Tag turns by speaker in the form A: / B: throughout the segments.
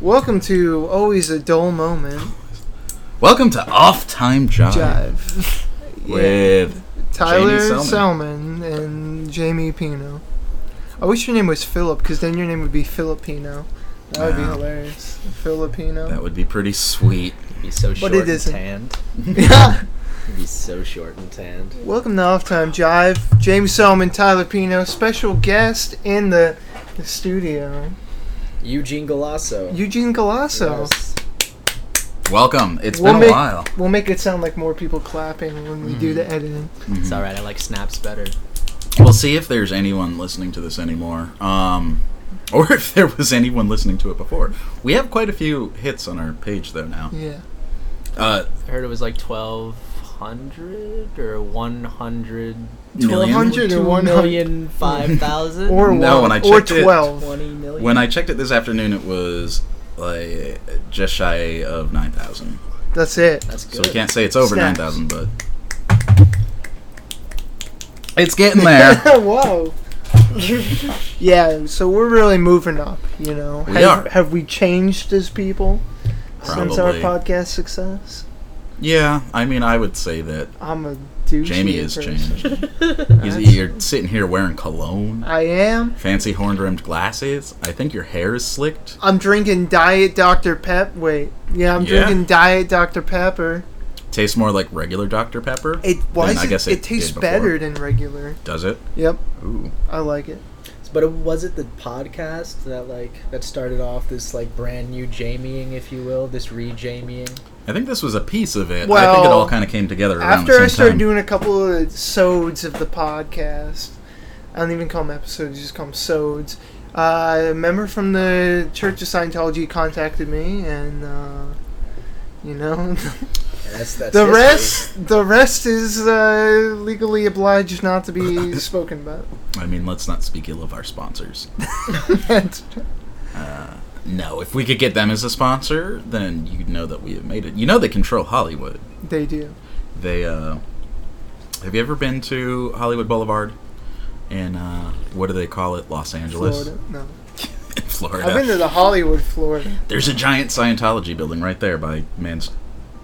A: Welcome to Always a Dull Moment
B: Welcome to Off Time Drive
A: Jive. Yeah.
B: with
A: Tyler
B: Jamie
A: Selman. and Jamie Pino. I wish your name was Philip, because then your name would be Filipino. That would be
B: Wow.
A: hilarious. Filipino.
B: that would be pretty sweet.
C: Be so short
A: it
C: and
A: isn't.
C: tanned.
A: yeah.
C: Be so short and tanned.
A: Welcome to Off Time Jive. Jamie Selman, Tyler Pino, special guest in the, the studio.
C: Eugene Galasso.
A: Eugene Galasso.
C: Yes.
B: Welcome. It's
A: We'll
B: been
A: make-
B: a while.
A: We'll make it sound like more people clapping when we
B: Mm-hmm.
A: do the editing.
C: It's alright, I like snaps better.
B: We'll see if there's anyone listening to this anymore, um, or if there was anyone listening to it before. We have quite a few hits on our page though now.
A: Yeah.
B: Uh,
C: I heard it was like 1,200 or 100.
B: Million?
A: 1,200 or
C: 2
A: 100.
C: million 5,000?
A: Or
B: No,
A: one.
B: when I
A: or
B: checked it-
A: 12.
C: 20 million?
B: when I checked it this afternoon, it was like just shy of nine thousand.
A: That's it.
C: That's good.
B: So we can't say it's over nine
A: Snaps.
B: thousand, but it's getting there.
A: Whoa. yeah, so we're really moving up, you know.
B: We
A: have,
B: are.
A: have we changed as people since our
B: Probably.
A: podcast success?
B: yeah, I mean, I would say that
A: I'm a douche.
B: Jamie is changed. He's-
A: That's-
B: you're sitting here wearing cologne,
A: I am.
B: fancy horn rimmed glasses. I think your hair is slicked.
A: I'm drinking Diet Dr. Pep. Wait. Yeah, I'm
B: Yeah.
A: drinking Diet Dr. Pepper.
B: Tastes more like regular Dr. Pepper.
A: It why
B: Then
A: is
B: I
A: it,
B: guess
A: it,
B: it
A: tastes
B: did before.
A: better than regular.
B: Does it?
A: Yep,
B: Ooh.
A: I like it.
C: But it, was it the podcast that like that started off this like brand new Jamieing, if you will, this re-Jamieing?
B: I think this was a piece of it. I think
A: Well,
B: it all kind of came together around
A: After
B: the same
A: I started
B: time.
A: doing a couple of sodes of the podcast, I don't even call them episodes; just call them sodes. Uh, a member from the Church of Scientology contacted me, and uh, you know,
C: That's, that's
A: the
C: history.
A: rest, the rest is uh, legally obliged not to be spoken about.
B: I mean, let's not speak ill of our sponsors. Uh,
A: That's-
B: No, if we could get them as a sponsor, then you'd know that we have made it. You know they control Hollywood.
A: they do.
B: They uh Have you ever been to Hollywood Boulevard? In uh what do they call it? Los Angeles.
A: Florida, no.
B: In Florida.
A: I've been to the Hollywood, Florida.
B: There's a giant Scientology building right there by Man's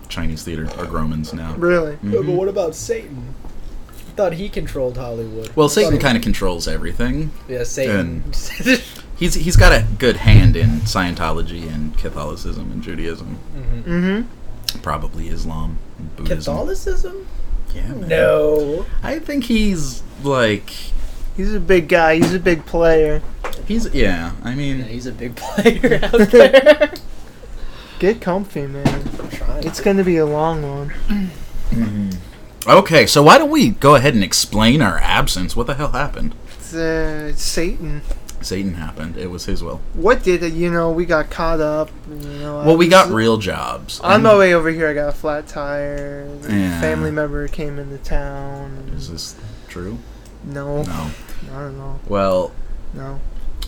B: Chinese Theater or Groman's now. Mm-hmm.
A: Really?
C: Yeah, But what about Satan? I thought he controlled Hollywood.
B: Well, Satan kind of controls everything.
C: of. Yeah, Satan.
B: He's he's got a good hand in Scientology and Catholicism and Judaism,
A: Mm-hmm.
B: probably Islam, and Buddhism.
C: Catholicism?
B: Yeah, man.
C: No.
B: I think he's like
A: He's a big guy. He's a big player.
B: he's yeah. I
C: Yeah,
B: mean,
C: he's a big player out there.
A: Get comfy, man.
C: I'm trying.
A: It's gonna be a long one.
B: okay. So why don't we go ahead and explain our absence? What the hell happened?
A: It's, uh, Satan.
B: Satan happened. It was his will.
A: What did it? You know, we got caught up. You know, I
B: Well, we
A: was-
B: got real jobs.
A: On my way over here, I got a flat tire. A
B: Yeah.
A: Family member came into town.
B: Is this true?
C: Oh.
A: No,
B: No.
A: not at all.
B: Well,
A: No.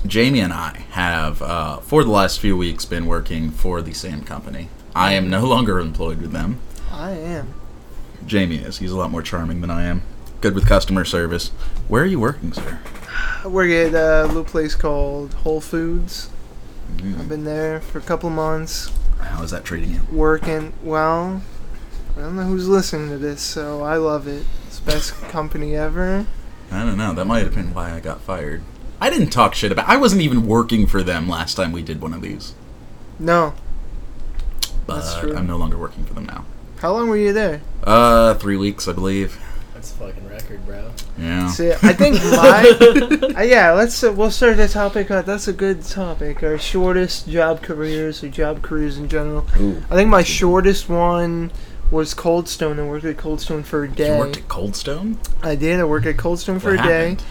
B: Jamie and I have, uh, for the last few weeks, been working for the same company. I am no longer employed with them.
A: I am.
B: Jamie is. He's a lot more charming than I am. Good with customer service. Where are you working, sir?
A: I work at a uh, little place called Whole Foods. I've been there for a couple months,
B: How is that treating you?
A: working. Well, I don't know who's listening to this, so I love it. It's the best company ever.
B: I don't know. That might have been why I got fired. I didn't talk shit about. I wasn't even working for them last time we did one of these.
A: No.
B: But
A: That's true.
B: I'm no longer working for them now.
A: How long were you there?
B: Uh, three weeks, I believe.
C: That's a fucking record, bro.
B: Yeah.
A: See, I think my uh, yeah. Let's uh, we'll start the topic. Uh, that's a good topic. Our shortest job careers or job careers in general.
B: Ooh.
A: I think my shortest one was Cold Stone. I worked at Cold Stone for a
B: You
A: day.
B: worked at Coldstone.
A: I did. I worked at Cold Stone for
B: What
A: a day.
B: happened?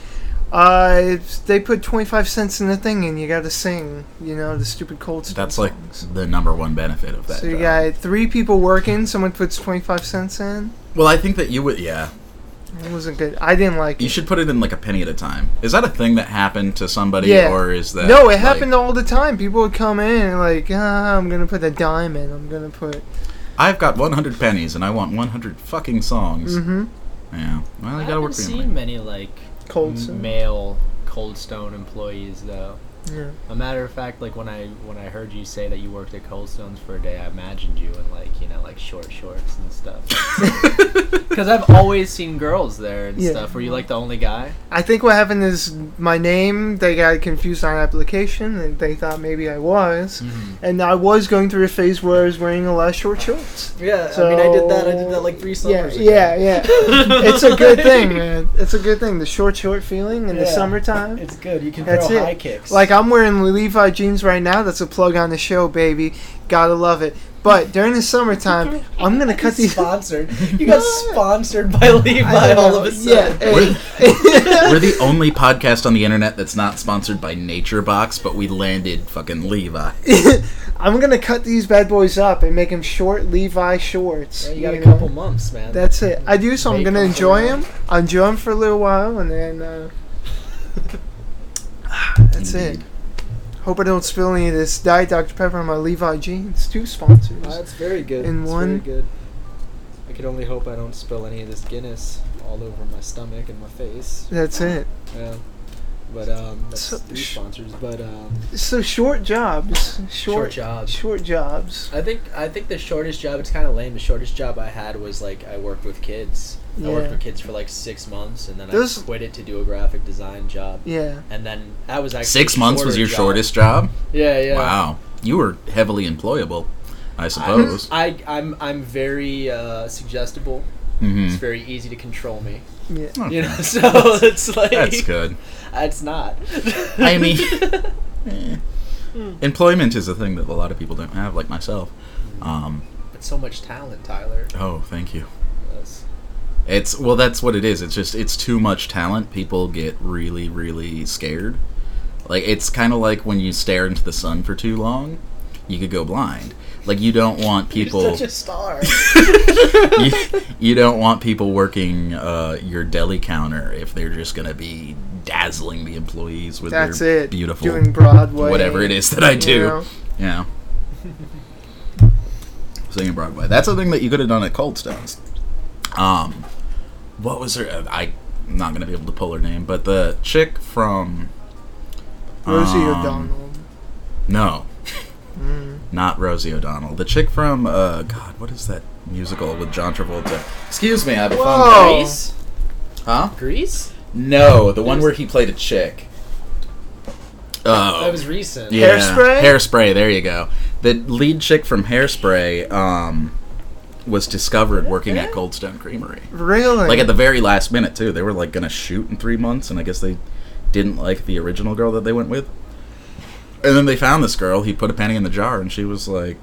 A: Uh, it's- they put twenty five cents in the thing, and you got to sing. You know the stupid Cold Stone.
B: That's like
A: songs.
B: the number one benefit of that.
A: So you
B: job.
A: got three people working. Someone puts twenty five cents in.
B: Well, I think that you would. Yeah,
A: It wasn't good. I didn't like
B: you
A: it.
B: should put it in like a penny at a time. Is that a thing that happened to somebody,
A: Yeah.
B: or is that
A: No, it
B: like-
A: happened all the time. People would come in and like, ah, I'm gonna put a dime in. I'm gonna put.
B: I've got 100 pennies and I want 100 fucking songs.
A: Mm-hmm.
B: Yeah. Well,
C: I
B: you gotta work
C: haven't
B: for
C: seen
B: your money.
C: many like
A: Cold Stone.
C: male Cold Stone employees though.
A: Yeah.
D: A matter of fact, like when I when I heard you say that you worked at Cold Stones for a day, I imagined you in like you know like short shorts and stuff. Because I've always seen girls there and
A: Yeah.
D: stuff. Were you like the only guy?
A: I think what happened is my name, they got confused on application and they thought maybe I
D: Hmm.
A: was.
B: Mm-hmm.
A: And I was going through a phase where I was wearing a lot of short shorts.
D: Yeah,
A: I mean, I did that- I did that, like,
D: three
A: Yeah, yeah, yeah. it's a good thing, man. It's a good thing. The short short feeling in the
D: Yeah.
A: summertime.
D: It's good. You can
A: That's
D: throw
A: it.
D: high kicks.
A: Like I'm wearing Levi jeans right now. That's a plug on the show, baby. Gotta love it. But during the summertime, I'm gonna cut these.
D: sponsored. You got sponsored by Levi
A: I don't
D: all
A: know.
D: of a sudden.
A: Yeah,
B: We're,
A: hey.
B: we're the only podcast on the internet that's not sponsored by Nature Box, but we landed fucking Levi.
A: I'm gonna cut these bad boys up and make them short Levi shorts.
D: Yeah, you got a
A: know?
D: couple months, man.
A: That's it. I do, so I'm
D: Make
A: gonna
D: 'em for
A: enjoy
D: now.
A: them. I'll enjoy them for a little while, and then uh, that's
B: Indeed.
A: it. Hope I don't spill any of this Diet Dr Pepper on my Levi jeans. Two sponsors.
D: Uh, that's very good.
A: In
D: It's
A: one-
D: very good. I can only hope I don't spill any of this Guinness all over my stomach and my face.
A: That's it.
D: Yeah. But um, that's
A: So-
D: three
A: sh-
D: sponsors. But um,
A: So short jobs. Short,
D: short jobs.
A: Short jobs.
D: I think I think the shortest job. It's kind of lame. The shortest job I had was like I worked with kids. I
A: Yeah.
D: worked with kids for like six months, and then
A: Those-
D: I quit it to do a graphic design job.
A: Yeah.
D: And then that was actually
B: Six
D: a
B: months was
D: shorter
B: your
D: job.
B: shortest job?
D: Yeah, yeah.
B: Wow. You were heavily employable, I
D: I'm,
B: suppose.
D: I, I'm I'm very uh, suggestible. It's
B: hmm
D: very easy to control me.
A: Yeah.
D: You know, so it's like
B: That's good.
D: It's not.
B: I mean, eh. employment is a thing that a lot of people don't have, like myself. Um,
D: but so much talent, Tyler.
B: oh, thank you.
D: That's-
B: It's well, that's what it is. It's just it's too much talent. People get really, really scared. Like it's kind of like when you stare into the sun for too long, you could go blind. Like you don't want people.
D: You're such a star.
B: you, you don't want people working uh, your deli counter if they're just gonna be dazzling the employees with
A: That's
B: their
A: it.
B: beautiful
A: Doing Broadway.
B: whatever it is that I
A: you
B: do.
A: know?
B: Yeah. Singing Broadway. That's a thing that you could have done at Cold Stones. Um, what was her? I, am not gonna be able to pull her name, but the chick from
A: Rosie
B: um,
A: O'Donnell.
B: No,
A: Mm.
B: not Rosie O'Donnell. The chick from uh, God, what is that musical with John Travolta? Excuse me, I have a phone.
A: Whoa.
D: Greece?
B: Huh?
D: Greece?
B: No, the one where he played a chick. Oh,
D: That was recent.
B: Yeah.
A: Hairspray?
B: Hairspray. There you go. The lead chick from Hairspray um, was discovered working at Goldstone Creamery.
A: Really?
B: Like at the very last minute too. They were like gonna shoot in three months, and I guess they didn't like the original girl that they went with. And then they found this girl. He put a penny in the jar, and she was like,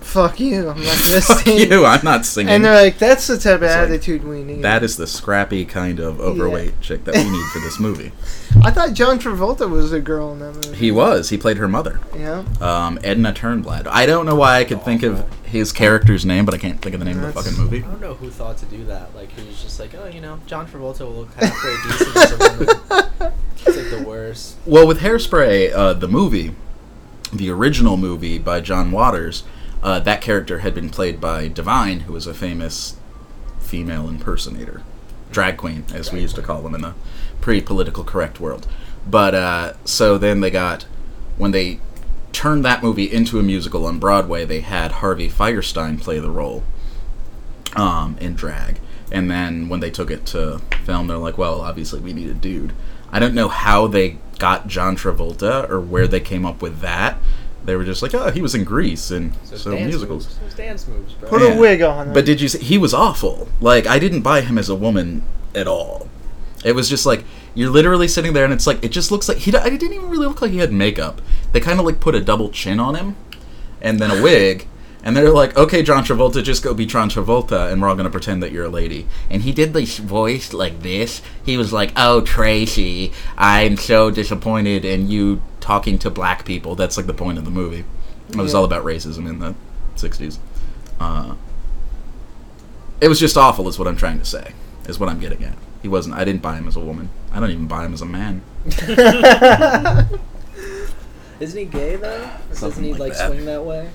A: Fuck you. I'm not gonna
B: "Fuck
A: sing.
B: you! I'm not singing."
A: And they're like, that's the type of
B: It's like,
A: attitude we need.
B: that is the scrappy kind of overweight chick that we need for this movie.
A: I thought John Travolta was a girl in that movie.
B: He was. He played her mother.
A: yeah.
B: um, Edna Turnblad. I don't know why I could think of his character's name, but I can't think of the name of the
A: That's-
B: fucking movie.
D: I don't know who thought to do that. Like, who's just like, oh, you know, John Travolta will look halfway decent as a woman. It's like the worst.
B: Well, with Hairspray, uh, the movie, the original movie by John Waters, uh, that character had been played by Divine, who was a famous female impersonator, drag queen, as we used to call them in the pre-political correct world. But uh, so then they got when they turned that movie into a musical on Broadway, they had Harvey Firestein play the role um, in drag. And then when they took it to film, they're like, well, obviously we need a dude. I don't know how they got John Travolta or where they came up with that. They were just like, oh, he was in Greece and so,
D: So, dance
B: musicals.
D: Moves. Those dance moves, bro.
A: Put
B: Yeah.
A: a wig on him.
B: But did you see? He was awful. Like, I didn't buy him as a woman at all. It was just like, you're literally sitting there and it's like, it just looks like he d- it didn't even really look like he had makeup. They kind of like put a double chin on him and then a wig. And they're like, okay, John Travolta, just go be John Travolta, and we're all gonna pretend that you're a lady. And he did this voice like this. He was like, oh, Tracy, I'm so disappointed in you talking to black people. That's like the point of the movie. It was
A: Yeah.
B: all about racism in the 60s. Uh, it was just awful, is what I'm trying to say, is what I'm getting at. He wasn't, I didn't buy him as a woman. I don't even buy him as a man.
D: Isn't he gay, though? Doesn't
B: Something
D: he,
B: like
D: like,
B: that.
D: swing that way?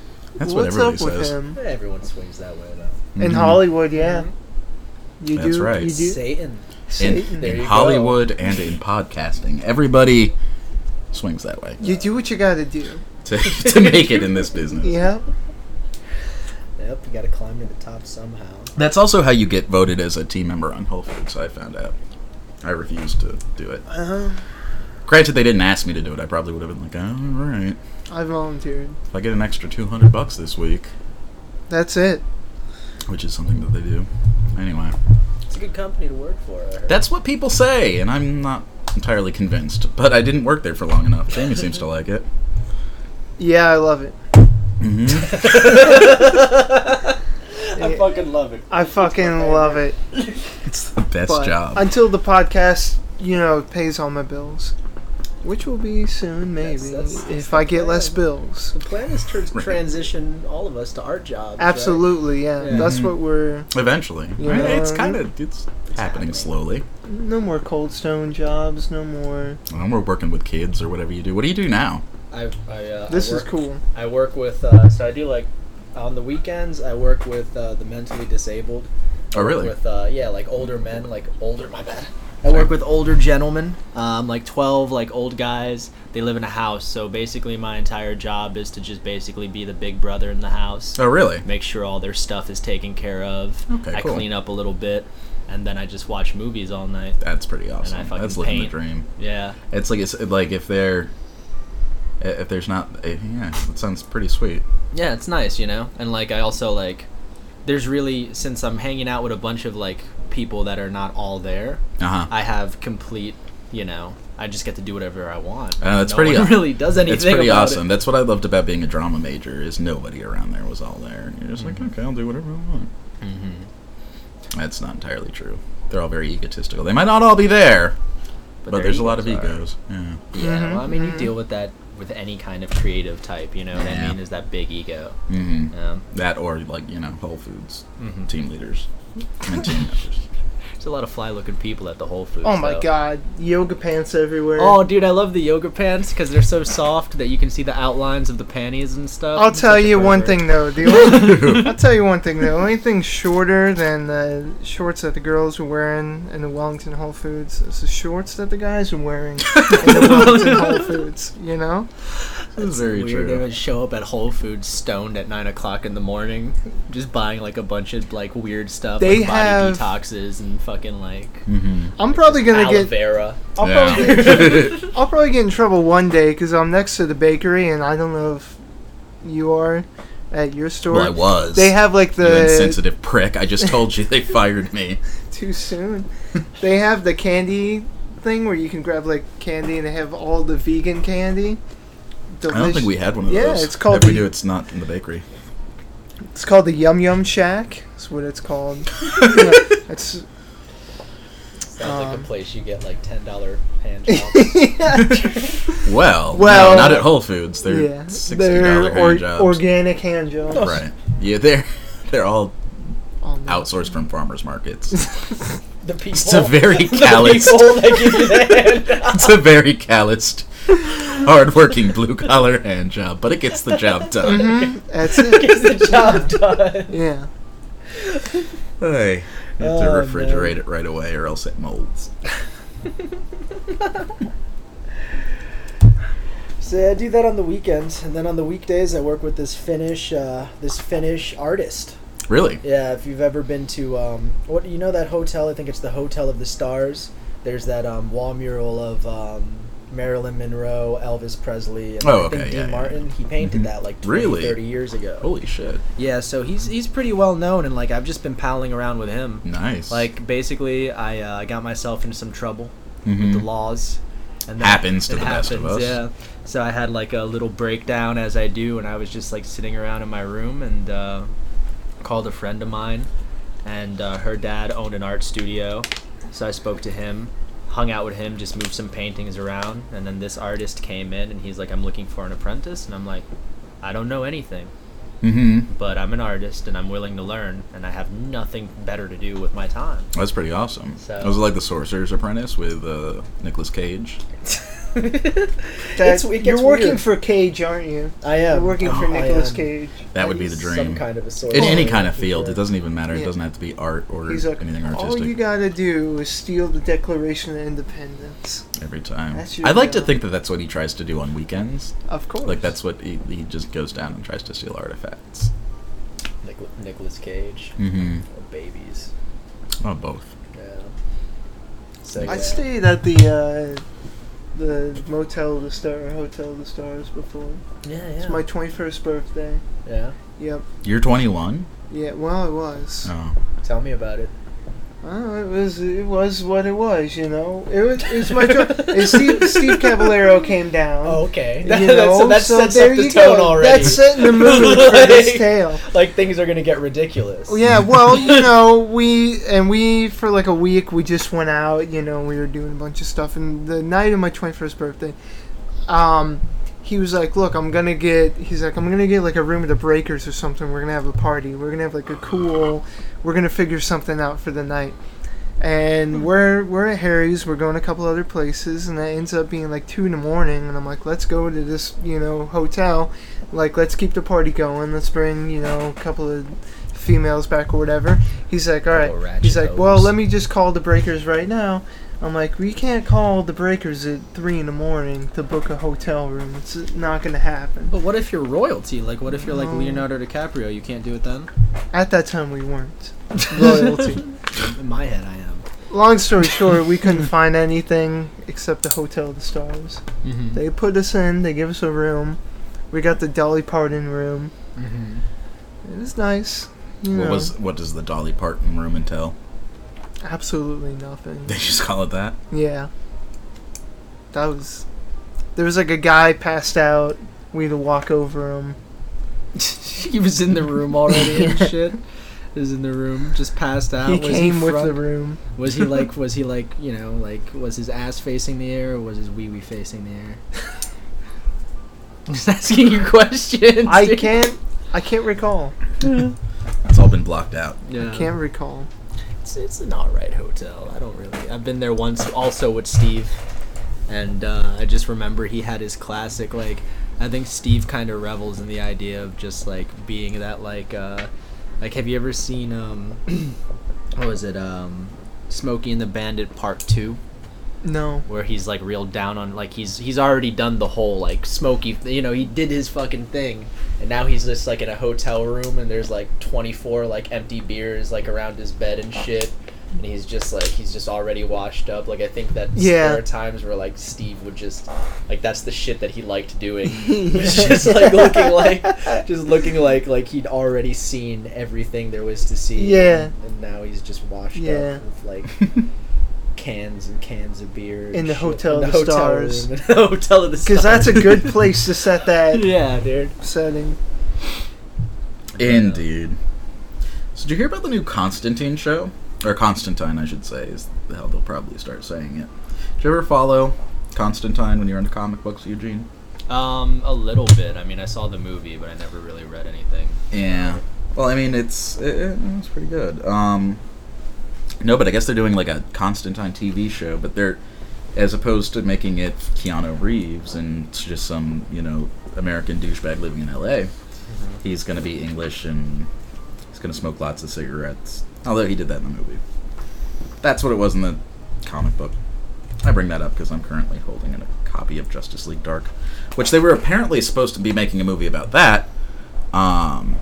A: What's
B: That's what everybody
A: up with
B: says.
A: him?
D: Yeah, everyone swings that way, though.
A: In
B: Mhm.
A: Hollywood, yeah.
D: Mm-hmm.
A: You
B: That's
A: do.
B: right.
A: You do.
D: Satan.
B: in,
A: Satan.
D: There
B: in
D: you go.
B: Hollywood and in podcasting. Everybody swings that way
A: You do what you gotta do.
B: to, to make it in this business.
A: Yep.
D: Yep, you got to climb to the top somehow.
B: That's also how you get voted as a team member on Whole Foods. I found out. I refused to do it.
D: Uh-huh.
A: Uh,
B: Granted, they didn't ask me to do it. I probably would have been like, "Oh, "All right,
A: I volunteered.
B: if I get an extra two hundred bucks this week,
A: That's it.
B: which is something that they do." Anyway,
D: It's a good company to work for. I heard.
B: that's what people say, and I'm not entirely convinced. But I didn't work there for long enough. Jamie seems to like it.
A: Yeah, I love it.
B: hmm
D: I fucking love it.
A: I fucking love it.
B: It's the best
A: But
B: job.
A: Until the podcast, you know, pays all my bills, which will be soon, maybe,
D: Yes, that's- that's
A: if
D: the
A: I get less
D: plan.
A: bills.
D: The plan is to
B: Right.
D: transition all of us to art jobs. right?
A: Absolutely, yeah.
D: Yeah.
A: That's
B: Mhm.
A: what we're.
B: Eventually,
A: You
B: Right?
A: know
B: it's
A: what I mean?
B: kind of it's, happening
D: happening.
B: slowly.
A: No more cold stone jobs. No more.
B: And we're working with kids or whatever you do. What do you do now?
D: I, I, uh,
A: This
D: I
A: is
D: work,
A: cool.
D: I work with, uh, so I do like, on the weekends, I work with uh, the mentally disabled.
B: Oh, really?
D: With, uh, yeah, like older men, like older, my bad. I work with older gentlemen, um, like 12, like old guys. They live in a house, so basically my entire job is to just basically be the big brother in the house.
B: Oh, really?
D: make sure all their stuff is taken care of.
B: Okay,
D: I
B: cool.
D: clean up a little bit, and then I just watch movies all night.
B: That's pretty awesome.
D: I fucking
B: That's living
D: paint.
B: the dream.
D: Yeah,
B: It's like it's like if they're if there's not eh, yeah, that sounds pretty sweet.
D: yeah, it's nice, you know. And like, I also like, there's really since I'm hanging out with a bunch of like people that are not all there,
B: Uh huh.
D: I have complete, you know, I just get to do whatever I want.
B: Uh, that's
D: no
B: pretty
D: One
B: aw-
D: really does anything.
B: It's pretty
D: about
B: awesome. That's what I loved about being a drama major is nobody around there was all there. And You're just
D: Mm-hmm.
B: like okay, I'll do whatever I want.
D: It. hmm
B: That's not entirely true. They're all very egotistical. They might not all be there, but,
D: their
B: there's a lot of
D: egos are-
B: egos. Yeah.
D: Yeah,
A: Mhm,
D: well, I mean,
A: mhm.
D: you deal with that with any kind of creative type. You know what
B: Yeah.
D: I mean? Is that big ego?
B: hmm
D: Um,
B: That or like you know Whole Foods
D: Mhm.
B: team leaders and team members.
D: There's a lot of fly-looking people at the Whole Foods.
A: Oh my
D: though.
A: god, yoga pants everywhere.
D: Oh, dude, I love the yoga pants because they're so soft that you can see the outlines of the panties and stuff.
A: I'll
D: I'm
A: tell
D: such a
A: you one
D: pervert.
A: thing though. The only, I'll tell you one thing though. Anything shorter than the shorts that the girls were wearing in the Wellington Whole Foods is the shorts that the guys are wearing in the Wellington Whole Foods. You know?
B: This is very
D: Weird, they
B: true.
D: would show up at Whole Foods stoned at nine o'clock in the morning, just buying like a bunch of like weird stuff,
A: They
D: like body
A: have-
D: detoxes and fucking like
B: hmm
A: I'm probably gonna
D: aloe
A: get.
D: vera.
A: I'll probably get I'll probably get in trouble one day because I'm next to the bakery, and I don't know if you are at your store.
B: well, I was.
A: They have like
B: you
A: the
B: insensitive prick. I just told you they fired me.
A: too soon. they have the candy thing where you can grab like candy, and they have all the vegan candy.
B: I don't think
A: Delish-
B: we had one of
A: Yeah,
B: those.
A: it's called
B: If we
A: the-
B: do, it's not in the bakery.
A: It's called the Yum Yum Shack. That's what it's called. Yeah, it's
D: Sounds like
A: Um,
D: a place you get like ten dollar hand
B: Well,
A: Well-
B: no, not at Whole Foods. They're
A: yeah,
B: sixty dollar
A: they're or-
B: jobs.
A: organic hand jobs.
B: right? Yeah, they're they're all
A: Oh, no.
B: outsourced from farmers markets.
D: The people.
B: It's a very calloused. It's a very calloused, hardworking blue collar hand job, but it gets the job done.
A: Mhm, That's it.
D: the job done.
A: Yeah.
B: Hey, you have to
D: Oh,
B: refrigerate it right away, or else it molds.
D: So yeah, I do that on the weekends, and then on the weekdays I work with this Finnish, uh, this Finnish artist.
B: Really?
D: Yeah, if you've ever been to um, what you know that hotel, I think it's the Hotel of the Stars. There's that um, wall mural of um, Marilyn Monroe, Elvis Presley, and
B: Oh,
D: I think
B: okay,
D: Dean
B: yeah, yeah.
D: Martin. He painted
B: Mhm.
D: that like 20,
B: Really?
D: 30 years ago.
B: Holy shit!
D: Yeah, so he's he's pretty well known, and like I've just been palling around with him.
B: Nice.
D: Like basically, I uh, got myself into some trouble
B: Mhm.
D: with the laws. And that-
B: Happens to
D: it
B: the best of us.
D: Yeah. So I had like a little breakdown as I do, and I was just like sitting around in my room and uh, called a friend of mine, and uh, her dad owned an art studio, so I spoke to him, hung out with him, just moved some paintings around, and then this artist came in and he's like, "I'm looking for an apprentice," and I'm like, "I don't know anything."
B: hmm
D: But I'm an artist and I'm willing to learn, and I have nothing better to do with my time.
B: That's pretty awesome.
D: So-
B: Was it like the Sorcerer's Apprentice with uh, Nicolas Cage?
A: That-
E: it's, it gets
A: you're working
E: weird.
A: for Cage, aren't you?
E: I am
A: You're working for
B: Oh, I
A: Nicolas
E: am.
A: Cage.
B: That would be the
E: Some
B: dream.
E: kind of a sort
B: In
E: of-
B: any kind of field,
E: Yeah.
B: it doesn't even matter. It
A: Yeah.
B: doesn't have to be art or
A: He's like,
B: anything
A: all you
B: artistic.
A: gotta do is steal the Declaration of Independence.
B: Every time,
A: That's your
B: I'd like to
A: job.
B: think that that's what he tries to do on weekends.
A: Of course.
B: Like that's what he, he just goes down and tries to steal artifacts.
E: Nic- Nicolas Cage
B: Mm-hmm.
E: or babies.
B: Oh, both.
E: Yeah. So,
A: I stayed at the uh, the Motel the Star, Hotel the Stars before.
E: Yeah, yeah.
A: It's my 21st birthday.
E: yeah.
A: Yep.
B: You're 21.
A: Yeah. Well, it was.
B: Oh,
E: Tell me about it.
A: Well, it was it was what it was, you know. It was it's my tw- and Steve Steve Cavallero came down.
E: Oh, okay.
A: You
E: That-
A: know,
E: so that sets up the
A: you
E: tone
A: go.
E: already.
A: That's setting the mood for this
E: Like-
A: tale.
E: Like things are gonna get ridiculous.
A: Well, Oh, Yeah, well, you know, we and we for like a week we just went out, you know, we were doing a bunch of stuff and the night of my 21st birthday, um he was like, "Look, I'm going to get he's like, I'm going to get like a room at the Breakers or something. We're going to have a party. We're going to have like a cool we're going to figure something out for the night." And we're we're at Harry's, we're going a couple other places and that ends up being like 2 in the morning and I'm like, "Let's go to this, you know, hotel. Like let's keep the party going. Let's bring, you know, a couple of females back or whatever. He's like, all
D: Couple
A: right.
D: ratchet
A: He's like, well,
D: hoes.
A: let me just call the breakers right now. I'm like, we can't call the breakers at three in the morning to book a hotel room. It's not gonna happen.
D: But what if you're royalty? Like, what if you're like
A: No.
D: Leonardo DiCaprio? You can't do it then.
A: At that time, we weren't royalty.
D: In my head, I am.
A: Long story short, we couldn't find anything except the Hotel of the Stars.
D: Mm-hmm.
A: They put us in. They give us a room. We got the Dolly Parton room.
D: mm-hmm.
A: It was nice. You
B: what
A: know,
B: was what does the Dolly Parton room entail?
A: absolutely nothing.
B: They just call it that.
A: Yeah. That was. There was like a guy passed out. We had to walk over him.
D: he was in the room already and shit. He was in the room, just passed out.
A: he
D: was
A: came
D: he
A: with the
D: front-
A: room.
D: Was he like? Was he like? You know, like was his ass facing the air or was his wee wee facing the air? I'm just asking you questions.
A: I
D: dude.
A: can't. I can't recall.
B: It's all been blocked out.
D: Yeah.
A: I can't recall.
D: It's, it's an alright hotel. I don't really. I've been there once, also with Steve, and uh, I just remember he had his classic like. I think Steve kind of revels in the idea of just like being that like uh, like have you ever seen um what was it um Smokey and the Bandit Part Two?
A: No.
D: where he's like real down on like he's he's already done the whole like smoky you know he did his fucking thing and now he's just like in a hotel room and there's like 24 like empty beers like around his bed and shit and he's just like he's just already washed up like i think that
A: Yeah.
D: there are times where like steve would just like that's the shit that he liked doing was just like looking like just looking like like he'd already seen everything there was to see
A: Yeah.
D: and, and now he's just washed
A: Yeah.
D: up with like cans and cans of beer and
A: In the
D: shit.
A: Hotel of the Stars.
D: room. In the hotel of the
A: Because
D: stars.
A: that's a good place to set that
D: yeah, dude.
A: setting.
B: Indeed. So did you hear about the new Constantine show? Or Constantine, I should say, is how they'll probably start saying it. Did you ever follow Constantine when you were into comic books, Eugene?
F: Um, a little bit. I mean, I saw the movie, but I never really read anything.
B: Yeah. Well, I mean, it's it, it- it's pretty good. Um, no, but I guess they're doing like a Constantine TV show, but they're as opposed to making it Keanu Reeves and it's just some you know American douchebag living in L.A.
D: Mm-hmm.
B: He's gonna be English and he's gonna smoke lots of cigarettes. Although he did that in the movie. That's what it was in the comic book. I bring that up because I'm currently holding a copy of Justice League Dark, which they were apparently supposed to be making a movie about that. Um,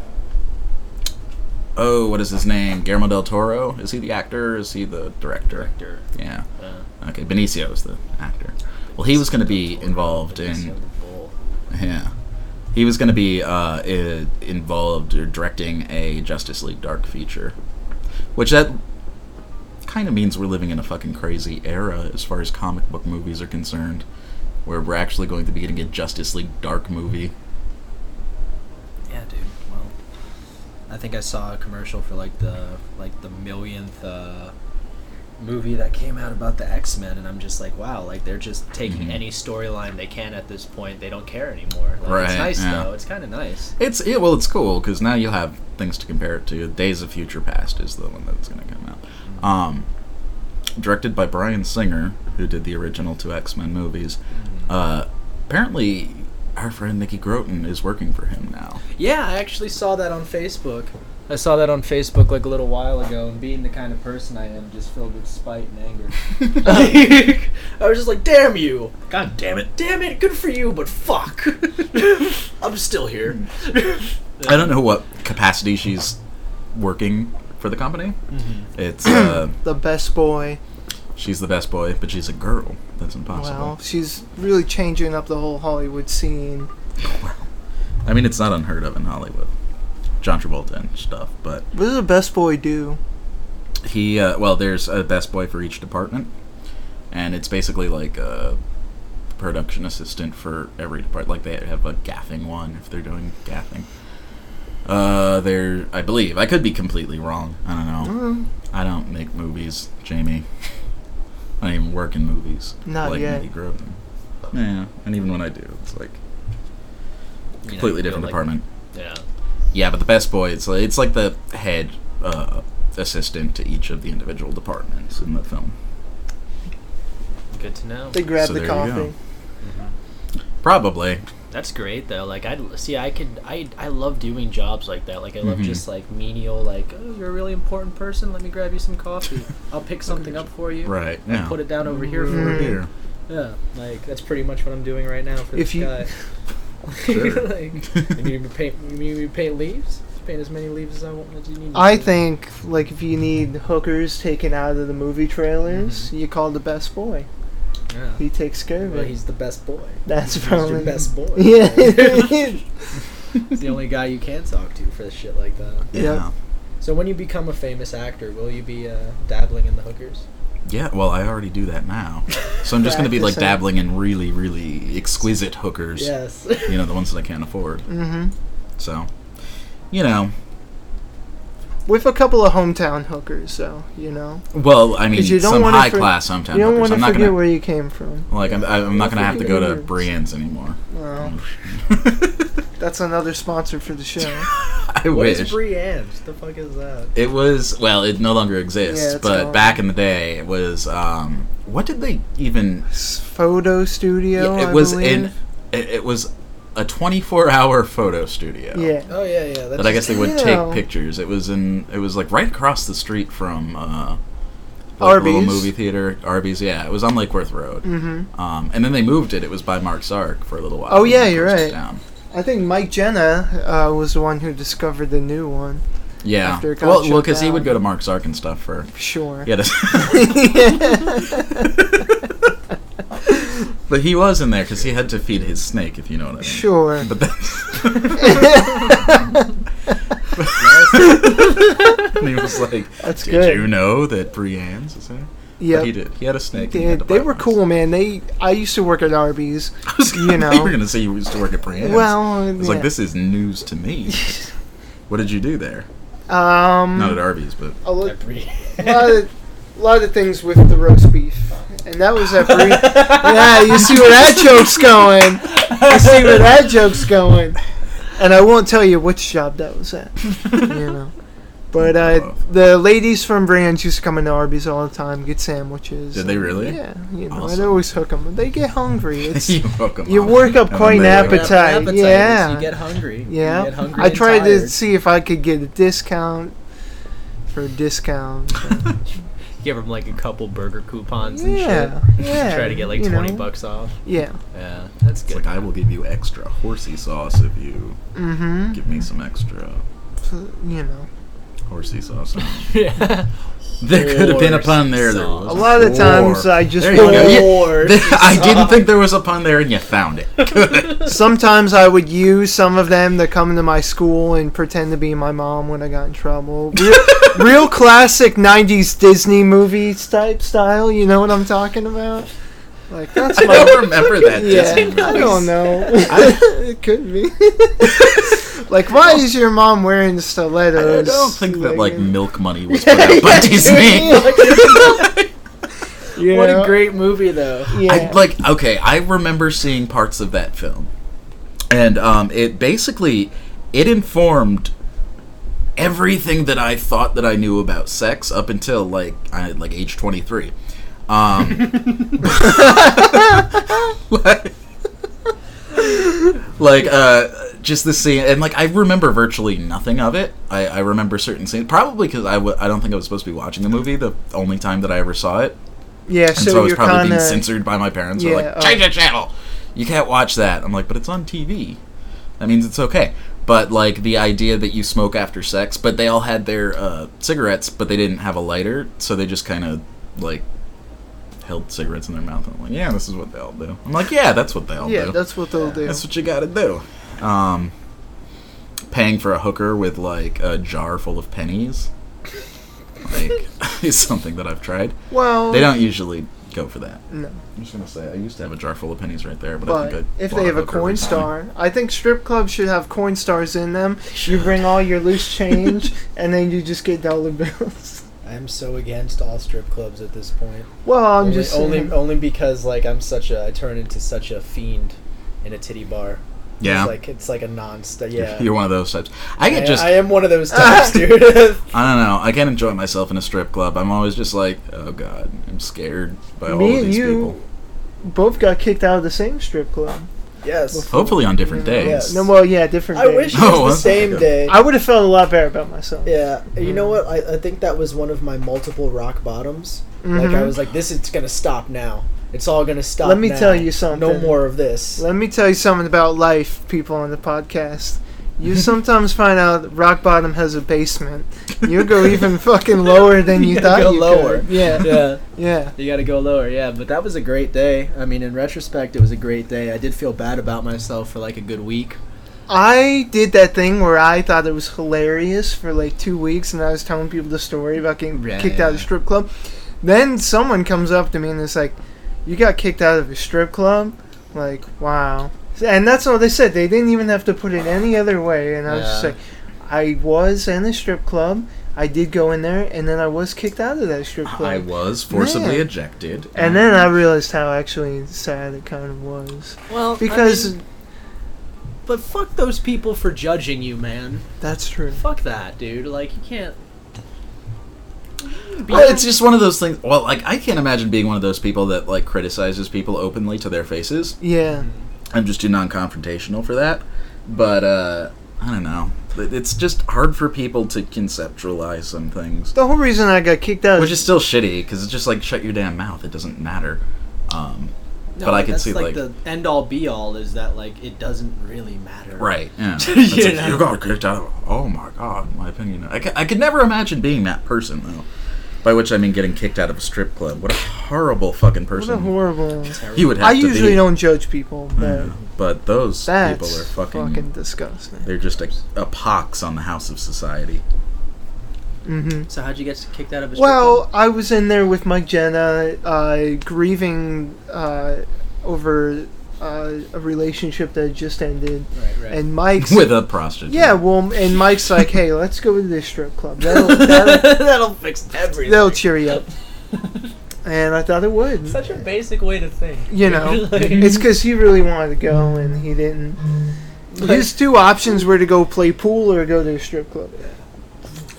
B: oh, what is his name? Guillermo del Toro? Is he the actor? Or is he the director?
F: Director.
B: Yeah.
F: Uh,
B: Okay, Benicio is the actor. Well, he was going to be involved
F: Benicio
B: in.
F: del Toro.
B: Yeah. He was going to be uh, i- involved or directing a Justice League Dark feature, which that kind of means we're living in a fucking crazy era as far as comic book movies are concerned, where we're actually going to be getting a Justice League Dark movie.
D: Yeah, dude. Well, I think I saw a commercial for like the like the millionth uh, movie that came out about the X Men, and I'm just like, wow, like they're just taking
B: Mhm.
D: any storyline they can at this point. They don't care anymore. Like,
B: Right,
D: It's nice
B: yeah.
D: though. It's kind of nice.
B: It's yeah, well, it's cool because now you'll have things to compare it to. Days of Future Past is the one that's going to come out. Um, directed by Brian Singer, who did the original two X Men movies. Uh, apparently, our friend Nikki Groton is working for him now.
D: Yeah, I actually saw that on Facebook. I saw that on Facebook like a little while ago, and being the kind of person I am, just filled with spite and anger. Like, I was just like, "Damn you!
B: God damn it!
D: Damn it! Good for you, but fuck! I'm still here."
B: Hmm. I don't know what capacity she's working for the company.
D: Mm-hmm.
B: It's uh,
A: The best boy.
B: she's the best boy, but she's a girl. That's impossible.
A: Wow, she's really changing up the whole Hollywood scene.
B: I mean, it's not unheard of in Hollywood. John Travolta and stuff, but
A: What does a best boy do?
B: he uh, well, there's a best boy for each department, and it's basically like a production assistant for every department. Like they have a gaffing one if they're doing gaffing. Uh, there, I believe I could be completely wrong. I don't know.
A: Mm,
B: I don't make movies, Jamie. I don't even work in movies.
A: Not
B: like
A: yet.
B: Nikki Groton. Yeah, and even when I do, it's like completely different department.
D: Yeah.
B: Yeah, but the best boy, it's like, it's like the head uh, assistant to each of the individual departments in the film.
D: Good to know. Mm-hmm.
A: they grab
B: So
A: the
B: there you go.
A: coffee.
B: Probably.
D: That's great though. Like I see, I could, I, I love doing jobs like that. Like I love
B: Mhm.
D: just like menial. Like oh, you're a really important person. Let me grab you some coffee. I'll pick something up for you.
B: Right.
D: And
B: Yeah.
D: put it down over here for
A: Mm.
D: you.
B: Here.
D: Yeah, like that's pretty much what I'm doing right now for
A: If
D: this
A: you-
D: guy.
B: Sure.
D: like, you need me to paint. You need me to paint leaves. Just paint as many leaves as I want. As you need. me
A: I
D: to.
A: think, like, if you need hookers taken out of the movie trailers,
B: Mm-hmm.
A: you call the best boy.
D: Yeah.
A: He takes care of
D: Well,
A: it.
D: he's the best boy.
A: That's
D: he's
A: probably
D: your best boy.
A: Yeah.
D: he's the only guy you can talk to for shit like that.
B: Yeah.
A: Yeah.
D: So when you become a famous actor, will you be uh, dabbling in the hookers?
B: Yeah. Well, I already do that now, so I'm just gonna be like
A: Practicing.
B: dabbling in really, really exquisite hookers.
D: Yes.
B: You know, the ones that I can't afford.
A: hmm
B: So, you know,
A: With a couple of hometown hookers, though, you know?
B: Well, I mean,
A: 'Cause you don't
B: some
A: wanna
B: high
A: for-
B: class hometown
A: You don't
B: hookers.
A: want to
B: I'm not
A: forget
B: gonna
A: where you came from.
B: like. I'm, I'm not gonna have to go to Brienne's anymore.
A: Well,
B: Mm. I
A: that's another sponsor for the show.
D: What is
B: wish
D: Brienne? What the fuck is that?
B: it was. Well, it no longer exists.
A: Yeah, it's
B: but
A: gone.
B: back in the day, it was. Um, what did they even?
A: S- Photo studio.
B: it
A: I
B: was
A: believe.
B: in. It, it was a 24 hour photo studio.
A: Yeah.
G: Oh yeah, yeah. That's
B: That I guess they would
A: Yeah.
B: take pictures. It was in. It was like right across the street from. Uh, like, Little
A: Arby's.
B: movie theater, Arby's. Yeah, it was on Lake Worth Road.
A: hmm
B: Um, and then they moved it. It was by Mark Sark for a little while.
A: Oh,
B: and
A: yeah,
B: then
A: you're
B: closed it
A: right.
B: down.
A: I think Mike Jenna uh, was the one who discovered the new one.
B: Yeah.
A: After it got
B: well, well,
A: shut
B: because he
A: down.
B: would go to Mark Sark and stuff for.
A: Sure.
B: Yeah. but he was in there because he had to feed his snake, if you know what I mean.
A: Sure.
B: But that's. and he was like,
A: That's
B: "Did
A: good.
B: you know that Brienne's is there?"
A: Yep.
B: But he did. He had a snake. and he
A: They,
B: had to
A: they
B: buy
A: were
B: one.
A: cool, man. They I used to work at Arby's.
B: I was
A: you
B: gonna- you
A: know.
B: were gonna say you used to work at Brienne's.
A: Well,
B: I was
A: yeah.
B: like, "This is news to me." what did you do there?
A: Um,
B: Not at Arby's, but
A: a lo- lot of a lot of things with the roast beef, and that was at Bre- yeah. You see where that joke's going? You see where that joke's going? And I won't tell you which job that was at. You know. But uh,
B: Both.
A: the ladies from Brands used to come into Arby's all the time, get sandwiches.
B: Did they really?
A: Yeah, you know,
B: Awesome.
A: I'd always hook them. They get hungry. It's,
B: you woke 'em
A: you
B: up.
A: work up
B: And then
A: quite an
B: they wake up.
A: appetite. yeah.
D: You get hungry. You get
A: Yeah,
D: hungry
A: I
D: and
A: tried to
D: tired.
A: see if I could get a discount for a discount.
D: Give them like a couple burger coupons and
A: yeah,
D: shit.
A: yeah.
D: Try to get like
A: you
D: twenty
A: know?
D: bucks off.
A: Yeah.
D: Yeah, that's
B: It's
D: good.
B: like I will give you extra horsey sauce if you
A: Mm-hmm.
B: give me some extra
A: You know,
B: horsey sauce.
D: yeah.
B: there could have been a
D: Horse
B: pun there. there
D: sauce.
A: a
B: wasn't.
A: lot of
B: Or-
A: times I just
B: There you go.
A: would-
B: You- I didn't think there was a pun there, and you found it. Good.
A: sometimes I would use some of them to come to my school and pretend to be my mom when I got in trouble. Real, real classic '90s Disney movies type style. You know what I'm talking about? Like that's
B: I
A: my
B: don't remember that.
A: Yeah,
B: Disney movie.
A: I don't know. it could be. like, why is your mom wearing
B: Oh. I
A: stilettos?
B: don't think that like
A: you
B: Milk Money was put out by Disney.
D: What a
A: know?
D: great movie though.
A: Yeah.
B: I, like okay, I remember seeing parts of that film, and um, it basically it informed everything that I thought that I knew about sex up until like I, like age twenty three. Um, like, like uh just this scene and like i remember virtually nothing of it i, I remember certain scenes probably because I w- I don't think i was supposed to be watching the movie the only time that i ever saw it
A: Yeah,
B: and so, I
A: so
B: was
A: you're
B: probably
A: kind
B: being
A: of
B: censored by my parents who were
A: Yeah,
B: like
A: oh.
B: change the channel you can't watch that i'm like but it's on tv that means it's okay but like the idea that you smoke after sex but they all had their uh, cigarettes but they didn't have a lighter so they just kind of like held cigarettes in their mouth and i'm like yeah this is what they all do i'm like yeah that's what they all
A: yeah.
B: do
A: That's what they'll do.
B: that's what you gotta do. Um, paying for a hooker with like a jar full of pennies, like, is something that I've tried.
A: well,
B: They don't usually go for that.
A: No.
B: I'm just gonna say I used to have a jar full of pennies right there, but, I
A: But
B: think I'd
A: if
B: blow
A: they have a
B: it up every
A: coin
B: time.
A: star, I think strip clubs should have coin stars in them. You bring all your loose change, and then you just get dollar bills.
D: I'm so against all strip clubs at this point.
A: Well, I'm
D: only,
A: just
D: only
A: saying.
D: only because like I'm such a I turn into such a fiend in a titty bar.
B: yeah,
D: It's like it's like a non st yeah.
B: you're one of those types. I
D: I,
B: get just
D: I am one of those types, dude.
B: I don't know. I can't enjoy myself in a strip club. I'm always just like, oh god, I'm scared by all
A: me
B: of
A: and
B: these
A: you
B: people.
A: both got kicked out of the same strip club.
D: yes.
B: Hopefully on different
A: Yeah.
B: days.
A: No, well, yeah, different.
D: I
A: days.
D: wish it
B: Oh,
D: was
B: that's
D: the same
B: good.
D: day.
A: I would have felt a lot better about myself.
D: Yeah, you know
A: Mm.
D: what? I, I think that was one of my multiple rock bottoms. Like I
A: Mhm.
D: was like, this is gonna stop now. It's all gonna stop.
A: Let me
D: now.
A: tell you something.
D: No more of this.
A: Let me tell you something about life, people on the podcast. You sometimes find out that rock bottom has a basement. You go even fucking lower than you
H: You
A: thought
H: go
A: you
H: lower.
A: could. Yeah,
H: yeah,
A: yeah.
H: you got to go lower. Yeah, but that was a great day. I mean, in retrospect, it was a great day. I did feel bad about myself for like a good week.
A: I did that thing where I thought it was hilarious for like two weeks, and I was telling people the story about getting
H: Yeah,
A: kicked out of a
H: yeah.
A: strip club. Then someone comes up to me and is like, "You got kicked out of a strip club? Like, wow." And that's all they said. They didn't even have to put it any other way. And I was just
H: Yeah.
A: like, "I was in a strip club. I did go in there, and then I was kicked out of that strip club."
B: I was forcibly
A: Man.
B: ejected,
A: and then I realized how actually sad it kind of was
H: Well,
A: because
H: but fuck those people for judging you, man.
A: that's true.
H: Fuck that, dude. Like you can't.
B: Well, it's just one of those things. Well, like I can't imagine being one of those people that like criticizes people openly to their faces.
A: Yeah.
H: Mm.
B: I'm just too non-confrontational for that. But uh, I don't know. It- It's just hard for people to conceptualize some things,
A: The whole reason I got kicked out
B: which is still shitty because it's just like shut your damn mouth. It doesn't matter. Um,
H: No,
B: but I could
H: that's
B: see like,
H: the end all be all is that like it doesn't really matter.
B: right. Yeah. It's
H: You
B: like,
H: know?
B: you got kicked out. Oh my god. My opinion. I, ca- I could never imagine being that person though. By which I mean getting kicked out of a strip club. What a horrible fucking
A: What a
B: person
A: horrible.
B: you would have
A: I
B: to
A: usually
B: be.
A: don't judge people, but
B: But those
A: that's
B: people are
A: fucking,
B: fucking,
A: disgusting.
B: They're just a, a pox on the house of society.
A: hmm
H: So how'd you get kicked out of a strip
A: Well, I was in there with Mike Jenna, uh, grieving uh, over uh, a relationship that had just ended,
H: club? right, right.
A: and Mike's
B: With a prostitute.
A: yeah, well, and Mike's like, "Hey, let's go to this strip club. That'll, that'll,
H: That'll fix everything.
A: that'll cheer you up." And I thought it would.
H: Such a basic way to think.
A: you know,
H: Like-
A: it's because he really wanted to go and he didn't.
H: Mm.
A: His two options were to go play pool or go to a strip club.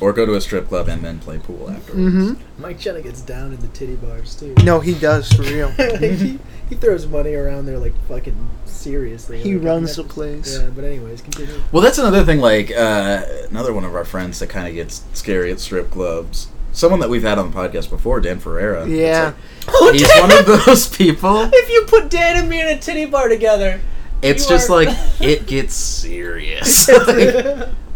B: Or go to a strip club and then play pool afterwards.
A: hmm
D: Mike Jenna gets down in the titty bars too.
A: No, he does for real.
D: Like, he, he throws money around there like fucking seriously.
A: He
D: Like, I've
A: runs the
D: never-
A: place.
D: Yeah, but anyways, continue.
B: Well, that's another thing, like, uh, another one of our friends that kind of gets scary at strip clubs. Someone that we've had on the podcast before, Dan Ferreira. It's
A: Yeah.
B: like, he's one of those people.
H: If you put Dan and me in a titty bar together,
B: It's
H: You
B: just
H: are-
B: like, it gets serious.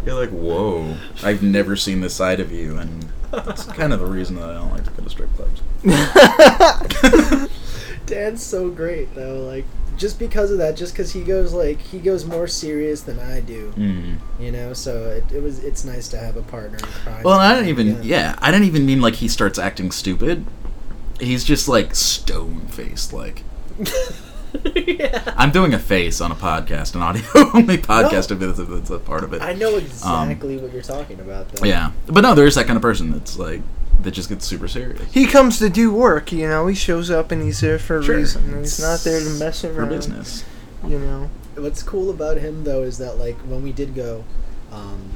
B: Like, you're like, whoa, I've never seen this side of you. And it's kind of the reason that I don't like to go to strip clubs.
D: Dan's so great though. Like just because of that, just because he goes like he goes more serious than I do.
B: Mm.
D: You know, so it, it was it's nice to have a partner. in crime.
B: Well, I don't even. Yeah. I don't even mean like he starts acting stupid. He's just like stone faced. Like
H: yeah.
B: I'm doing a face on a podcast, an audio only podcast. If it's, if it's a part of it, Um,
D: I know exactly what you're talking about. Though.
B: yeah. But no, there is that kind of person that's like that just gets super serious.
A: He comes to do work, you know. He shows up and he's there for a
B: Sure.
A: reason. and He's not there to mess
B: for
A: around.
B: business.
A: You know.
D: What's cool about him though is that like when we did go, um,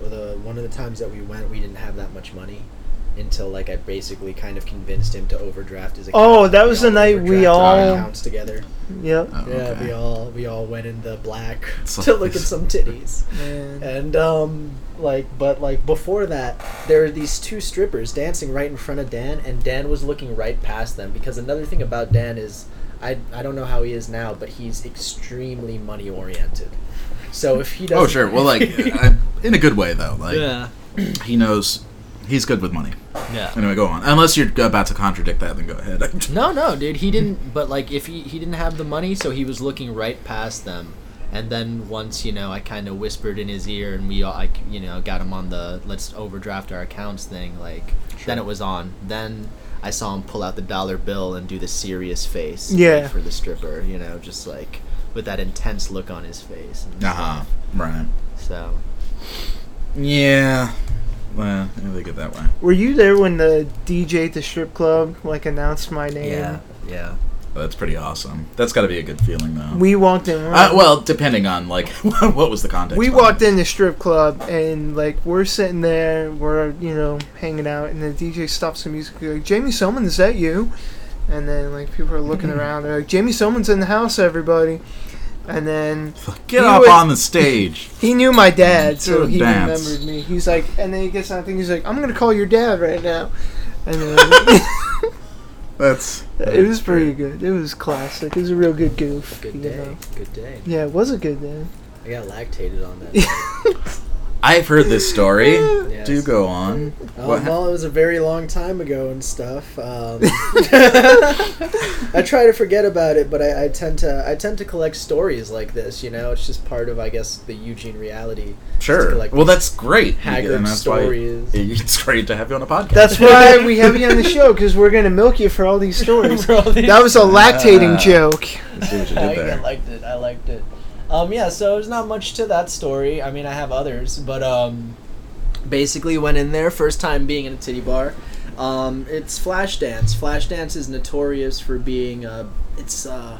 D: well, the one of the times that we went, we didn't have that much money, until like I basically kind of convinced him to overdraft his account.
A: Oh, that was
D: We
A: the night we
D: overdrafted our
A: all-
D: accounts together.
A: Yep.
B: Oh,
D: Yeah, we
B: okay.
D: all we all went in the black
B: It's
D: to
B: like
D: look at
B: this-
D: some titties.
B: Uh,
A: Man.
D: And um like but like before that there are these two strippers dancing right in front of Dan and Dan was looking right past them because another thing about Dan is I I don't know how he is now but he's extremely money oriented. So if he doesn't
B: Oh sure. Well, like I, in a good way though. Like
H: yeah.
B: he knows he's good with money.
H: Yeah.
B: Anyway, go on. Unless you're about to contradict that, then go ahead.
H: No, no, dude. He didn't. But like, if he he didn't have the money, so he was looking right past them. And then once you know, I kind of whispered in his ear, and we all, I you know got him on the let's overdraft our accounts thing. Like then it was on. Then I saw him pull out the dollar bill and do the serious face. like,
A: Yeah.
H: For the stripper, you know, just like with that intense look on his face. And
B: Uh huh. Right.
H: So
B: Yeah. Well, I think it that way.
A: Were you there when the DJ at the strip club like announced my name?
H: yeah, yeah.
B: Well, that's pretty awesome. That's got to be a good feeling though.
A: We walked in.
B: uh, well, depending on like what was the context.
A: we
B: behind
A: walked
B: it.
A: in the strip club and like we're sitting there, we're you know hanging out, and the DJ stops the music. Like, Jamie Soman, is that you? And then like people are looking around. They're like, Jamie Soman's in the house, everybody. And then
B: Get
A: You
B: up
A: would-
B: on the stage.
A: he knew my dad, so
B: Good
A: he
B: dance.
A: remembered me. He's like, and then he gets on the thing. He's like, I'm gonna call your dad right now. And then
B: That's.
A: it was pretty good. It was classic. It was a real good goof.
D: good
A: you
D: day.
A: know?
D: Good day.
A: Yeah, it was a good day.
D: I got lactated on that.
B: I've heard this story.
D: Yes.
B: Do go on.
D: Um,
B: What hap-
D: well, it was a very long time ago and stuff. Um, I try to forget about it, but I, I tend to I tend to collect stories like this. You know, it's just part of I guess the Eugene reality.
B: Sure.
D: like
B: well, that's great.
D: haggard
B: and that's why
D: stories.
B: it's great to have you on a podcast.
A: That's why we have you on the show because we're gonna milk you for all these stories. That was a lactating
B: Ah.
A: joke.
B: I see what you
D: I,
B: did
D: I
B: there.
D: liked it. I liked it. Um, yeah, so there's not much to that story. I mean, I have others, but um, basically went in there first time being in a titty bar. Um, it's Flashdance. Flashdance is notorious for being uh, it's. Uh,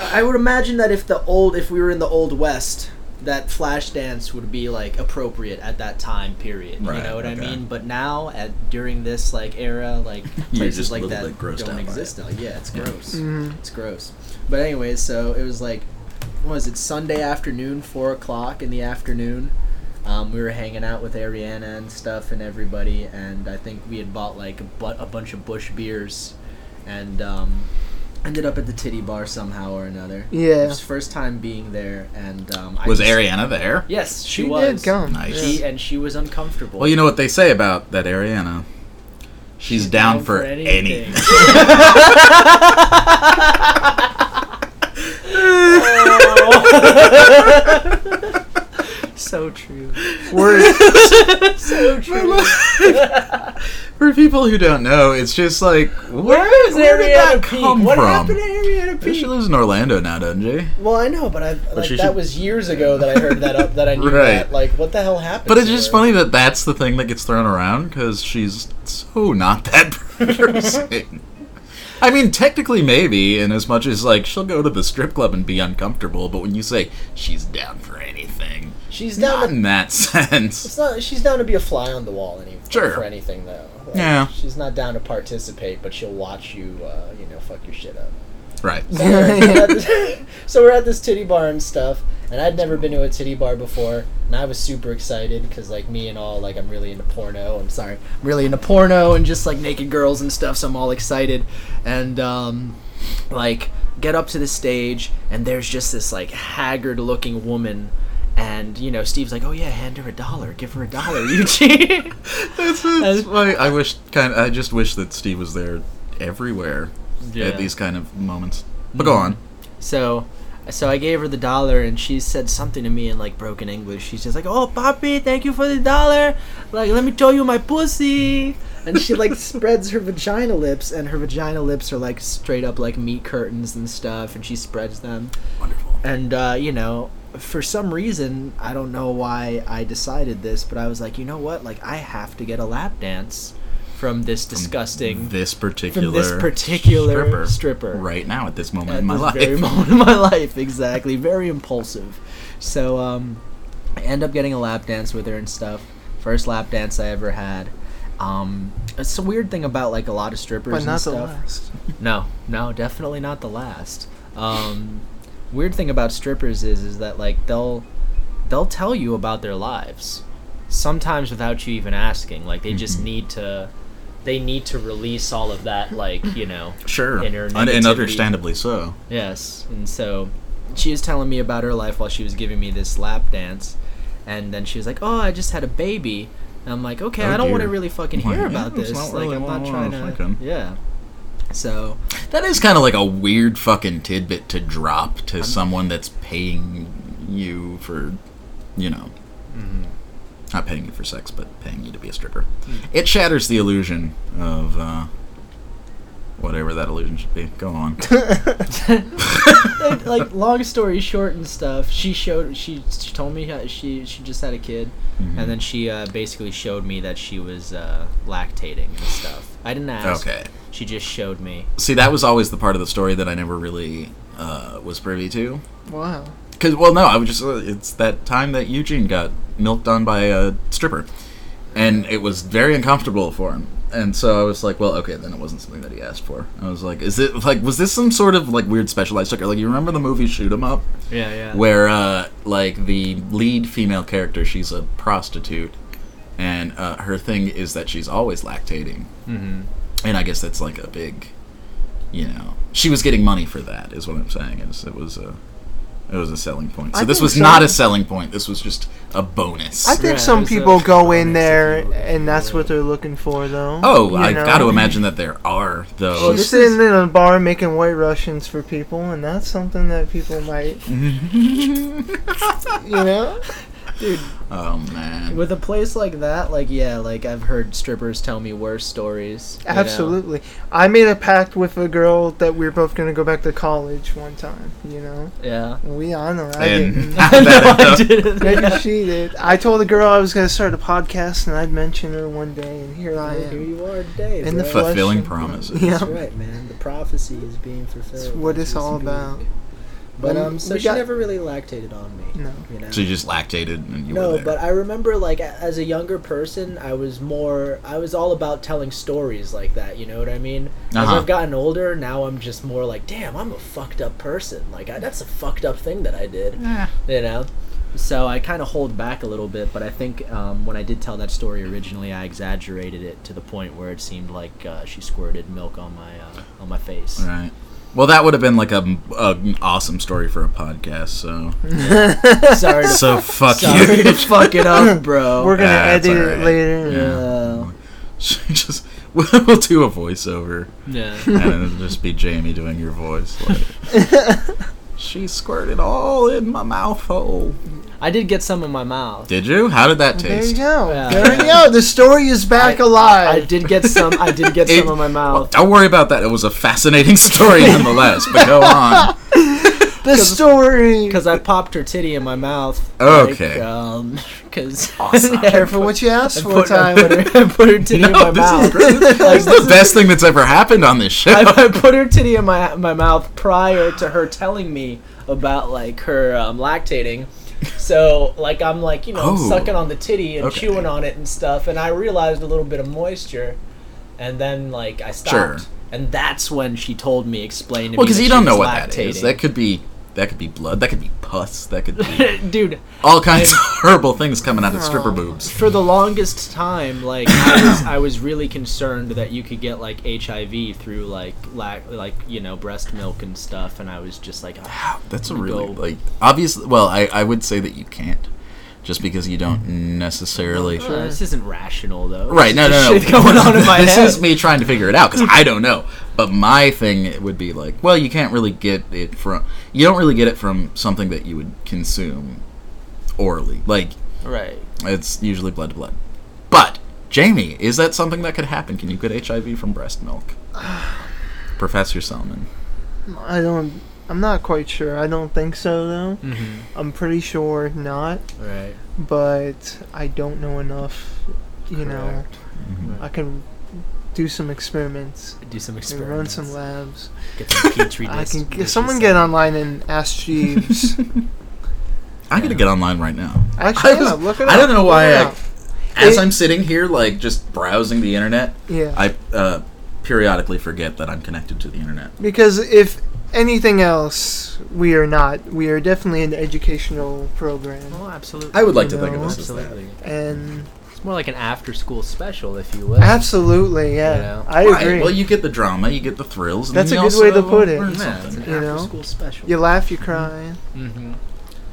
D: I would imagine that if the old if we were in the old west, that Flashdance would be like appropriate at that time period. you
B: Right,
D: know what
B: okay.
D: I mean? But now at during this like era, like
B: You're
D: places
B: just a
D: like
B: little
D: that
B: bit grossed out
D: don't
B: by
D: exist now. Yeah, it's
B: Yeah.
D: gross.
A: Mhm.
D: It's gross. But anyway, so it was like, what was it Sunday afternoon, four o'clock in the afternoon? Um, we were hanging out with Ariana and stuff and everybody, and I think we had bought like a, bu- a bunch of Bush beers, and um, ended up at the titty bar somehow or another. It
A: Yeah.
D: was first time being there, and um, I
B: Was
D: just-
B: Ariana there?
D: Yes, she,
A: She
D: was.
A: did come.
B: Nice.
D: She and she was uncomfortable.
B: Well, you know what they say about that Ariana. She's, down, for, anything.
D: so true.
A: Word.
D: So true.
B: For people who don't know, it's just like where,
D: Where is
B: where did that
D: Ariana Peak?
B: come
D: What
B: from?
D: happened to Ariana
B: Yeah,
D: Peak?
B: She lives in Orlando now, doesn't she?
D: Well, I know, but I like
B: she
D: that
B: should-
D: was years ago that I heard that up that I knew
B: Right.
D: that. Like, what the hell happened?
B: But it's
D: to
B: just
D: her?
B: funny that that's the thing that gets thrown around because she's so not that person. I mean, technically, maybe, in as much as like she'll go to the strip club and be uncomfortable, but when you say she's down for anything,
D: She's
B: not
D: down. To,
B: in that sense.
D: it's not. She's down to be a fly on the wall any
B: Sure.
D: for anything though. Like,
B: Yeah.
D: She's not down to participate, but she'll watch you. Uh, you know, fuck your shit up.
B: Right.
D: So we're, at this, so we're at this titty bar and stuff, and I'd never been to a titty bar before, and I was super excited because like me and all like I'm really into porno. I'm sorry, I'm really into porno and just like naked girls and stuff. So I'm all excited, and um, like get up to the stage, and there's just this like haggard looking woman. And you know, Steve's like, "Oh yeah, hand her a dollar, give her a dollar, Eugene."
B: That's, that's why I wish kind. I just wish that Steve was there everywhere
H: Yeah.
B: at these kind of moments. But go on.
H: So, so I gave her the dollar, and she said something to me in like broken English. She's just like, "Oh, papi, thank you for the dollar. Like, let me show you my pussy."
D: and she like spreads her vagina lips, and her vagina lips are like straight up like meat curtains and stuff, and she spreads them.
B: Wonderful.
D: and uh, you know for some reason i don't know why i decided this but i was like you know what like i have to get a lap dance from this disgusting
B: This particular
D: from this particular stripper,
B: stripper right now at this moment
D: at
B: in my
D: this
B: life.
D: very moment in my life exactly very impulsive so um i end up getting a lap dance with her and stuff first lap dance i ever had Um, it's a weird thing about like a lot of strippers
A: but
D: and
A: not the
D: stuff.
A: last.
D: No, no, definitely not the last. Um, weird thing about strippers is is that like they'll they'll tell you about their lives sometimes without you even asking. Like they just
B: Mhm.
D: need to they need to release all of that like you know
B: Sure.
D: Inner
B: And, and
D: negativity.
B: understandably so.
D: Yes, and so she was telling me about her life while she was giving me this lap dance, and then she was like, "Oh, I just had a baby." And I'm like, "Okay,
B: Oh,
D: I don't want to
B: dear.
D: really fucking
B: Like,
D: hear
B: yeah,
D: about
B: it's
D: this.
B: not
D: Like,
B: really um,
D: I'm
B: what
D: not
B: I
D: trying
B: was
D: to."
B: thinking.
D: Yeah. So
B: That is kind of like a weird fucking tidbit to drop to someone that's paying you for, you know, not paying you for sex, but paying you to be a stripper.
D: Hmm.
B: It shatters the illusion of uh, whatever that illusion should be. Go on. mm-hmm.
D: like, like long story short and stuff she showed she, she told me how she she just had a kid
B: Mhm.
D: and then she uh, basically showed me that she was uh, lactating and stuff i didn't ask
B: Okay.
D: she just showed me
B: See, that was always the part of the story that I never really uh, was privy to.
A: Wow.
B: Cause well, no, I was just uh, it's that time that Eugene got milked on by a stripper, and it was very uncomfortable for him. And so I was like, well, okay, then it wasn't something that he asked for. I was like, is it like was this some sort of like weird specialized sucker? Like you remember the movie Shoot 'Em Up,
D: yeah yeah
B: where uh, like the lead female character, she's a prostitute, and uh, her thing is that she's always lactating,
D: mm-hmm.
B: and I guess that's like a big, you know, she was getting money for that is what I'm saying. Is it was a, it was a selling point. So
A: I
B: this
A: think
B: was
A: so.
B: not a selling point. This was just a bonus.
A: I think
D: Yeah,
A: some
D: there's a
A: people go in
D: comics
A: there
D: if you-
A: and that's what they're looking for, though.
B: oh,
A: You
B: I've
A: know?
B: got to imagine that there are
A: She's
B: those.
D: this
A: sitting
D: is-
A: in a bar making white Russians for people, and that's something that people might, you know.
B: oh man.
D: with a place like that like yeah like i've heard strippers tell me worse stories you know?
A: Absolutely. I made a pact with a girl that we were both gonna go back to college one time. You know,
D: yeah
A: we I know I
B: And
A: didn't.
B: that-
D: No, I didn't.
A: Maybe she did. I told the girl I was gonna start a podcast, and I'd mention her one day, and here I
I: Here
A: am.
I: you are today.
A: In the
I: bro.
A: flesh.
B: fulfilling
A: Question.
B: promises.
A: Yeah.
I: That's right, man. The prophecy is being fulfilled.
A: That's what
I: which
A: it's
I: is
A: all
I: good.
A: about.
I: But
A: Well,
I: um, so
A: we
I: she
A: got-
I: never really lactated on me.
A: No.
I: You know?
B: So you just lactated and you were
I: no,
B: there.
I: but I remember like a- as a younger person, I was more I was all about telling stories like that, you know what I mean? As
B: Uh-huh.
I: I've gotten older, now I'm just more like, damn, I'm a fucked up person. Like I, that's a fucked up thing that I did. You know?
D: So I kind of hold back a little bit, but I think um, when I did tell that story originally, I exaggerated it to the point where it seemed like uh, she squirted milk on my uh, on my face.
B: right. Well, that would have been like a, a- an awesome story for a podcast. So
D: Sorry, to,
B: so fuck
D: sorry
B: you.
D: to fuck it up, bro.
A: We're gonna
B: Ah, it's
A: edit
B: alright.
A: it later.
B: Yeah. just we'll do a voiceover.
D: yeah.
B: and it'll just be Jamie doing your voice. Like, she squirted all in my mouth hole.
D: I did get some in my mouth.
B: Did you? How did that
A: There you
B: taste?
A: go.
D: Yeah.
A: There you go. The story is back alive.
D: I did get some. I did get
B: It-
D: some in my
B: Well,
D: mouth.
B: don't worry about that. It was a fascinating story nonetheless. but go on.
A: the story.
D: Because I popped her titty in my mouth. um,
B: Okay.
D: Because
B: Awesome.
A: Careful what you ask for,
D: put, I
A: Tyler.
D: put her, I put her titty in my
B: No, this is
D: mouth.
B: great. This is the best thing that's ever happened on this show.
D: I, I put her titty in my my mouth prior to her telling me about like her um, lactating. So like I'm like you know I'm
B: Oh.
D: sucking on the titty and
B: Okay.
D: chewing on it and stuff, and I realized a little bit of moisture, and then like I stopped,
B: Sure.
D: and that's when she told me explain to
B: well,
D: me
B: because
D: that
B: you
D: she
B: don't know
D: was
B: what
D: lactating.
B: that is. That could be that could be blood. That could be pus. That could be
D: dude
B: all kinds of horrible things coming out of stripper boobs.
D: for the longest time like I was, I was really concerned that you could get like hiv through like lac- like you know breast milk and stuff and i was just like "Ah,
B: That's a
D: Let me
B: really
D: go.
B: like obviously. Well, I I would say that you can't, just because you
D: Mm.
B: don't necessarily.
D: Uh, this isn't rational though.
B: Right? No,
D: This is
B: no, no.
D: Shit going on in my
B: this
D: head.
B: is me trying to figure it out because I don't know. But my thing would be like, well, you can't really get it from. You don't really get it from something that you would consume orally. Like
D: right.
B: it's usually blood to blood. But Jamie, is that something that could happen? Can you get HIV from breast milk? Professor Salmon.
A: I don't. I'm not quite sure. I don't think so, though. I'm pretty sure not,
D: Mm-hmm. Right.
A: but I don't know enough. You know,
B: Mm-hmm.
A: I can do some experiments.
D: Do some
A: I can run
D: experiments.
A: some labs.
D: Get some petri
A: I
D: dishes.
A: can get, someone get online and ask Jeeves.
B: I gotta get online right now.
A: Actually,
B: I was-
A: yeah, look it up.
B: I don't know
A: Look
B: why
A: it
B: I-
A: up.
B: as
A: It-
B: I'm sitting here, like just browsing the internet,
A: Yeah.
B: I uh, periodically forget that I'm connected to the internet.
A: Because if anything else, we are not. We are definitely an educational program,
C: Oh, absolutely.
B: I would like
A: You
B: to think of
A: know,
B: this as that.
C: absolutely.
A: and
C: It's more like an after-school special, if you will.
A: absolutely, yeah,
C: Yeah.
A: I
B: Right,
A: agree.
B: Well, you get the drama, you get the thrills. And
A: That's
B: then
A: a
B: you
A: good way to
B: also
A: put it.
B: learn
C: Yeah, it's an
B: something.
A: You know?
C: after-school special.
A: you laugh, you cry,
C: Mm-hmm.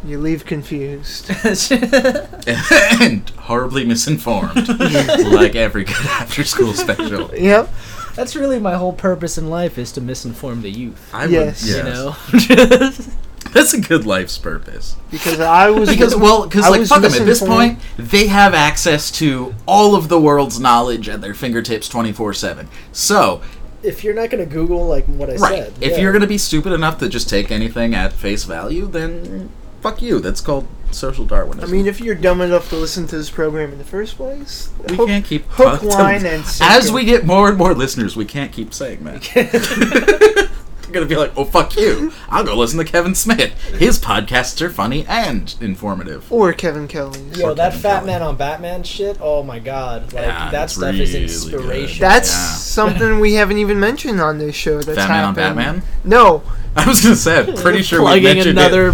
A: you leave confused.
D: Mm-hmm.
B: and horribly misinformed, like every good after-school special.
A: yep.
H: That's really my whole purpose in life is to misinform the youth.
B: I
A: Yes.
B: would, yes.
H: You
A: You
H: know?
B: That's a good life's purpose.
A: Because I was
B: Because well, because
A: I
B: like
A: was
B: fuck them at this
A: misinformed.
B: point, they have access to all of the world's knowledge at their fingertips, twenty four seven. So
D: If you're not gonna Google like what I
B: right,
D: said,
B: if
D: yeah.
B: you're gonna be stupid enough to just take anything at face value, then fuck you. That's called social
A: I
B: Darwinism.
A: mean, if you're dumb enough to listen to this program in the first place,
B: we
A: hook-
B: can't keep
A: hook,
B: fucked up.
A: line, and sinker.
B: as we get more and more listeners, we can't keep saying that. They're gonna be like, "Oh fuck you! I'll go listen to Kevin Smith. His podcasts are funny and informative."
A: or Kevin Kelly's.
D: Yo, that
B: Fucking
D: fat
B: Kelly.
D: man on Batman shit. Oh my god, like
B: Yeah,
D: that
B: it's
D: stuff is
B: really
D: inspiration.
B: good.
A: That's
B: Yeah.
A: something we haven't even mentioned on this show. That's
B: Batman on
A: happened.
B: Batman.
A: No,
B: I was gonna say, I'm pretty sure we
H: Plugging
B: mentioned it.
H: another
A: our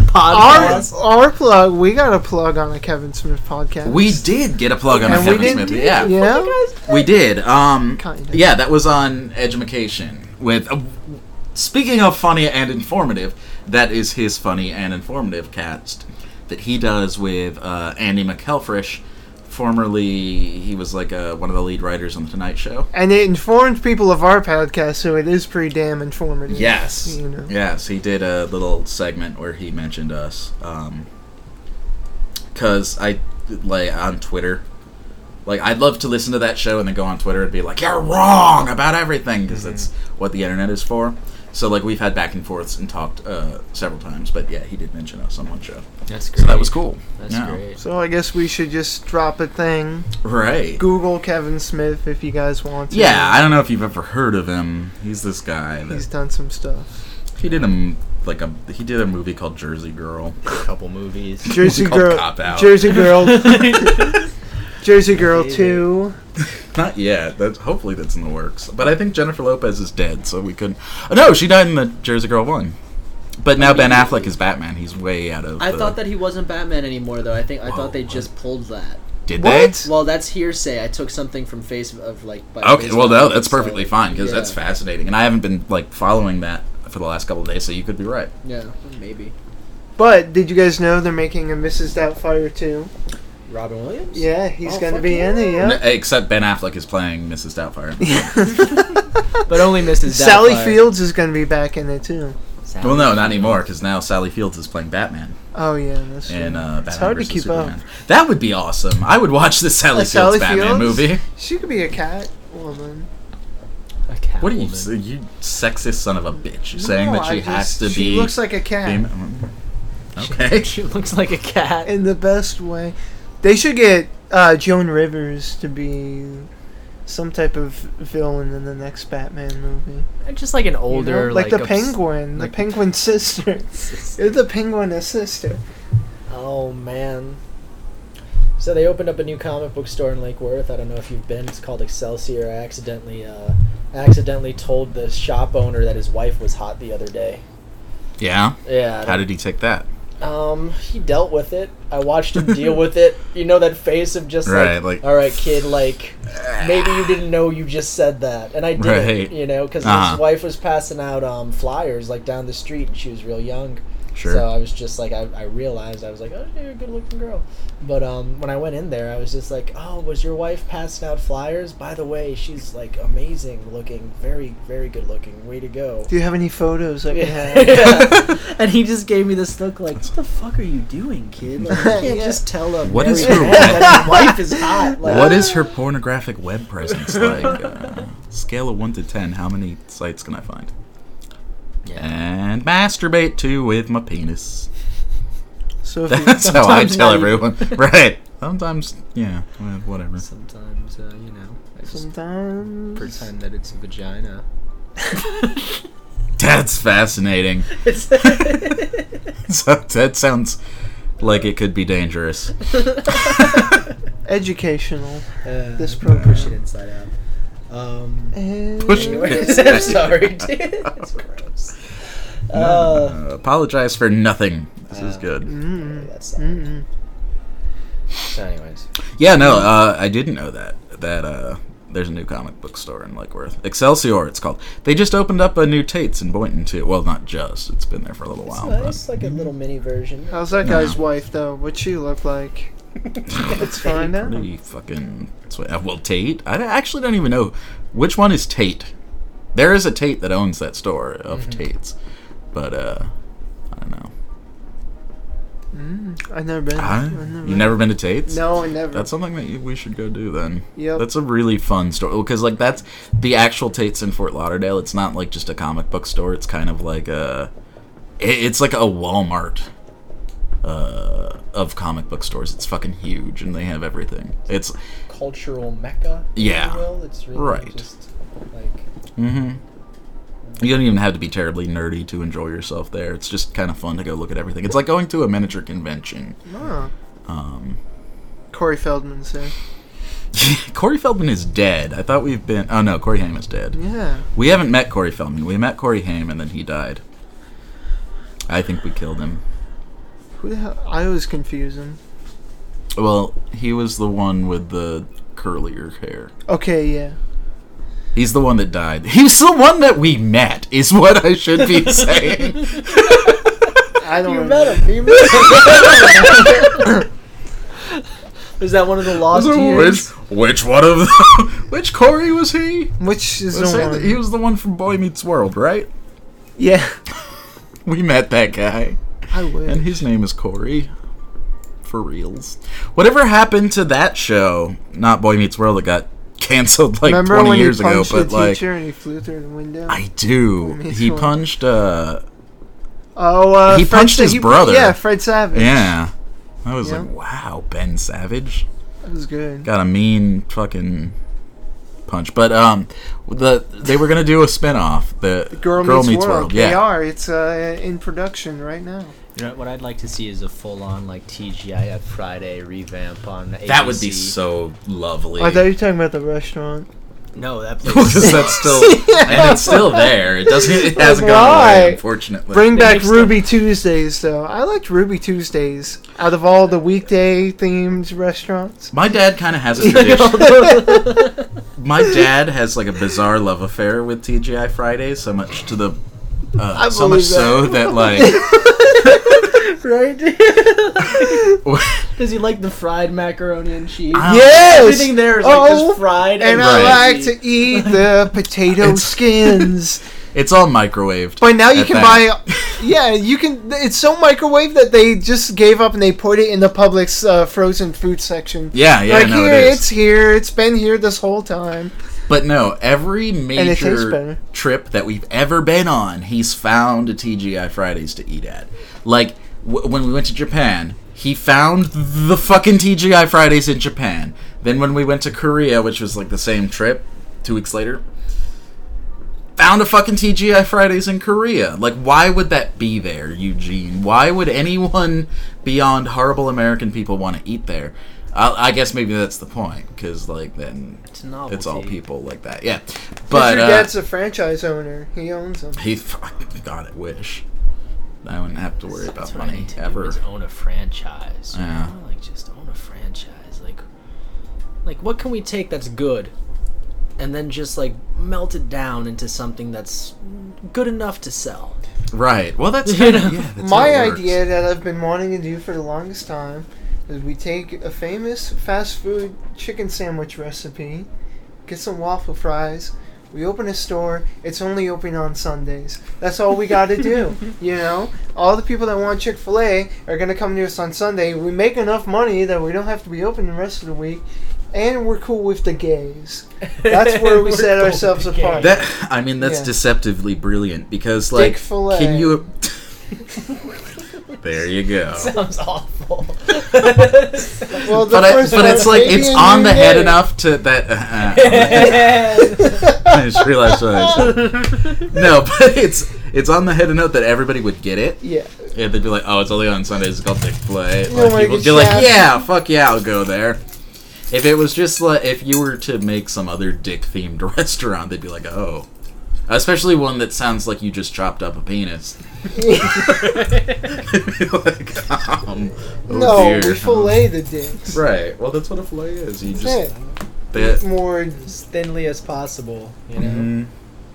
H: podcast.
A: our plug. We got a plug on a Kevin Smith podcast.
B: We did get a plug on a
A: And we
B: Kevin
A: didn't
B: Smith. Yeah,
A: yeah.
B: we did. Um,
A: Kinda.
B: yeah, that was on Edumacation. With uh, speaking of funny and informative, that is his funny and informative cast that he does with uh, Andy McElfresh. Formerly, he was like uh, one of the lead writers on the Tonight Show.
A: and it informed people of our podcast, so it is pretty damn informative.
B: Yes,
A: you know.
B: yes, he did a little segment where he mentioned us. Um, Cause I like on Twitter, like I'd love to listen to that show and then go on Twitter and be like, "You're wrong about everything," because that's what the internet is for. So like we've had back and forths and talked uh, several times, but yeah, he did mention us on one show,
C: That's great.
B: so that was cool.
C: That's
B: Yeah.
C: great.
A: So I guess we should just drop a thing.
B: Right?
A: Google Kevin Smith if you guys want to.
B: Yeah, I don't know if you've ever heard of him. He's this guy
A: he's
B: that
A: done some stuff.
B: he did a m- like a he did a movie called Jersey Girl.
H: A couple movies.
A: Jersey
B: called
A: Girl,
B: Cop Out.
A: Jersey Girl, Jersey Girl Two.
B: Not yet. That's hopefully that's in the works. But I think Jennifer Lopez is dead, so we couldn't. Oh, no, she died in the Jersey Girl one. But now Ben Affleck is Batman. He's way out of.
H: I
B: the-
H: thought that he wasn't Batman anymore, though. I think I
B: Whoa,
H: thought they
B: what?
H: just pulled that.
B: Did
A: What?
B: they?
H: Well, that's hearsay. I took something from face of like. By
B: Okay.
H: face
B: Well, no,
H: value,
B: that's
H: so-
B: perfectly fine because that's
H: yeah,
B: fascinating, and I haven't been like following that for the last couple of days, so you could be right.
H: Yeah, maybe.
A: But did you guys know they're making a Mrs. Doubtfire too?
D: Robin Williams.
A: Yeah, he's
D: Oh,
A: going to
D: fuck
A: be in it.
B: N-
A: Yeah.
B: except Ben Affleck is playing Mrs. Doubtfire.
H: But only Mrs.
A: Sally
H: Doubtfire.
A: Fields is going to be back in it too.
H: Sally
B: well, no,
H: Fields.
B: not anymore because now Sally Fields is playing Batman
A: Oh yeah, that's true.
B: in uh, Batman
A: It's hard to
B: versus
A: keep up.
B: Superman. That would be awesome. I would watch the Sally
A: Uh,
B: Fields
A: Sally
B: Batman
A: Fields?
B: movie.
A: She could be a cat woman.
C: A cat
B: What are you,
C: woman.
B: you sexist son of a bitch? You're saying
A: No,
B: that she
A: I
B: has
A: just-
B: to
A: She
B: be.
A: looks like a cat
B: fem- Okay.
H: She looks like a cat.
A: in the best way. They should get uh, Joan Rivers to be some type of villain in the next Batman movie.
H: Just like an
A: You
H: older,
A: know? like, the
H: obs-
A: Penguin,
H: like-
A: the Penguin sister. It's the Penguin's sister.
D: Oh man. So they opened up a new comic book store in Lake Worth. I don't know if you've been. It's called Excelsior. I accidentally, uh, accidentally told the shop owner that his wife was hot the other day.
B: Yeah.
D: Yeah. I
B: How did he take that?
D: Um, he dealt with it. I watched him deal with it. You know that face of just
B: Right, like-
D: like, all right, kid, like maybe you didn't know you just said that, and I didn't.
B: Right.
D: You know, because
B: Uh-huh.
D: his wife was passing out um flyers like down the street, and she was real young.
B: Sure.
D: So I was just like, I, I realized I was like, oh, you're a good-looking girl. But um, when I went in there, I was just like, oh, was your wife passing out flyers? By the way, she's like amazing looking, very, very good looking. Way to go.
A: Do you have any photos I can have?
D: Yeah.
H: and he just gave me this look like, what the fuck are you doing, kid?
D: Like, you can't
A: Yeah.
D: just tell a
B: What
D: married
B: is her-
D: man that his wife is hot. Like,
A: uh,
B: What is her pornographic web presence like? Uh, scale of 1 to 10, how many sites can I find? And masturbate to with my penis.
A: So if you,
B: That's how I
H: Sometimes
B: tell
H: not even-
B: everyone. right. Sometimes, yeah, well, whatever.
C: Sometimes, uh, you know, I just
A: sometimes
C: pretend that it's a vagina.
B: That's fascinating. So that sounds like it could be dangerous.
A: educational.
D: Uh,
A: This program.
D: Push it inside out. Um,
A: And
B: Push it.
D: anyways, I'm sorry, dude. It's gross. Uh,
B: Uh, apologize for nothing. This is
D: Uh,
B: good.
A: Mm-mm.
D: That's not-
A: Mm-mm.
B: Mm.
D: so anyways,
B: Yeah, no, uh, I didn't know that. That uh, there's a new comic book store in Lake Worth, Excelsior. It's called. They just opened up a new Tate's in Boynton too. Well, not just. It's been there for a little
D: it's
B: while.
D: nice, like a little mini version.
A: How's that guy's wife though? What's she look like? Let's find
B: but
A: out.
B: pretty fucking. sweet. Uh, Well, Tate. I don't- actually don't even know which one is Tate. There is a Tate that owns that store of
A: Mm-hmm.
B: Tate's, but uh, I don't know.
A: Mm. I've never been.
B: I,
A: I've never
B: you never been to Tate's?
A: No, I never.
B: That's something that you- we should go do then.
A: Yep.
B: That's a really fun store because like that's the actual Tate's in Fort Lauderdale. It's not like just a comic book store. It's kind of like a, i- it's like a Walmart, uh, of comic book stores. It's fucking huge and they have everything. It's
D: Cultural mecca. if you
B: Yeah.
D: will. It's really
B: Right.
D: just like
B: mm-hmm. You don't even have to be terribly nerdy to enjoy yourself there. It's just kind of fun to go look at everything. It's like going to a miniature convention.
A: Ah,
B: Um,
A: Corey Feldman said.
B: Corey Feldman is dead. I thought we've been. Oh no, Corey Haim is dead.
A: Yeah.
B: We haven't met Corey Feldman. We met Corey Haim, and then he died. I think we killed him.
A: Who the hell? I always confuse him.
B: Well, he was the one with the curlier hair.
A: Okay, yeah.
B: He's the one that died. He's the one that we met, is what I should be saying.
A: I don't.
D: you
A: remember.
D: met him. You met him. Is that one of the lost years?
B: which, which one of them? Which Corey was he?
A: Which is
B: Let's
A: the
B: say
A: one?
B: that he was the one from Boy Meets World, right?
A: yeah.
B: We met that guy.
A: I wish.
B: And his name is Corey. For reals. Whatever happened to that show? Not Boy Meets World. It got canceled like
A: Remember
B: 20
A: when
B: years
A: he
B: ago.
A: punched
B: But
A: the
B: like,
A: teacher and he flew through the window?
B: I do.
A: Meets
B: He
A: World.
B: punched. uh
A: oh, uh,
B: He
A: Fred
B: punched
A: Sa-
B: his brother.
A: Yeah, Fred Savage.
B: Yeah. I was
A: Yeah.
B: like, wow, Ben Savage
A: that was good.
B: got a mean fucking punch. But um, the they were gonna do a spinoff. The
A: Girl, Meets, World.
B: Yeah.
A: They are. It's uh, in production right now.
H: You know, what I'd like to see is a full-on like TGIF Friday revamp on ABC.
B: That would be so lovely.
A: I thought you were talking about the restaurant.
H: no. That place.
B: Because that's still and it's still there. It doesn't. It hasn't gone
A: Why?
B: away, unfortunately.
A: Bring
H: They
A: back
H: mixed
A: Ruby Tuesdays, though. I liked Ruby Tuesdays out of all the weekday themed restaurants.
B: My dad kind of has a tradition. My dad has like a bizarre love affair with TGI Fridays, so much to the. Uh, so much
A: believe
B: so that like
D: Right? Does he like the fried macaroni and cheese?
B: I don't-
A: yes!
D: Everything there is like
A: oh,
D: just fried
A: and I
B: Um, Right.
A: like to eat the potato
B: It's-
A: skins.
B: it's all microwaved.
A: But now you
B: At
A: can
B: that.
A: buy. Yeah, you can. It's so microwave that they just gave up and they put it in the Publix uh, frozen food section.
B: Yeah, yeah,
A: like
B: no,
A: here,
B: it is.
A: it's here. It's been here this whole time.
B: But no, every
A: it tastes better.
B: major trip that we've ever been on, he's found a TGI Fridays to eat at. Like w- when we went to Japan, he found the fucking TGI Fridays in Japan. Then when we went to Korea, which was like the same trip, two weeks later, found a fucking TGI Fridays in Korea. Like, why would that be there, Eugene? Why would anyone beyond horrible American people want to eat there? I, I guess maybe that's the point, because like then
H: It's a
A: Oh,
H: novelty.
B: it's all people like that. Yeah,
A: But
B: but
A: your
B: uh,
A: dad's a franchise owner. He owns them.
B: he fucking God, I wish I wouldn't have to worry
H: That's
B: about
H: what I
B: money
H: need to do
B: ever.
H: is own a franchise. you
B: Yeah.
H: know? Like just own a franchise. Like, like what can we take that's good, and then just like melt it down into something that's good enough to sell.
B: Right. Well, that's
H: You
B: kind
H: know?
B: of, yeah, that's
A: My
B: how it works.
A: idea that I've been wanting to do for the longest time is we take a famous fast food chicken sandwich recipe, get some waffle fries. We open a store. It's only open on Sundays. That's all we got to do. You know, all the people that want Chick Fil A are gonna come to us on Sunday. We make enough money that we don't have to be open the rest of the week, and we're cool with the gays. That's where we
D: We're
A: set
D: cool
A: ourselves
D: with the
A: apart.
B: That I mean, that's
A: Yeah.
B: deceptively brilliant because like,
A: Chick-fil-A.
B: can you? there you go.
D: Sounds awful.
A: well, the
B: but, I,
A: first
B: but
A: part-
B: it's like
A: maybe
B: it's
A: a
B: on
A: new
B: the head
A: day.
B: enough to that. uh, I just realized what I said. No, but it's it's on the head enough that everybody would get it.
A: Yeah.
B: Yeah, they'd be like, "Oh, it's only on Sundays. It's called Chick Fil A."
A: No
B: Like,
A: one
B: people
A: gets
B: be like,
A: shafted.
B: "Yeah, fuck yeah, I'll go there." If it was just like if you were to make some other dick themed restaurant, they'd be like, oh. Especially one that sounds like you just chopped up a penis. They'd be like, um, oh
A: no,
B: dear.
A: we fillet the dicks.
B: Right. Well, that's what a fillet is. You
A: That's
B: just
A: it.
B: bit.
A: More
D: as thinly as possible. You know,
B: Mhm.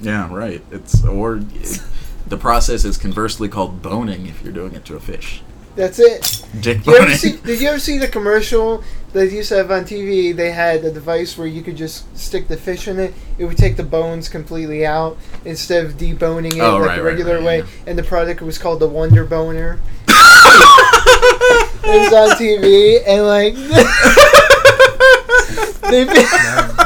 B: Yeah, right. It's or it, the process is conversely called boning if you're doing it to a fish.
A: That's it.
B: Dick
A: You ever
B: boning.
A: see, did you ever see the commercial that used to have on TV? They had a device where you could just stick the fish in it. It would take the bones completely out instead of deboning it
B: Oh,
A: like
B: right,
A: the
B: right,
A: regular
B: right,
A: way.
B: yeah.
A: And the product was called the Wonder Boner. it was on TV, and like they,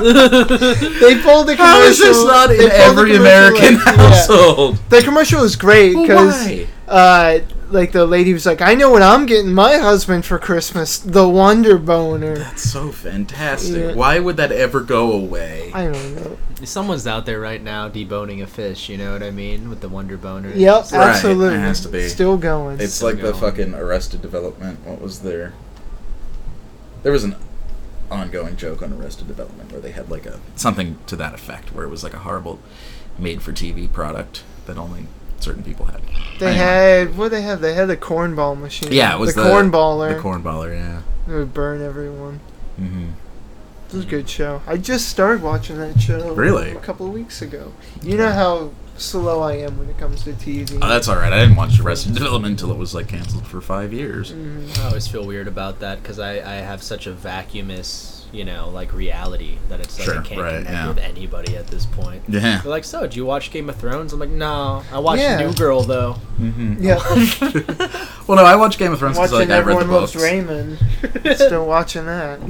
B: Mm-hmm.
A: they pulled the commercial.
B: How is this not
A: they
B: in
A: pulled the
B: every
A: commercial,
B: American
A: like, yeah.
B: household?
A: The commercial is great because
B: Why?
A: uh, like the lady was like, I know what I'm getting my husband for Christmas, the Wonder Boner.
B: That's so fantastic.
A: Yeah.
B: Why would that ever go away?
A: I don't know.
H: Someone's out there right now deboning a fish. You know what I mean? With the wonder boner.
A: Yep,
B: Right,
A: absolutely.
B: it has to be.
A: Still going.
B: It's
H: Still
B: like the
H: going.
B: fucking Arrested Development. What was there? There was an ongoing joke on Arrested Development where they had like a something to that effect, where it was like a horrible made-for-TV product that only certain people had.
A: they
B: Anyway.
A: had what they have. They had the cornball machine.
B: Yeah, it was
A: the,
B: the-
A: cornballer.
B: The cornballer, yeah.
A: it would burn everyone.
B: Mm-hmm.
A: It was a good show. I just started watching that show.
B: Really?
A: A couple of weeks ago. You know how slow I am when it comes to TV.
B: Oh, that's all right. I didn't watch Arrested Development until it was like canceled for five years.
A: Mhm.
H: I always feel weird about that because I, I have such a vacuumous, you know, like reality that it's like
B: Sure,
H: I can't
B: right,
H: connect
B: yeah.
H: with anybody at this point.
B: Yeah.
H: They're like, so, do you watch Game of Thrones? I'm like, no, I watched
A: Yeah.
H: New Girl though.
B: Mm-hmm.
A: Yeah,
B: Well, no, I watched Game of Thrones because
A: watching
B: like I read the
A: everyone
B: books,
A: loves Raymond. Still watching that.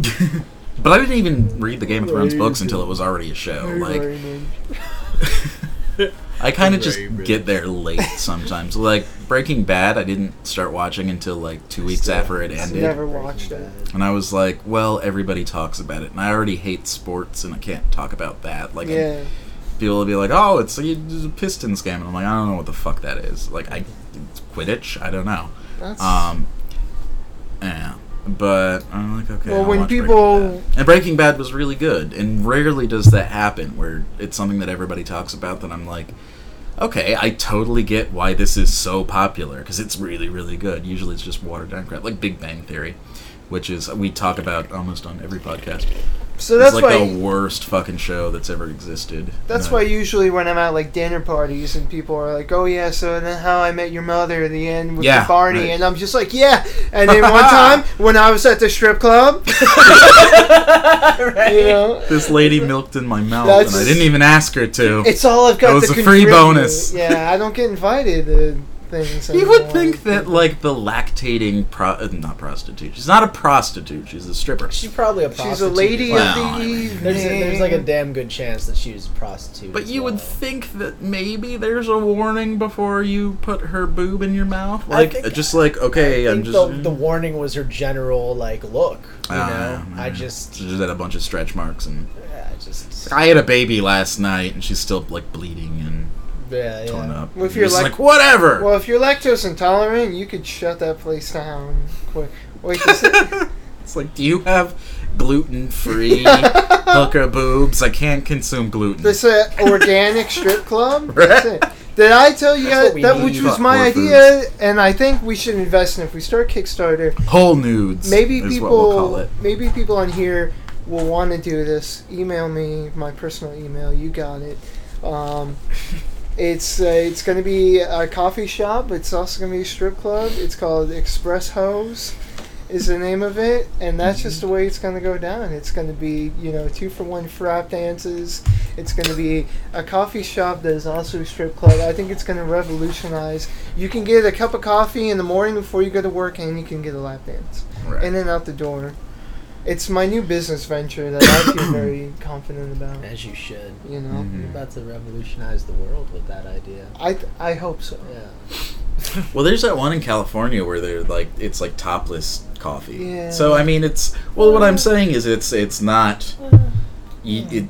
B: but I didn't even read the Game of Thrones books until it was already a show. Like,
A: Raymond.
B: I kind of just
H: Very rich.
B: get there late sometimes. like Breaking Bad, I didn't start watching until like two weeks after it ended,
A: Never watched it.
B: and I was like, "Well, everybody talks about it, and I already hate sports, and I can't talk about that." Like,
A: Yeah.
B: people will be like, "Oh, it's a, it's a Pistons game," and I'm like, "I don't know what the fuck that is." Like, I it's Quidditch, I don't know.
A: That's
B: Um, yeah, but I'm like, okay.
A: Well,
B: I'll
A: when
B: watch Breaking
A: people-
B: Bad. and Breaking Bad was really good, and rarely does that happen where it's something that everybody talks about that I'm like, okay, I totally get why this is so popular because it's really, really good. Usually, it's just watered down crap like Big Bang Theory. Which is we talk about almost on every podcast.
A: so that's
B: it's like
A: why
B: the worst fucking show that's ever existed.
A: that's
B: And I-
A: why usually when I'm at like dinner parties and people are like, "Oh yeah, so then how I met your mother at the end with
B: Yeah,
A: the party,"
B: right.
A: and I'm just like, "Yeah." And then one time when I was at the strip club, you know,
B: this lady milked in my mouth,
A: That's-
B: and I didn't even ask her to.
A: it's all I've got.
B: That was
A: to
B: a free
A: contribute.
B: bonus.
A: Yeah, I don't get invited to things.
B: You would
A: anymore.
B: think that like the lactating pro uh, not prostitute. She's not a prostitute. She's a stripper.
D: she's probably a prostitute.
A: she's a lady
B: Wow.
A: of the evening.
D: There's, there's like a damn good chance that she was a prostitute.
B: But
D: as
B: you would
D: well.
B: think that maybe there's a warning before you put her boob in your mouth,
D: I
B: like
D: think-
B: uh, just like okay,
D: I
B: I'm
D: think
B: just. Mm.
D: the, the warning was her general like look. You
B: Ah,
D: know,
B: yeah,
D: I
B: yeah.
D: just,
B: She just had a bunch of stretch marks, and
D: yeah, I just,
B: I had a baby last night, and she's still like bleeding and
D: yeah,
B: torn
D: yeah.
B: up.
A: Well, if
B: You're
A: you're
B: just
A: like-
B: like, whatever.
A: Well, if you're lactose intolerant, you could shut that place down quick. Wait, is it-
B: It's like, do you have gluten free hooker boobs? I can't consume gluten.
A: This uh, organic strip club. That's it. Did I tell you
D: That's
A: guys
D: what we
A: that
D: need.
A: which was
B: Fuck
A: my
B: more
A: idea? And I think we should invest in if we start Kickstarter.
B: Whole nudes.
A: Maybe
B: is
A: people,
B: What we'll call it.
A: maybe people on here will want to do this. Email me my personal email. You got it. Um, it's uh, it's going to be a coffee shop. It's also going to be a strip club. It's called Express Hose. Is the name of it, and that's just
B: Mm-hmm.
A: the way it's going to go down. It's going to be, you know, two for one frap dances. It's going to be a coffee shop that is also a strip club. I think it's going to revolutionize. You can get a cup of coffee in the morning before you go to work, and you can get a lap dance
B: Right.
A: in and out the door. It's my new business venture that I feel very confident about.
D: As Mm-hmm. you should.
A: You know,
D: You're
B: Mhm.
D: about to revolutionize the world with that idea.
A: I th- I hope so.
D: Yeah.
B: Well, there's that one in California where they're like it's like topless coffee.
A: Yeah.
B: So I mean, it's well, what I'm saying is it's it's not. You, it, you,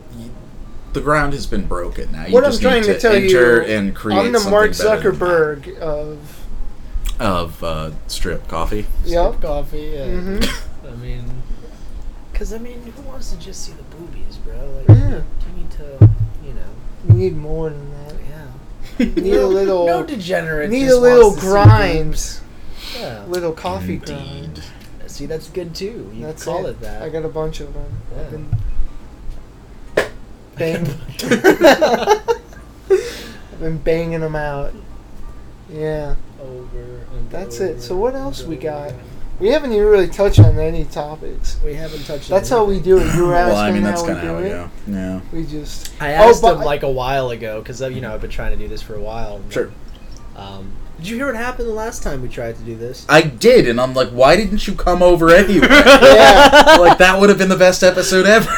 B: the ground has been broken now. You
A: What I'm
B: just
A: trying
B: need
A: to
B: to
A: tell you,
B: enter and create.
A: I'm the
B: something
A: Mark
B: better than
A: Zuckerberg
B: that.
A: of
B: of uh, strip coffee.
A: yep. Mm-hmm.
D: Coffee. Yeah.
A: Mhm.
D: I mean, Because I mean, who wants to just see the boobies, bro? Like,
A: Yeah.
D: you need to, you know,
A: We need more than that.
D: yeah.
A: Need a
D: No-
A: little.
D: No degenerate.
A: need a
D: just
A: little
D: wants to see
A: grinds.
D: boobs. Yeah.
A: Little coffee
B: uh,
A: grind.
B: Indeed.
D: See, that's good too. You
A: That's
D: That's call it,
A: it
D: that.
A: I got a bunch of them.
D: Yeah.
A: I've been. Bang. I've been banging them out. Yeah.
D: over. And
A: That's
D: over
A: it. So what
D: and
A: else we
D: over.
A: got? We haven't even really touched on any topics.
D: We haven't touched.
A: That's how we do it. You were asking
B: well, I mean, that's
A: how
B: kind of
A: we do
B: how we
A: it.
B: go. Yeah.
A: We just
D: I
A: Oh,
D: asked
A: but
D: him
A: I-
D: like a while ago because you know I've been trying to do this for a while. and,
B: Sure.
D: Um, did you hear what happened the last time we tried to do this?
B: I did, and I'm like, why didn't you come over anyway?
A: yeah.
B: like, that would have been the best episode ever.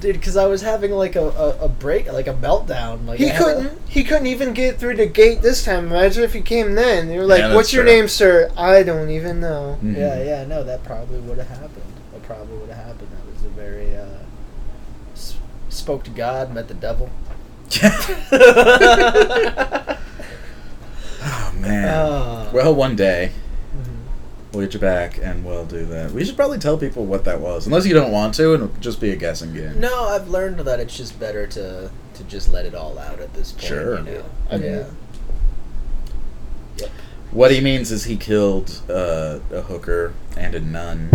D: Dude, because I was having like a, a, a break, like a meltdown. Like I
A: He
D: had a-
A: couldn't. He couldn't even get through the gate this time. Imagine if he came then. They were like,
B: Yeah, that's
A: "What's your
B: true.
A: name, sir?" I don't even know.
B: Hmm.
D: Yeah, yeah, no, that probably would have happened. That probably would have happened. That was a very uh, s- spoke to God, met the devil.
B: oh, man.
A: Ah.
D: Uh,
B: well, one day. Mm-hmm. We'll get you back, and we'll do that. We should probably tell people what that was, unless you don't want to, and it'll just be a guessing game.
D: No, I've learned that it's just better to to just let it all out at this point.
B: Sure.
D: You know?
A: I mean,
D: yeah.
B: What he means is he killed uh, a hooker and a nun.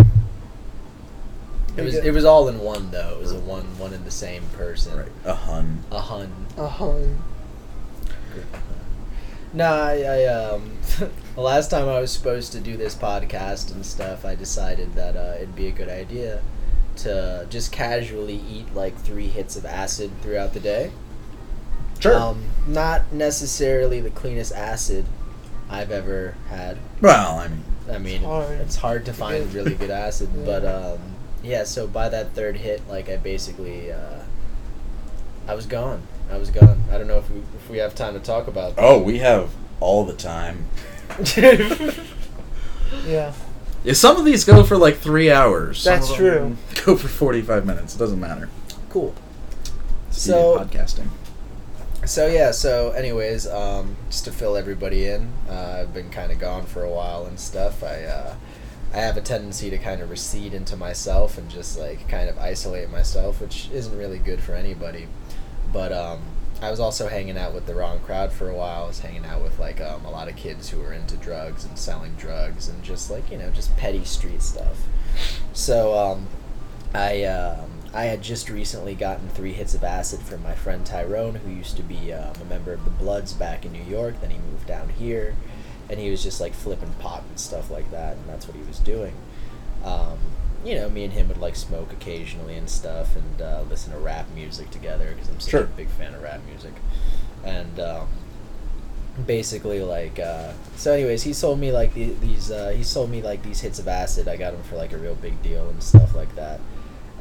D: It was it was all in one though. It was a one one and the same person.
B: Right, a hun.
D: A hun.
A: A uh, hun.
D: No, I, I um, the last time I was supposed to do this podcast and stuff, I decided that uh, it'd be a good idea to just casually eat like three hits of acid throughout the day. Um, not necessarily the cleanest acid I've ever had.
B: well, I mean,
D: I mean,
A: It's hard.
D: it's hard to find
A: is.
D: really good acid,
A: Yeah.
D: but um, yeah. So by that third hit, like I basically, uh, I was gone. I was gone. I don't know if we if we have time to talk about.
B: oh, we have all the time.
D: That.
A: Yeah,
B: Uh-huh. Yeah, some of these go for like three hours. Some
A: That's
B: of
A: true.
B: them Go for forty-five minutes. It doesn't matter.
D: cool.
B: It's
D: So-
B: speedy podcasting.
D: So yeah, so anyways, um, just to fill everybody in, uh, I've been kind of gone for a while and stuff. I uh, I have a tendency to kind of recede into myself and just like kind of isolate myself, which isn't really good for anybody. But um, I was also hanging out with the wrong crowd for a while. I was hanging out with like um, a lot of kids who were into drugs and selling drugs and just like you know just petty street stuff. So um, I um, I had just recently gotten three hits of acid from my friend Tyrone, who used to be um, a member of the Bloods back in New York. Then he moved down here, and he was just like flipping pot and stuff like that, and that's what he was doing. Um, you know, me and him would like smoke occasionally and stuff, and uh, listen to rap music together because I'm such
B: Sure.
D: a big fan of rap music. And um, basically, like, uh, so anyways, he sold me like the, these. Uh, he sold me like these hits of acid. I got them for like a real big deal and stuff like that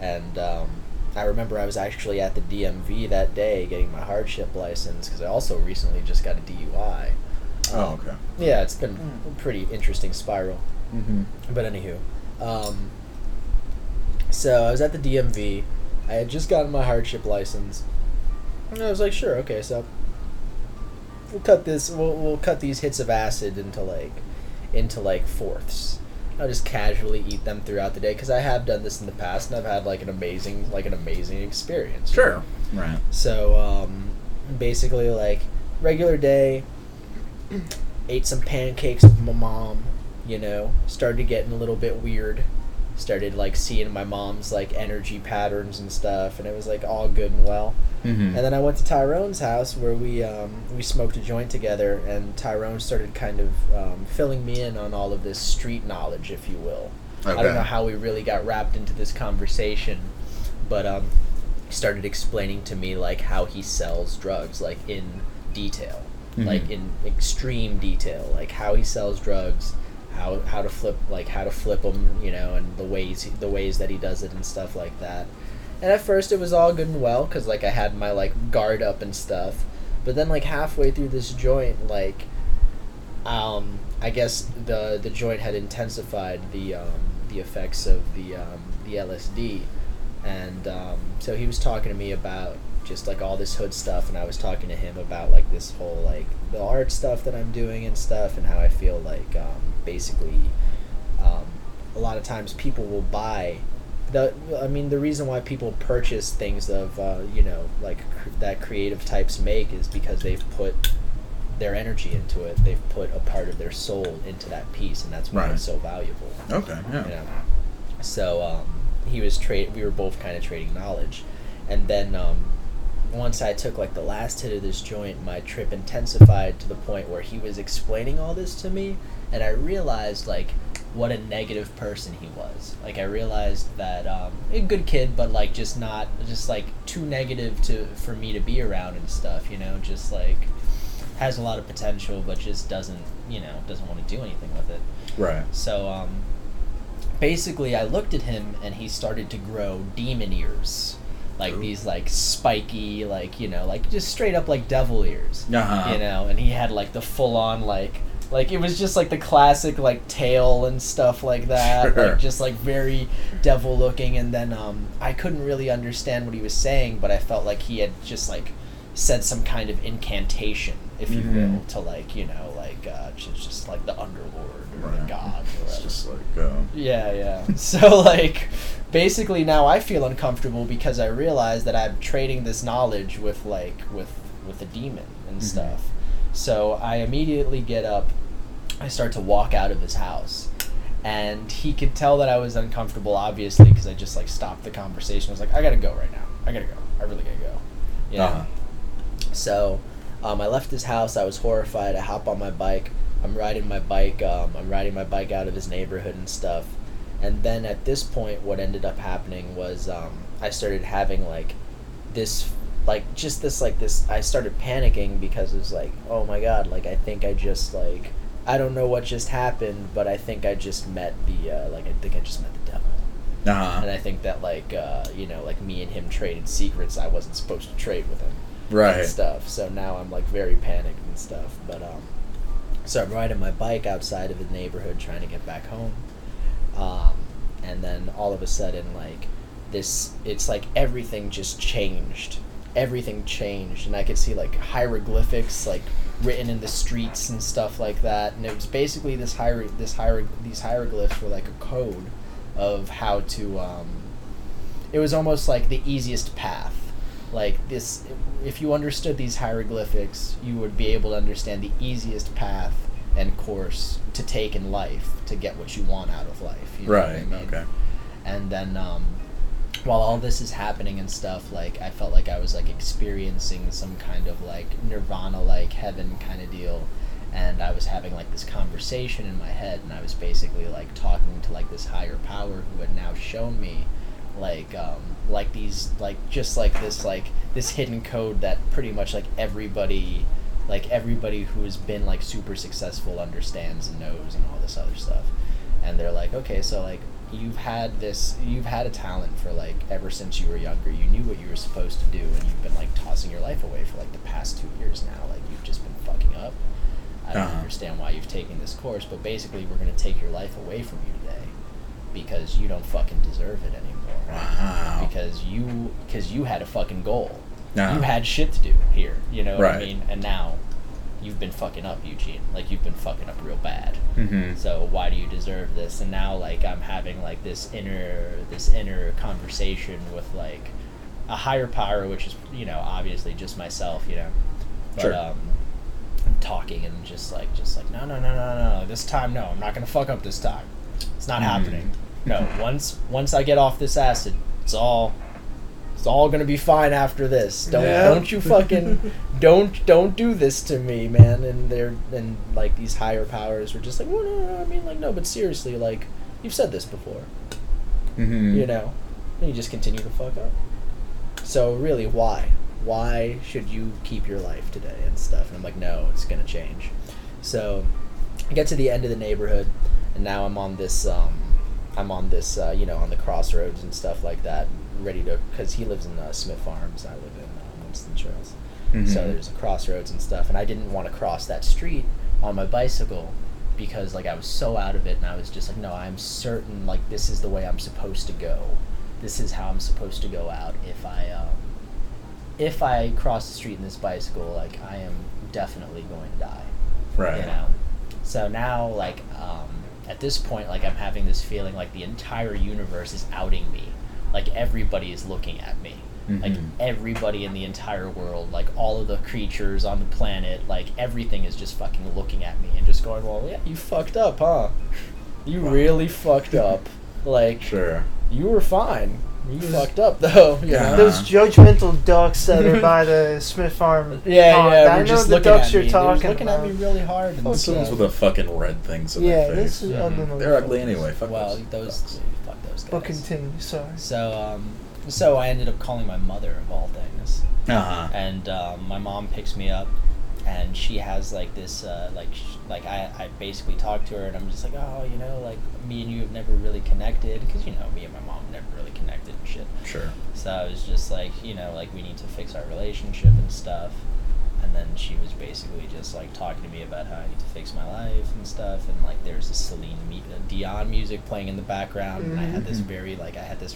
D: and um, I remember I was actually at the DMV that day getting my hardship license because I also recently just got a DUI.
B: Oh, okay.
D: Yeah, it's been a pretty interesting spiral.
B: Mm-hmm.
D: But anywho, um, so I was at the DMV. I had just gotten my hardship license, and I was like, sure, okay, so we'll cut this. We'll, we'll cut these hits of acid into like into like fourths. I'll just casually eat them throughout the day because I have done this in the past and I've had like an amazing like an amazing experience. you know?
B: Sure. Right.
D: So um, basically, like regular day, ate some pancakes with my mom. You know, started getting a little bit weird. Started like seeing my mom's like energy patterns and stuff, and it was like all good and well.
B: Mm-hmm.
D: And then I went to Tyrone's house where we um, we smoked a joint together, and Tyrone started kind of um, filling me in on all of this street knowledge, if you will. I don't know how we really got wrapped into this conversation, but um, he started explaining to me like how he sells drugs, like in detail,
B: Mhm.
D: like in extreme detail, like how he sells drugs, how how to flip, like how to flip them, you know, and the ways the ways that he does it and stuff like that. And at first it was all good and well because like I had my like guard up and stuff, but then like halfway through this joint, like um, I guess the the joint had intensified the um, the effects of the um, the LSD, and um, so he was talking to me about just like all this hood stuff, and I was talking to him about like this whole like the art stuff that I'm doing and stuff, and how I feel like um, basically um, a lot of times people will buy the I mean the reason why people purchase things of uh, you know like cr- that creative types make is because they've put their energy into it. They've put a part of their soul into that piece, and that's why
B: Right.
D: it's so valuable.
B: Okay, yeah.
D: You know? So um, he was trade. We were both kind of trading knowledge, and then um, once I took like the last hit of this joint, my trip intensified to the point where he was explaining all this to me, and I realized like what a negative person he was. Like I realized that um, a good kid, but like just not just like too negative to for me to be around and stuff. You know, just like has a lot of potential, but just doesn't you know doesn't want to do anything with it.
B: Right.
D: So um, basically, I looked at him and he started to grow demon ears, like
B: Ooh.
D: these like spiky, like you know, like just straight up like devil ears,
B: Uh-huh.
D: you know. And he had like the full on like like it was just like the classic like tail and stuff like that,
B: Sure.
D: like just like very devil looking. And then um, I couldn't really understand what he was saying, but I felt like he had just like said some kind of incantation, if you
B: Mhm.
D: will, to like you know like uh, just, just like the underlord or the
B: Right.
D: god or
B: It's
D: whatever.
B: just like, um,
D: Yeah, yeah. So like basically now I feel uncomfortable because I realize that I'm trading this knowledge with like with with a demon and
B: Mhm.
D: stuff. So I immediately get up, I start to walk out of his house. And he could tell that I was uncomfortable obviously because I just like stopped the conversation. I was like, I got to go right now. I got to go. I really got to go. You know?
B: uh-huh.
D: So um, I left his house. I was horrified. I hop on my bike. I'm riding my bike. Um, I'm riding my bike out of his neighborhood and stuff. And then at this point, what ended up happening was um, I started having like this, like just this, like this. I started panicking because it was like, oh my god, like I think I just like I don't know what just happened, but I think I just met the uh, like I think I just met the devil. And
B: Uh-huh.
D: I think that like uh, you know like me and him traded secrets I wasn't supposed to trade with him and
B: Right.
D: stuff. So now I'm like very panicked and stuff. But um, so I'm riding my bike outside of the neighborhood trying to get back home, um, and then all of a sudden like this, it's like everything just changed. Everything changed, and I could see like hieroglyphics like written in the streets and stuff like that. And it was basically this hier this hier these hieroglyphs were like a code of how to um, it was almost like the easiest path like this if you understood these hieroglyphics you would be able to understand the easiest path and course to take in life to get what you want out of life you know what I
B: Right.
D: mean?
B: Okay.
D: and then um, while all this is happening and stuff like i felt like i was like experiencing some kind of like nirvana like heaven kind of deal and i was having like this conversation in my head and i was basically like talking to like this higher power who had now shown me like um, like these like just like this like this hidden code that pretty much like everybody like everybody who has been like super successful understands and knows and all this other stuff and they're like okay so like you've had this you've had a talent for like ever since you were younger you knew what you were supposed to do and you've been like tossing your life away for like the past two years now like you've just been fucking up i don't
B: Uh-huh.
D: understand why you've taken this course but basically we're going to take your life away from you today because you don't fucking deserve it anymore
B: Wow.
D: because you because you had a fucking goal
B: Uh-huh.
D: you had shit to do here you know what i
B: Right.
D: mean and now you've been fucking up eugene like you've been fucking up real bad
B: Mhm.
D: so why do you deserve this and now like i'm having like this inner this inner conversation with like a higher power which is you know obviously just myself you know but
B: Sure.
D: um I'm talking and just like just like no no no no no this time no i'm not gonna fuck up this time it's not
B: Mhm.
D: happening no once once i get off this acid it's all it's all gonna be fine after this. Don't
A: Yeah.
D: don't you fucking don't don't do this to me, man. And they're and like these higher powers were just like, well, no, no, no, I mean, like, no, but seriously, like, you've said this before,
B: Mhm.
D: you know, and you just continue to fuck up. So really, why? Why should you keep your life today and stuff? And I'm like, no, it's gonna change. So I get to the end of the neighborhood, and now I'm on this. Um, I'm on this, uh, you know, on the crossroads and stuff like that, ready to because he lives in uh, Smith Farms, I live in uh, Winston Charles. So
B: Mhm.
D: there's a crossroads and stuff, and I didn't want to cross that street on my bicycle because like I was so out of it, and I was just like, no, I'm certain like this is the way I'm supposed to go. This is how I'm supposed to go out if I um, if I cross the street in this bicycle, like I am definitely going to die
B: Right.
D: you know so now like um, at this point like i'm having this feeling like the entire universe is outing me like everybody is looking at me like
B: Mhm.
D: everybody in the entire world like all of the creatures on the planet like everything is just fucking looking at me and just going well yeah you fucked up huh you really fucked up like
B: Sure.
D: you were fine you fucked up though you
B: Yeah.
D: know?
A: Those judgmental ducks that are by the Smith Farm.
D: yeah
A: pond.
D: yeah
A: Oh, I
D: we're
A: know
D: just
A: the
D: looking
A: ducks
D: at
A: you're
D: me. They're just
A: talking
D: looking
A: about.
D: at me really hard and
B: Those ones
D: yeah.
B: with the fucking red things in
A: yeah,
B: their
A: this is
B: face.
J: Mhm.
A: unbelievable.
B: Mm-hmm. They're ugly anyway. Fuck
D: well
B: those.
D: those fuck those guys
A: But continue. Sorry.
D: So, um, so I ended up calling my mother of all things,
B: Uh huh.
D: and um, my mom picks me up, and she has like this, uh, like, sh- like I, I basically talk to her, and I'm just like, oh, you know, like me and you have never really connected, because you know, me and my mom never really connected and shit.
B: Sure.
D: So I was just like, you know, like we need to fix our relationship and stuff. And then she was basically just like talking to me about how I need to fix my life and stuff. And like there's this Celine me- uh, Dion music playing in the background. And I had this
B: Mhm.
D: very, like, I had this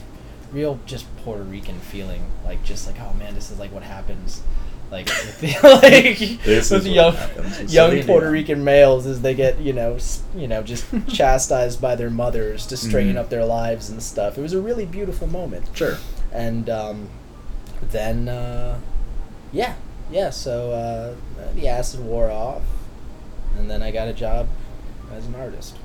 D: real just Puerto Rican feeling. Like, just like, oh man, this is like what happens. Like, with the, like
B: This
D: with
B: is
D: the
B: what
D: young,
B: happens with
D: young
B: Celine
D: Puerto
B: Dion.
D: Rican males as they get, you know, s- you know, just chastised by their mothers to straighten
B: Mhm.
D: up their lives and stuff. It was a really beautiful moment
B: Sure.
D: and um, then uh, yeah yeah so uh, the acid wore off and then i got a job as an artist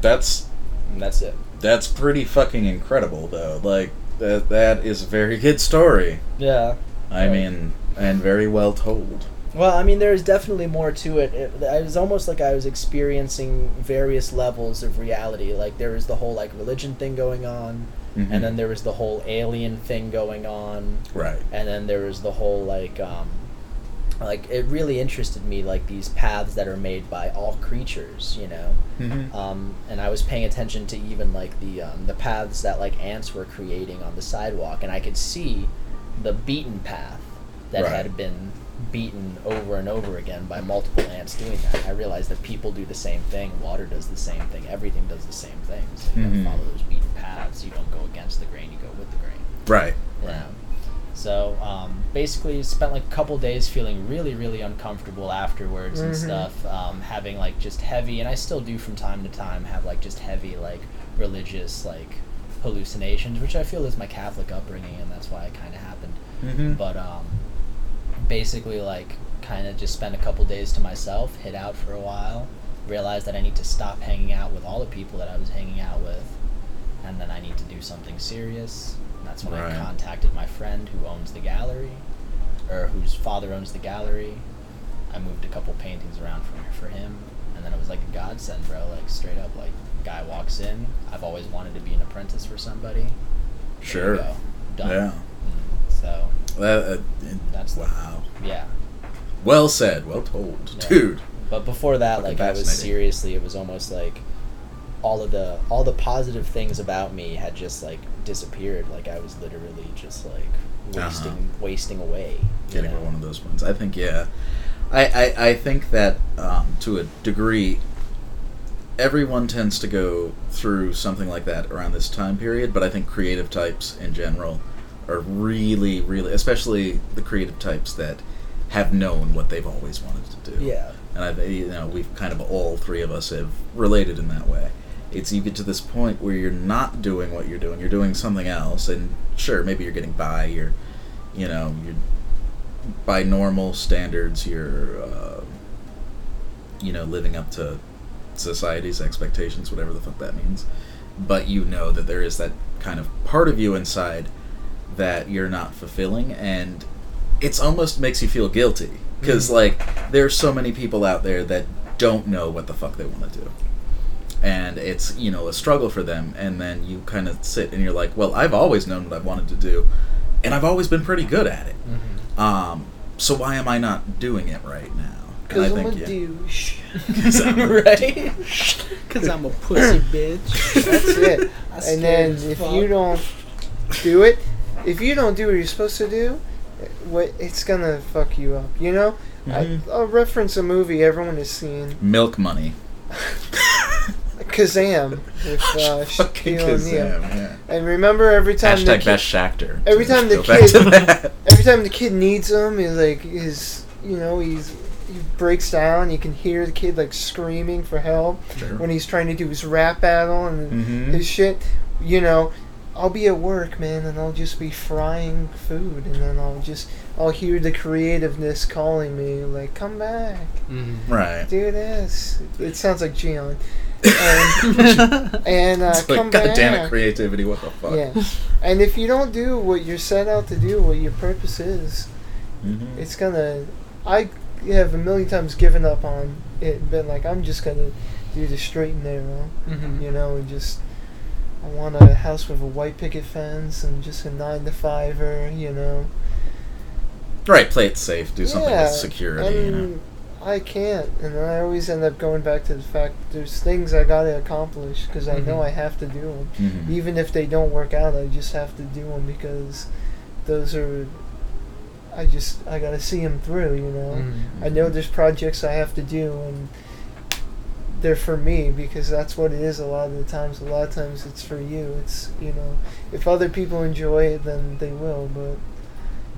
B: That's
D: and that's it
B: that's pretty fucking incredible though. Like that that is a very good story.
D: yeah
B: I
D: Right.
B: mean, and very well told.
D: well i mean there is definitely more to it. it it was almost like i was experiencing various levels of reality like there was the whole like religion thing going on
B: Mhm.
D: and then there was the whole alien thing going on
B: right.
D: and then there was the whole like um like it really interested me like these paths that are made by all creatures you know
B: Mm-hmm.
D: um, and I was paying attention to even like the um, the paths that like ants were creating on the sidewalk, and I could see the beaten path that
B: Right.
D: had been beaten over and over again by multiple ants doing that. I realized that people do the same thing, water does the same thing, everything does the same thing. So you
B: Mhm.
D: gotta follow those beaten paths. You don't go against the grain; you go with the grain.
B: Right.
D: Yeah. So um, basically, spent like a couple days feeling really, really uncomfortable afterwards and
A: Mhm.
D: stuff. Um, having like just heavy, and I still do from time to time have like just heavy like religious like hallucinations, which I feel is my Catholic upbringing, and that's why it kind of happened.
B: Mm-hmm.
D: But um, basically, like kind of just spent a couple days to myself, hit out for a while, realized that I need to stop hanging out with all the people that I was hanging out with, and then I need to do something serious. And that's when
B: Right.
D: I contacted my friend who owns the gallery, or whose father owns the gallery. I moved a couple paintings around from for him, and then it was like a godsend, bro. Like straight up, like guy walks in. I've always wanted to be an apprentice for somebody. There
B: Sure.
D: you go. Done.
B: Yeah.
D: Mm, So
B: That, uh,
D: That's-
B: wow.
D: yeah.
B: Well said. Well told,
D: Yeah.
B: dude.
D: But before that,
B: Fucking
D: like I was
B: fascinating.
D: seriously, it was almost like all of the all the positive things about me had just like disappeared. Like I was literally just like wasting
B: Uh-huh.
D: wasting away. you
B: Getting
D: know?
B: one of those ones. I think. Yeah. I I, I think that um, to a degree, everyone tends to go through something like that around this time period. But I think creative types in general are really, really, especially the creative types that have known what they've always wanted to do.
D: Yeah.
B: and I've you know we've kind of all three of us have related in that way. It's you get to this point where you're not doing what you're doing, you're doing something else, and sure, maybe you're getting by, you're you know you're by normal standards, you're uh, you know living up to society's expectations, whatever the fuck that means. But you know that there is that kind of part of you inside that you're not fulfilling, and it's almost makes you feel guilty because like there's so many people out there that don't know what the fuck they want to do and it's you know a struggle for them and then you kind of sit and you're like well i've always known what i wanted to do and i've always been pretty good at it
K: Mm-hmm.
B: um, so why am i not doing it right now And
A: Because
B: I
A: I'm a
B: yeah.
A: douche.
B: 'Cause I'm a-
D: right?
K: Cause I'm a pussy bitch.
A: That's it. and then if you don't do it, if you don't do what you're supposed to do, what it's gonna fuck you up. You know.
B: Mhm.
A: I, I'll reference a movie everyone has seen,
B: milk money
A: Kazam, with uh,
B: Fucking
A: Shaquille O'Neal.
B: Kazam, yeah.
A: And remember, every time the
B: hashtag
A: ki-
B: best Shakhtar
A: every
B: too.
A: time the
B: Go back
A: kid-
B: to that.
A: every time the kid needs him, he like his, you know, he's he breaks down. You can hear the kid like screaming for help
B: Sure.
A: when he's trying to do his rap battle and
B: Mhm.
A: his shit. You know, I'll be at work, man, and I'll just be frying food, and then I'll just I'll hear the creativeness calling me, like, come back,
B: Right.
A: do this. It sounds like Gion. Um, and uh,
B: it's
A: come
B: like, God
A: back.
B: damn it, creativity, what the fuck?
A: Yes. And if you don't do what you're set out to do, what your purpose is,
B: Mhm.
A: it's gonna. I have a million times given up on it, and been like, I'm just gonna do the straight and narrow, you know, and just. I want a house with a white picket fence and just a nine to fiver, you know.
B: Right, play it safe, do something
A: Yeah,
B: with security, you know.
A: and I can't, and I always end up going back to the fact there's things I gotta accomplish because I know
B: Mm-hmm.
H: Mhm.
A: I have to do them,
B: Mhm.
A: even if they don't work out. I just have to do them because those are. I just I gotta see them through, you know.
B: Mm-hmm.
A: I know there's projects I have to do, and they're for me because that's what it is a lot of the times. A lot of times it's for you. It's, you know, if other people enjoy it, then they will, but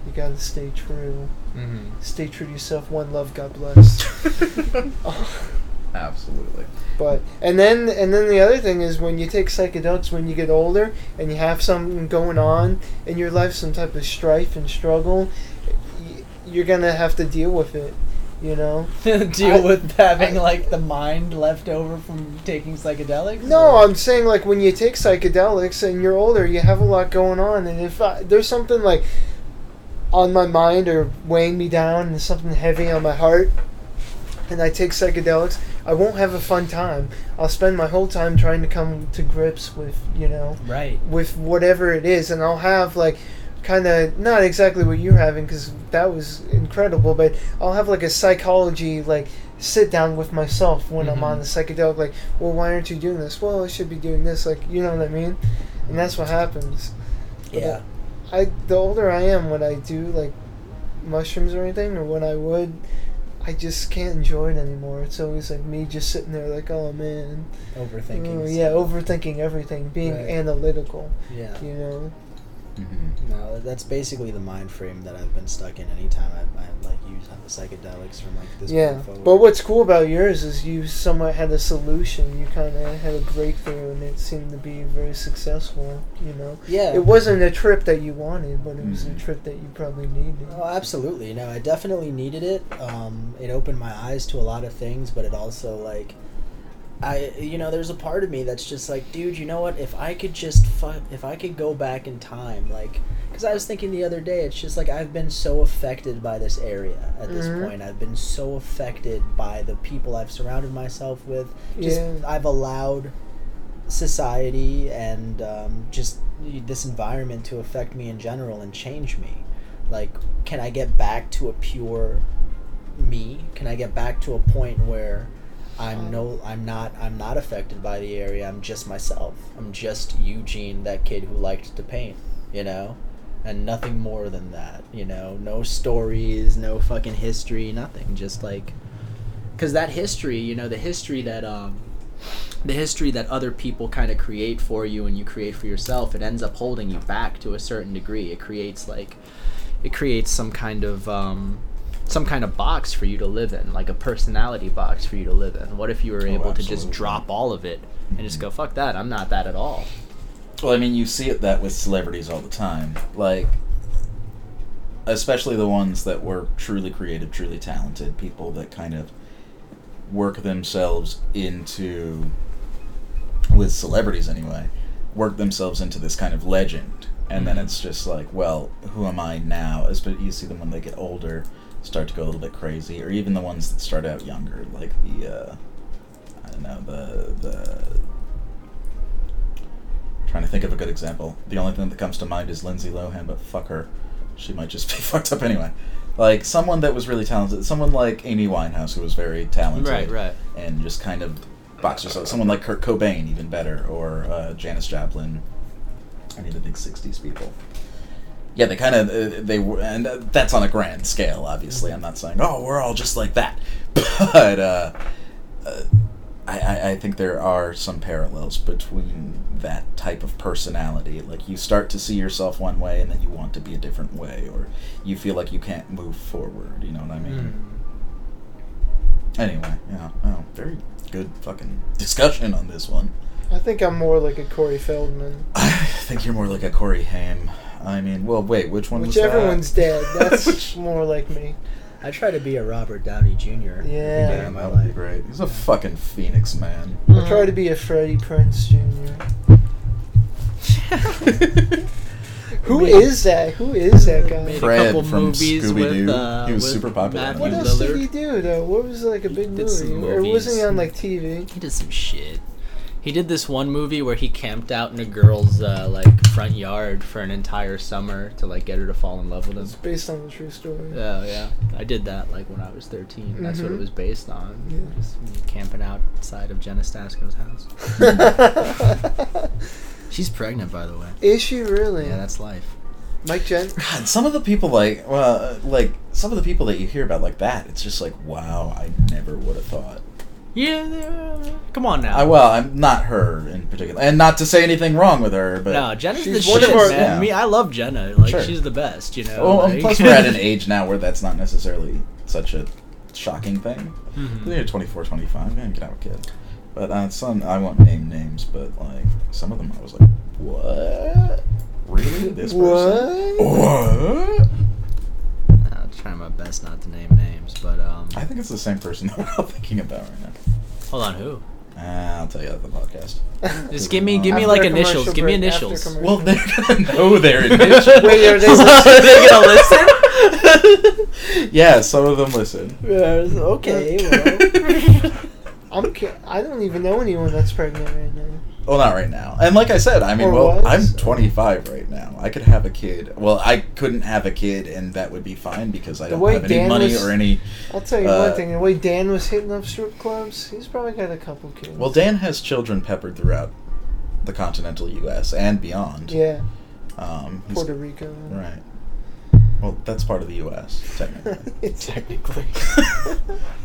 A: you gotta stay true. Stay true to yourself. One love, God bless.
B: Absolutely.
A: But and then and then the other thing is when you take psychedelics when you get older and you have something going on in your life, some type of strife and struggle, y- you're gonna have to deal with it. You know.
K: Deal
A: I-
K: with having like the mind left over from taking psychedelics.
A: No,
K: or-
A: I'm saying like when you take psychedelics and you're older, you have a lot going on, and if I, there's something like on my mind or weighing me down and something heavy on my heart, and I take psychedelics, I won't have a fun time. I'll spend my whole time trying to come to grips with you know
K: right.
A: with whatever it is, and I'll have like kind of not exactly what you're having because that was incredible, but I'll have like a psychology like sit down with myself when I'm on the psychedelic, like, well, why aren't you doing this? Well, I should be doing this, like, you know what I mean? And that's what happens.
K: Yeah.
A: I the older I am, when I do like mushrooms or anything, or when I would. I just can't enjoy it anymore. It's always like me just sitting there, like, oh man,
K: Overthinking.
A: oh, yeah, overthinking everything, being
K: Right.
A: analytical,
K: Yeah.
A: you know.
B: Mhm.
D: Mm-hmm.
K: No, that's basically the mind frame that I've been stuck in. Anytime I, I like use psychedelics from like this.
A: yeah,
K: point forward.
A: but what's cool about yours is you somewhat had a solution. You kind of had a breakthrough, and it seemed to be very successful. You know,
K: Yeah.
A: it wasn't a trip that you wanted, but it was
B: Mhm.
A: a trip that you probably needed.
K: Oh, absolutely. No, I definitely needed it. Um, it opened my eyes to a lot of things, but it also like, I you know, there's a part of me that's just like, dude, you know what? If I could just fu- if I could go back in time, like, because I was thinking the other day, it's just like I've been so affected by this area at this
A: Mhm.
K: point. I've been so affected by the people I've surrounded myself with. Just
A: Yeah.
K: I've allowed society and um, just this environment to affect me in general and change me like can i get back to a pure me can i get back to a point where i'm no i'm not i'm not affected by the area i'm just myself i'm just eugene that kid who liked to paint you know and nothing more than that you know no stories no fucking history nothing just like because that history you know the history that um the history that other people kind of create for you and you create for yourself it ends up holding you back to a certain degree it creates like it creates some kind of um, some kind of box for you to live in, like a personality box for you to live in. What if you were able to just
B: Oh, absolutely.
K: drop all of it and just go, "Fuck that! I'm not that at all."
B: Well, I mean, you see it that with celebrities all the time. Like, especially the ones that were truly creative, truly talented people that kind of work themselves into, with celebrities anyway, work themselves into this kind of legend. And then it's just like, well, who am I now? As but you see them when they get older, start to go a little bit crazy, or even the ones that start out younger, like the, uh, I don't know, the the Trying to think of a good example. The only thing that comes to mind is Lindsay Lohan, but fuck her. She might just be fucked up anyway. Like someone that was really talented, someone like Amy Winehouse, who was very talented,
H: Right, right.
B: and just kind of boxed herself. Someone like Kurt Cobain, even better, or uh, Janis Joplin, any of the big '60s people. Yeah, they kind of uh, they were, and uh, that's on a grand scale. Obviously, I'm not saying oh we're all just like that, but uh, uh, I, I, I think there are some parallels between that type of personality. Like you start to see yourself one way, and then you want to be a different way, or you feel like you can't move forward. You know what I
K: Mm. Hmm.
B: mean? Anyway, yeah, oh, very good fucking discussion on this one.
A: I think I'm more like a Corey Feldman.
B: I think you're more like a Corey Haim. I mean, well, wait, which one was that?
A: Whichever one's dead, that's more like me.
K: I try to be a Robert Downey Jr. every
A: Yeah.
K: day
B: Damn,
K: of my
B: that would be
K: life.
B: great. He's a fucking phoenix, man.
A: I try to be a Freddie Prince Jr. Who
H: Maybe.
A: is that? Who is that guy?
H: Made
B: Fred
H: a couple
B: from
H: movies
B: Scooby-Doo.
H: with, uh,
B: He was
H: with
B: super popular.
H: Matthew
A: What
B: Matthew
A: else
H: Lillard.
A: did he do though? What was like a big
H: He did some
A: movie? Or wasn't he
H: movies.
A: on like TV?
H: He did some shit. He did this one movie where he camped out in a girl's uh, like front yard for an entire summer to like get her to fall in love with him.
A: It's based on a true story.
H: Oh yeah, I did that like when I was 13. That's what
A: Mhm.
H: it was based on.
A: Yeah.
H: Just me camping outside of Jenna Stasko's house. She's pregnant, by the way.
A: is she really?
H: Yeah, that's life.
A: Mike Jen.
B: God, some of the people like, well, uh, like some of the people that you hear about like that, it's just like, wow, I never would have thought.
H: Yeah, they're- come on now.
B: I well, I'm not her in particular, and not to say anything wrong with her, but
H: no, Jenna's
A: She's
H: the
A: one of
H: shit,
A: our-
H: man.
B: yeah.
H: Me, I love Jenna. Like
B: Sure.
H: she's the best, you know.
B: Well,
H: like-
B: and plus we're at an age now where that's not necessarily such a shocking thing. I think
H: Mhm.
B: you're 24, 25, man, get out, kid. But uh, some, I won't name names, but like some of them, I was like, what? Really? This person? What?
H: I'll try my best not to name names, but um,
B: I think it's the same person that we're all thinking about right now.
H: hold on, who?
B: Uh, I'll tell you at the podcast.
H: Just give me, give me
B: After
H: like
A: commercial
H: initials. Give me
A: break, after
H: initials.
A: commercial-
B: Well, they're gonna know their initials.
A: Wait, are they
H: Are they gonna listen?
B: yeah, some of them listen.
A: okay, well, I'm ca- I don't even know anyone that's pregnant right now.
B: Well, not right now. And like I said, I mean,
A: Or
B: well,
A: was.
B: I'm 25 right now. I could have a kid. Well, I couldn't have a kid, and that would be fine because I
A: The
B: don't
A: way
B: have any
A: Dan
B: money
A: was-
B: or any.
A: I'll tell you
B: Uh,
A: one thing: the way Dan was hitting up strip clubs, he's probably got a couple kids.
B: Well, Dan has children peppered throughout the continental U.S. and beyond.
A: yeah,
B: Um, he's-
A: Puerto Rico.
B: Right. Well, that's part of the U.S. technically.
A: technically,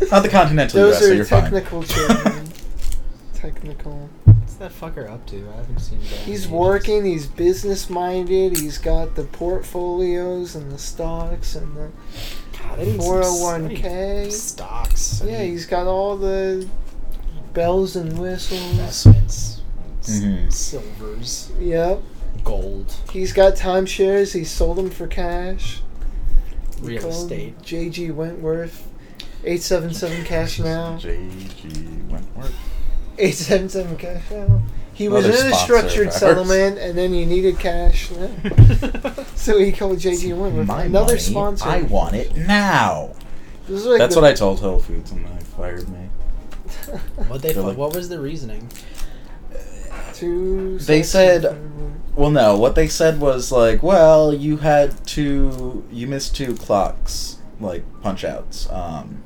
B: Not the continental
A: those
B: U.S. so
A: are
B: you're
A: technical
B: fine.
A: children. technical.
C: What's that fucker up to? I haven't seen that.
A: He's working. He's business minded. He's got the portfolios and the stocks and the
K: God, I need some- I need
A: 401k.
K: Stocks. I
A: Yeah,
K: need
A: he's got all the bells and whistles.
K: investments. s-
A: Mm-hmm.
B: Mhm.
K: Silvers.
A: Yep.
K: Gold.
A: He's got timeshares. He sold them for cash. We
K: Real
A: call him
K: estate.
A: JG Wentworth. 877 Cash Now.
B: J.G. Wentworth.
A: 877 Cash Now. He was
B: Another
A: in a
B: sponsor of
A: structured
B: ours.
A: settlement and then he needed cash. now. so he called JG Wentworth.
B: My
A: Another
B: money,
A: sponsor.
B: I want it now.
A: This is like
B: That's
A: the-
B: what I told Whole Foods, and they fired me.
K: What they?
B: They're
K: fu-
B: like-
K: what was the reasoning?
A: Two
B: They
A: seconds
B: said-
A: before-
B: Well, no. What they said was like, well, you had two, you missed two clocks, like punch outs, um,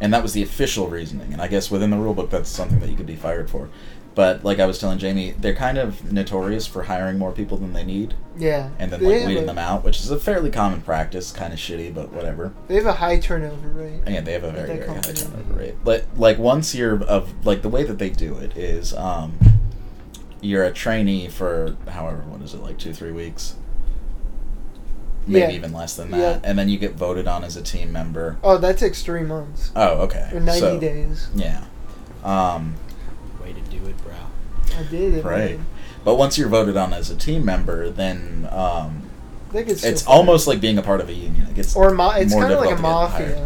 B: and that was the official reasoning. And I guess within the rule book, that's something that you could be fired for. But like I was telling Jamie, they're kind of notorious for hiring more people than they need,
A: Yeah.
B: and then
A: They
B: like
A: have
B: weeding
A: a-
B: them out, which is a fairly common practice. Kind of shitty, but whatever.
A: They have a high turnover rate.
B: Yeah, they have a very
A: That
B: very high
A: company.
B: turnover rate. Like like once you're of like the way that they do it is um, you're a trainee for however what is it like two three weeks, maybe
A: Yeah.
B: even less than
A: Yeah.
B: that, and then you get voted on as a team member.
A: Oh, that takes three months.
B: Oh, okay.
A: Or 90
B: So,
A: days.
B: Yeah. Um,
K: Way to do it, bro.
A: I did it.
B: right.
A: man.
B: But once you're voted on as a team member, then um,
A: They could still
B: it's almost like being a part of a union. It gets
A: Or mo- it's
B: more
A: kind of like a
B: difficult to get hired.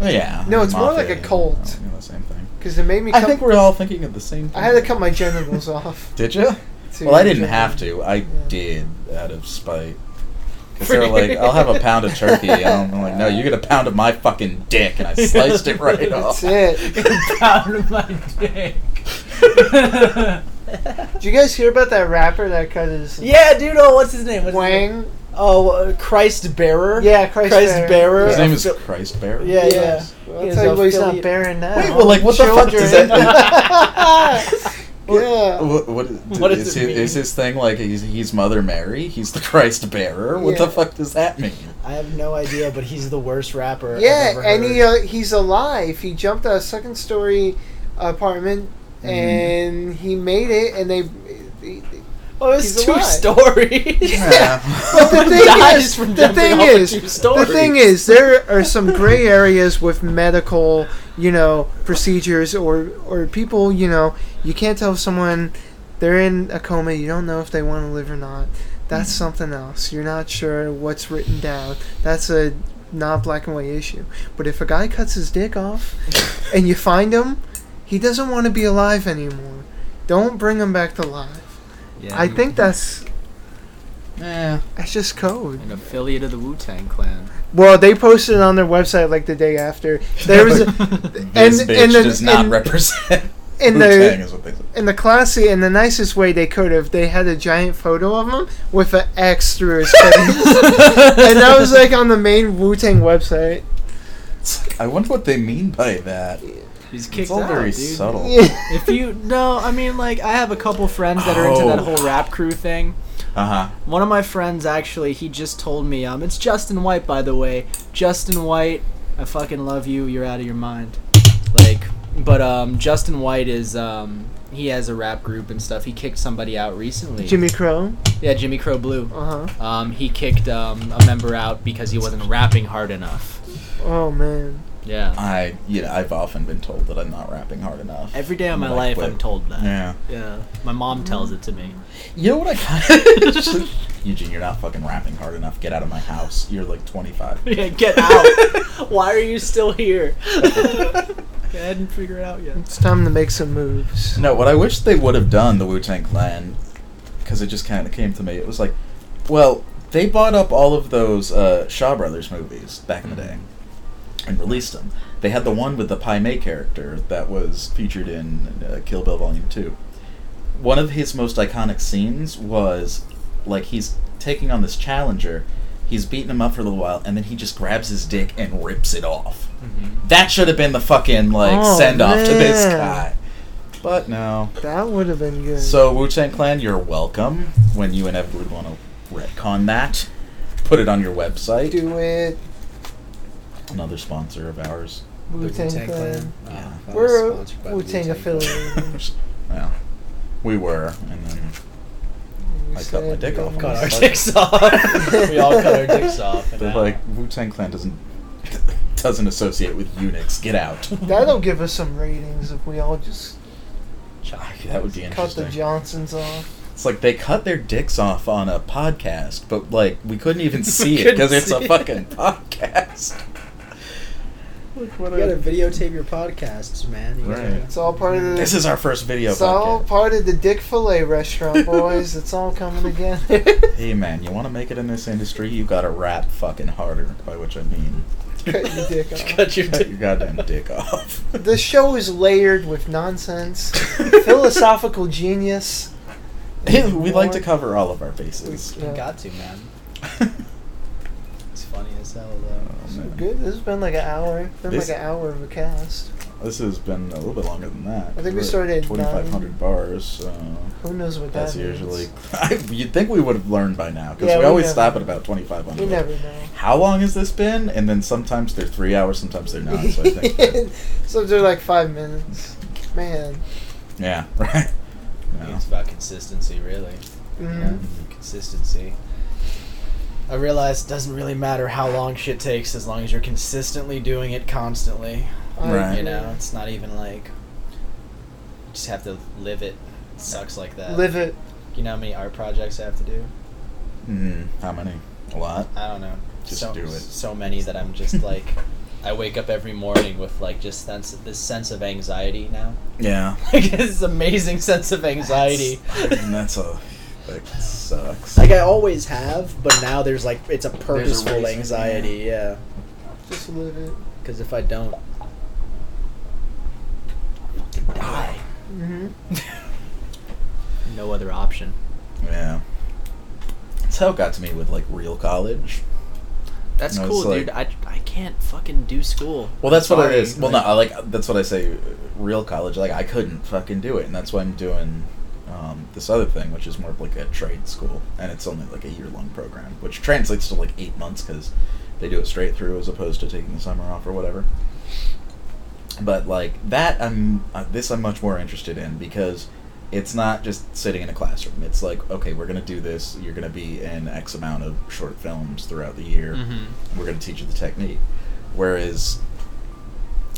A: mafia.
B: Yeah.
A: No, it's more like
B: mafia,
A: a cult.
B: you know, the same thing.
A: Because it made me.
B: I
A: cut-
B: think we're all thinking of the same thing.
A: I had to cut my genitals off.
B: Did you?
A: to
B: Well, I didn't
A: get-
B: have to. I
A: Yeah.
B: did out of spite. Because they were like, I'll have a pound of turkey. And I'm like, no, you get a pound of my fucking dick. And I sliced it right off.
A: That's it.
H: Proud of my dick.
A: Did you guys hear about that rapper that cut his
D: Yeah, dude. Oh, what's his name? What's his name?
A: wang?
D: Oh, uh, Christ bearer.
A: Yeah, Christ,
D: Christ bearer.
B: His
D: Yeah.
B: name is Christ Bear.
D: Yeah, yeah.
A: Well, I'll
D: He is
A: tell you
D: a
A: what, he's not
D: affiliate-
A: bearing now.
B: Wait, well, like, what the fuck does
A: Children. yeah.
B: What, what, is,
D: What does
B: is,
D: it
B: his,
D: mean?
B: is his thing like he's, he's Mother Mary? He's the Christ bearer? What the
A: Yeah.
B: fuck does that mean?
D: I have no idea, but he's the worst rapper. I've
A: Yeah,
D: ever
A: and
D: heard.
A: he uh, he's alive. He jumped a second story apartment
B: Mhm.
A: and he made it. And they,
D: Oh,
A: he's
D: it's two
A: alive.
D: stories.
A: but the thing
D: Dies
A: is,
D: from
A: the
D: jumping
A: thing
D: off a
A: is,
D: two
A: the
D: story.
A: thing is, there are some gray areas with medical you know, procedures or or people, you know, you can't tell if someone they're in a coma, you don't know if they want to live or not. That's something else. You're not sure what's written down. That's a not black and white issue. But if a guy cuts his dick off and you find him, he doesn't want to be alive anymore. Don't bring him back to life.
K: Yeah,
A: I think that's
D: Yeah.
A: that's just code.
K: an affiliate of the Wu Tang Clan.
A: Well, they posted it on their website like the day after. There was a,
B: This
A: and-
B: bitch
A: and the-
B: does not
A: and-
B: represent
A: in
B: Wu-Tang
A: the
B: is what they say.
A: in the classy in the nicest way they could have. They had a giant photo of him with an X through his face, and that was like on the main Wu Tang website.
B: It's like, I wonder what they mean by that.
K: He's kicked
B: It's all
K: out,
B: very
K: dude.
B: subtle.
K: If you no, I mean like I have a couple friends that are into that
B: Oh.
K: whole rap crew thing.
B: Uh huh.
K: One of my friends actually, he just told me, um, it's Justin White by the way. Justin White, I fucking love you. You're out of your mind. Like, but um, Justin White is um, he has a rap group and stuff. He kicked somebody out recently.
A: Jimmy Crow.
K: Yeah, Jimmy Crow Blue.
A: Uh huh.
K: Um, he kicked um, a member out because he wasn't rapping hard enough.
A: Oh man.
K: Yeah.
B: I you know I've often been told that I'm not rapping hard enough.
K: Every day of my
B: Like
K: life,
B: what?
K: I'm told that.
B: Yeah.
K: Yeah. My mom tells it to me.
B: You know what I kind of Eugene, you're not fucking rapping hard enough. Get out of my house. You're like 25.
K: Yeah, get out. Why are you still here? Go ahead and figure it out yet.
A: It's time to make some moves.
B: No, what I wish they would have done, the Wu Tang Clan, because it just kind of came to me. It was like, well, they bought up all of those uh, Shaw Brothers movies back in the day and released them. They had the one with the Pai Mei character that was featured in uh, Kill Bill Volume 2. One of his most iconic scenes was like he's taking on this challenger, he's beating him up for a little while, and then he just grabs his dick and rips it off. That should have been the fucking like
A: Oh,
B: send off to this
A: man.
B: guy. But no.
A: That would have been good.
B: So Wu Tang Clan, you're welcome. When you inevitably want to retcon that, put it on your website.
A: do it.
B: Another sponsor of ours.
A: Wu Tang
D: Wu-Tang
A: Clan.
D: Clan.
B: Yeah.
D: Oh,
A: We're a
D: sponsored by the
A: Wu Tang affiliate.
B: Well, we were, and then I cut my dick
A: "Oh,
B: off.
D: Cut our
B: Fuck.
D: dicks off. we all cut our dicks off. and
B: They're
D: now-
B: like Wu Tang Clan doesn't doesn't associate with Unix. Get out.
A: That'll give us some ratings if we all just
B: that would be
A: cut the
B: interesting.
A: Johnsons off.
B: It's like they cut their dicks off on a podcast, but like we couldn't even see it
D: couldn't
B: because it's a
D: see it.
B: fucking podcast.
D: You gotta videotape your podcasts, man. You gotta-
B: Right.
A: It's all part of the.
B: This is our first video
A: it's all
B: podcast.
A: part of the Dick Fillet restaurant, boys. it's all coming together.
B: Hey man, you want to make it in this industry? You gotta rap fucking harder. By which I mean,
A: Cut your dick off.
D: Cut your
B: cut
D: dick.
B: your goddamn dick off.
A: The show is layered with nonsense, philosophical genius.
B: we like to cover all of our bases.
A: Yeah.
D: Got to, man.
B: oh,
D: It's funny as hell, though.
A: So
B: man.
A: good. This has been like an hour. It's been
B: This-
A: like an hour of a cast.
B: This has been a little bit longer than that.
A: I think we started at
B: 2,500 bars, so
A: Who knows what
B: that's
A: that means?
B: usually. you'd think we would have learned by now, because
A: Yeah,
B: we
A: we
B: always
A: never-
B: stop at about 2,500.
A: You never know.
B: How long has this been? And then sometimes they're three hours, sometimes they're not. So I think. that-
A: so they're like five minutes. Man.
B: yeah, right. No.
D: It's about consistency, really.
A: Mhm.
D: Consistency. I realize it doesn't really matter how long shit takes as long as you're consistently doing it constantly.
A: I
B: Right.
D: You know,
A: agree.
D: it's not even like you just have to live it. It sucks like that.
A: Live it.
D: You know how many art projects I have to do?
B: Mm, how many? A lot.
D: I don't know.
B: Just
D: so,
B: do it.
D: So many that I'm just like, I wake up every morning with like just sense this sense of anxiety now.
B: Yeah.
D: Like this amazing sense of anxiety.
B: I mean, that's a that sucks.
D: like I always have, but now there's like it's a purposeful
B: reason,
D: anxiety. Yeah,
A: Just live it.
D: because if I don't, die.
A: Mm-hmm.
K: No other option.
B: Yeah. That's how it got to me with like real college.
K: That's
B: No, it's
K: cool,
B: like-
K: dude. I, I can't fucking do school.
B: Well, that's what
K: Sorry,
B: it is. Well, no,
K: like-
B: I like that's what I say. uh, Real college, like I couldn't fucking do it, and that's why I'm doing um, this other thing, which is more of like a trade school, and it's only like a year long program, which translates to like eight months because they do it straight through as opposed to taking the summer off or whatever. But like that, I'm uh, this I'm much more interested in because it's not just sitting in a classroom. It's like okay, we're gonna do this. You're gonna be in X amount of short films throughout the year.
K: Mm-hmm.
B: We're gonna teach you the technique. Whereas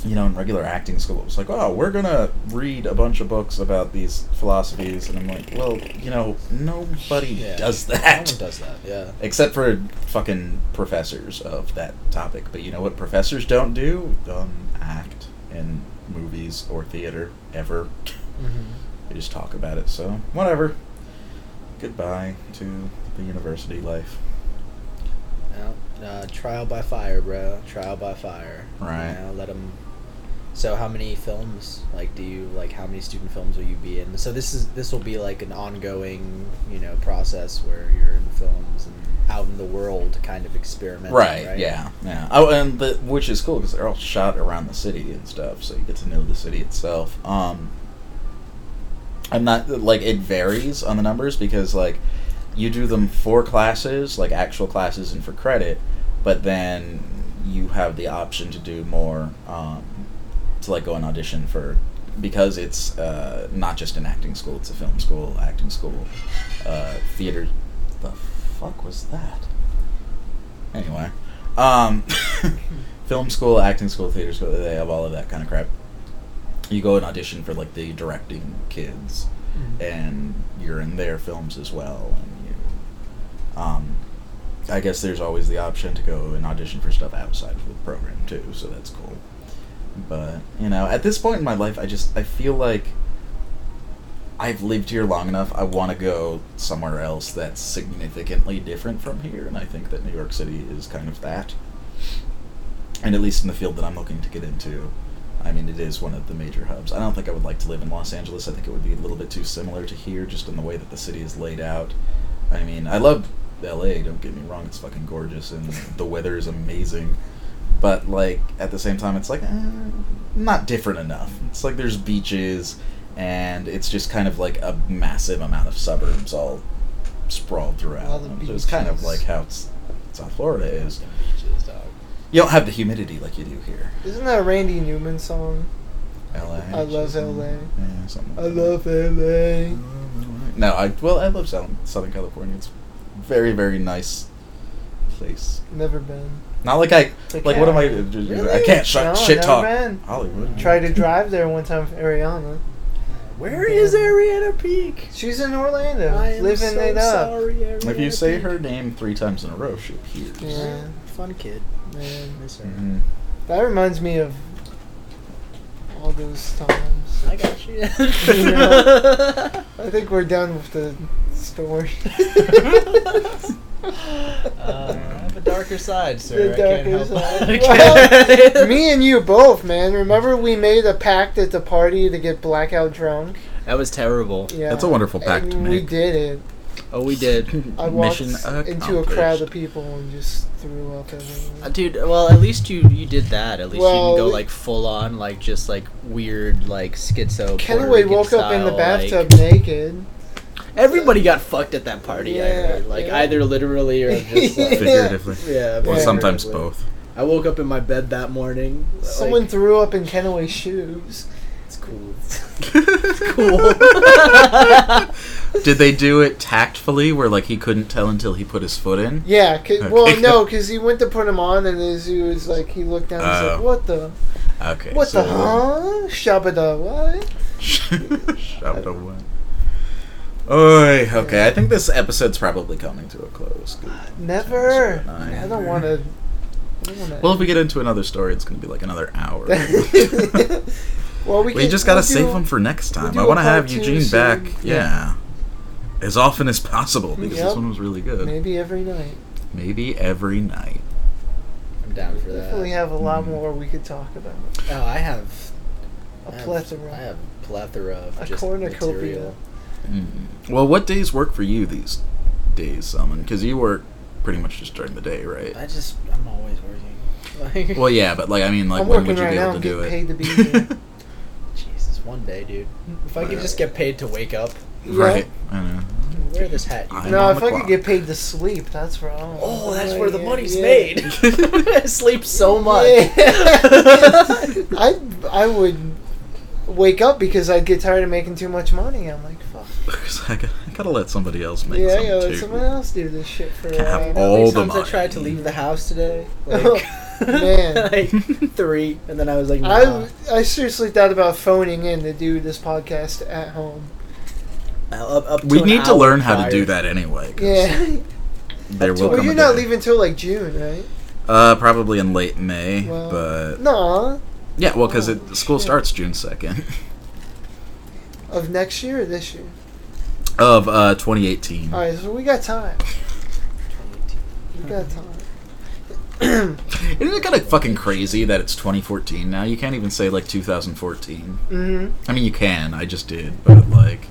B: you know, in regular acting school, it was like, oh, we're gonna read a bunch of books about these philosophies, and I'm like, well, you know, nobody
K: Yeah.
B: does
K: No
B: that,
K: one does that. Yeah.
B: except for fucking professors of that topic. But you know what professors don't do? Um, act in movies or theater ever.
K: Mm.
D: Mm-hmm.
B: They just talk about it. So whatever. Goodbye to the university life.
K: No, uh, trial by fire, bro. Trial by fire.
B: Right.
K: You know, let them. So, how many films? Like, do you like how many student films will you be in? So this is this will be like an ongoing, you know, process where you're in films and out in the world, kind of experimenting. Right.
B: Right, Yeah. Yeah. Oh, and the, which is cool because they're all shot around the city and stuff, so you get to know the city itself. Um, I'm not like it varies on the numbers because like you do them for classes, like actual classes, and for credit, but then you have the option to do more um, to like go and audition for because it's uh, not just an acting school; it's a film school, acting school, uh, theater. The fuck was that? anyway um film school acting school theater school they have all of that kind of crap you go and audition for like the directing kids and you're in their films as well and you um i guess there's always the option to go and audition for stuff outside of the program too so that's cool but you know at this point in my life i just i feel like I've lived here long enough. I want to go somewhere else that's significantly different from here, and I think that New York City is kind of that. And at least in the field that I'm looking to get into, I mean, it is one of the major hubs. I don't think I would like to live in Los Angeles. I think it would be a little bit too similar to here, just in the way that the city is laid out. I mean, I love LA, don't get me wrong, it's fucking gorgeous, and the weather is amazing. But, like, at the same time, it's like, eh, not different enough. It's like there's beaches, and it's just kind of like a massive amount of suburbs all
A: All
B: sprawled throughout.
A: the
B: So it's kind of
A: beaches.
B: like how s- South Florida is.
K: Fucking Beaches, dog.
B: You don't have the humidity like you do here.
A: Isn't that a Randy Newman song?
B: LA.
A: I love LA.
B: Yeah, something
A: I
B: like that.
A: love LA.
B: No, I well, I love Southern, Southern California. It's very, very nice place.
A: Never been.
B: Not like I
A: Like,
B: like. what am I?
A: yeah.
B: I can't sh-
A: No, I've
B: shit
A: never
B: talk.
A: been.
B: Hollywood.
A: Tried to drive there one time with Ariana.
K: Where is Ariana Peak?
A: She's in Orlando,
K: I am
A: living
K: so
A: it up.
K: sorry, Ariana
B: If you say
K: Peak.
B: her name three times in a row, she appears.
A: Yeah,
K: Fun kid.
A: man.
K: Miss her.
B: Mhm.
A: That reminds me of all those times.
K: I got you.
A: I think we're done with the story.
K: Uh, I have a darker side, sir.
A: The darker
K: I can't help
A: side.
K: it.
A: Well, me and you both, man. Remember we made a pact at the party to get blackout drunk?
H: That was terrible.
A: Yeah.
B: That's a wonderful pact
A: and
B: to
A: We
B: make.
A: did it.
H: Oh, we did.
A: I walked
B: Mission
A: into a crowd of
B: accomplished.
A: people and just threw up everywhere.
H: Uh, Dude, well, at least you you did that. At least
A: Well,
H: you didn't
A: we-
H: go like full on, like just like weird, like schizo. Puerto
A: Kennaway
H: Rican
A: woke up in the
H: style, like-
A: bathtub naked.
H: everybody got fucked at that party. I
A: Yeah,
H: heard. Like
A: yeah.
H: either literally or just like,
B: Figuratively.
H: yeah.
B: Well,
A: Yeah.
B: sometimes both.
H: I woke up in my bed that morning. like,
A: Someone threw up in Kennaway's shoes.
K: It's cool.
B: Did they do it tactfully, where like he couldn't tell until he put his foot in?
A: Yeah, 'cause-
B: Okay.
A: well, no, because he went to put him on, and as he was like, he looked down, he's
B: Oh.
A: like, "What the?
B: Okay.
A: What
B: so
A: the? Huh? Shabada? What?"
B: Shout out one. Oi, okay. I think this episode's probably coming to a close. Good.
A: Never.
B: Episode nine.
A: I don't want to. I don't want to.
B: Well, if we get into another story, it's going to be like another hour.
A: well, we,
B: we
A: can-
B: just got to
A: we'll
B: save
A: do-
B: them for next
A: we'll
B: time.
A: do
B: I
A: a
B: want to
A: part
B: have
A: two
B: Eugene
A: soon.
B: back.
A: Yeah.
B: Yeah. As often as possible because
A: Yep.
B: this one was really good.
A: maybe
B: Maybe,
A: every night.
B: every night.
K: I'm down for
A: We
K: that.
A: definitely have a lot
B: Mm.
A: more we could talk about.
K: Oh, I have
A: A
K: I have-
A: plethora.
K: I have a plethora of
A: A
K: just
A: cornucopia.
K: material.
B: Mm. Well, what days work for you these days, Salmon? Because you work pretty much just during the day, right?
K: I just I'm always working. Like,
B: Well, yeah, but like I mean, like
A: I'm
B: when
A: working
B: would you
A: right
B: be able
A: now
B: to
A: and
B: do it?
A: getting paid to be here.
K: Jesus, one day, dude. If I could just get paid to wake up,
B: right. I know.
K: wear this hat.
B: I'm
A: No,
B: on
A: if
B: the
A: I could
B: clock.
A: get paid to sleep, that's where I'm.
K: Oh, that's where the
A: Yeah,
K: money's
A: yeah.
K: made. Sleep so much.
A: Yeah. I I would wake up because I'd get tired of making too much money. I'm like, fuck
B: I gotta, I gotta let somebody else make
A: yeah,
B: some
A: yeah,
B: too.
A: let someone else do this shit for a
B: Can't have
A: while.
B: all the
D: times I
B: money.
D: tried to leave the house today,
A: Oh,
D: like,
A: man.
D: like three, and then I was like, nah,
A: I, I seriously thought about phoning in to do this podcast at home.
D: up, up
B: we
D: an
B: need to
D: hour
B: learn how to
D: prior.
B: do that anyway. 'cause
A: Yeah.
B: There will
A: well,
B: come a
A: you're not
B: day.
A: leaving till like June, right?
B: Uh, probably in late May,
A: Well,
B: but
A: No,
B: yeah, well, because
A: oh,
B: it school
A: shit.
B: starts June second
A: of next year or this year.
B: of uh 2018.
A: All right, so we got time. We got time.
B: Isn't it kind of fucking crazy that it's 2014 now? You can't even say like 2014.
A: Mm-hmm.
B: I mean, you can. I just did, but like,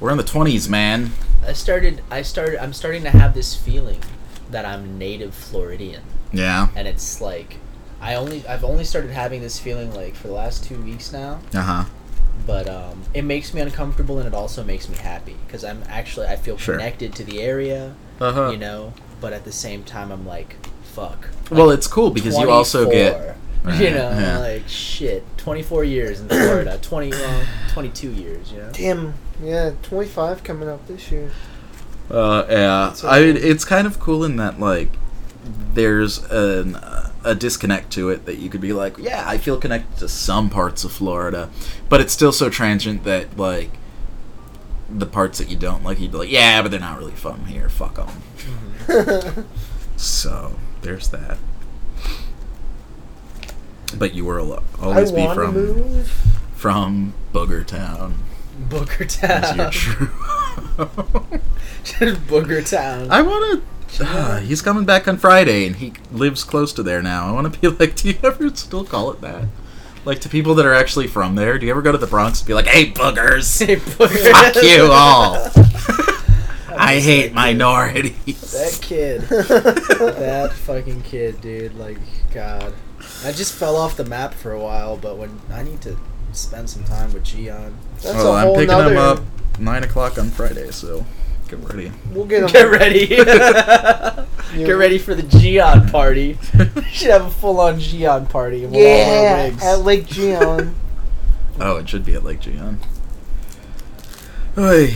B: we're in the 20s, man.
K: I started. I started. I'm starting to have this feeling that I'm native Floridian,
B: Yeah.
K: and it's like, I only. I've only started having this feeling like for the last two weeks now.
B: Uh huh.
K: but um, it makes me uncomfortable and it also makes me happy because I'm actually I feel
B: Sure.
K: connected to the area,
B: Uh huh.
K: you know. But at the same time, I'm like, fuck.
B: well, it's cool because you also get
K: 24, you
B: Right,
K: know,
B: yeah.
K: like shit. 24 years in Florida, 20, well, 22 years, you know.
A: Damn. Yeah, 25 coming up this year.
B: Uh, yeah,
A: It's
B: I
A: okay.
B: mean, it's kind of cool in that like there's an a disconnect to it that you could be like, yeah, I feel connected to some parts of Florida, but it's still so transient that like the parts that you don't like, you'd be like, yeah, but they're not really from here. Fuck them. So there's that. But you will always
A: I
B: be
A: want to
B: from
A: move.
B: from Booger Town.
K: Booker
B: Is your
K: Town,
B: true.
K: just Booker Town.
B: I want to. he's coming back on Friday, and he lives close to there now. I want to be like, do you ever still call it that? Like to people that are actually from there, do you ever go to the Bronx and be like, "Hey boogers,
K: Say Booker.
B: fuck you all, I hate minorities."
K: That kid, that fucking kid, dude. Like, God, I just fell off the map for a while. But when I need to spend some time with Gian,
A: That's
B: Well,
A: a
B: Oh, I'm
A: whole
B: picking
A: nother.
B: him up nine o'clock on Friday, so get ready.
A: We'll get him.
K: Get ready. Get ready for the Gion party. We should have a full on Gion party. and we'll all wear
A: Yeah,
K: wigs.
A: at Lake Geon.
B: Oh, it should be at Lake Gion. Oy,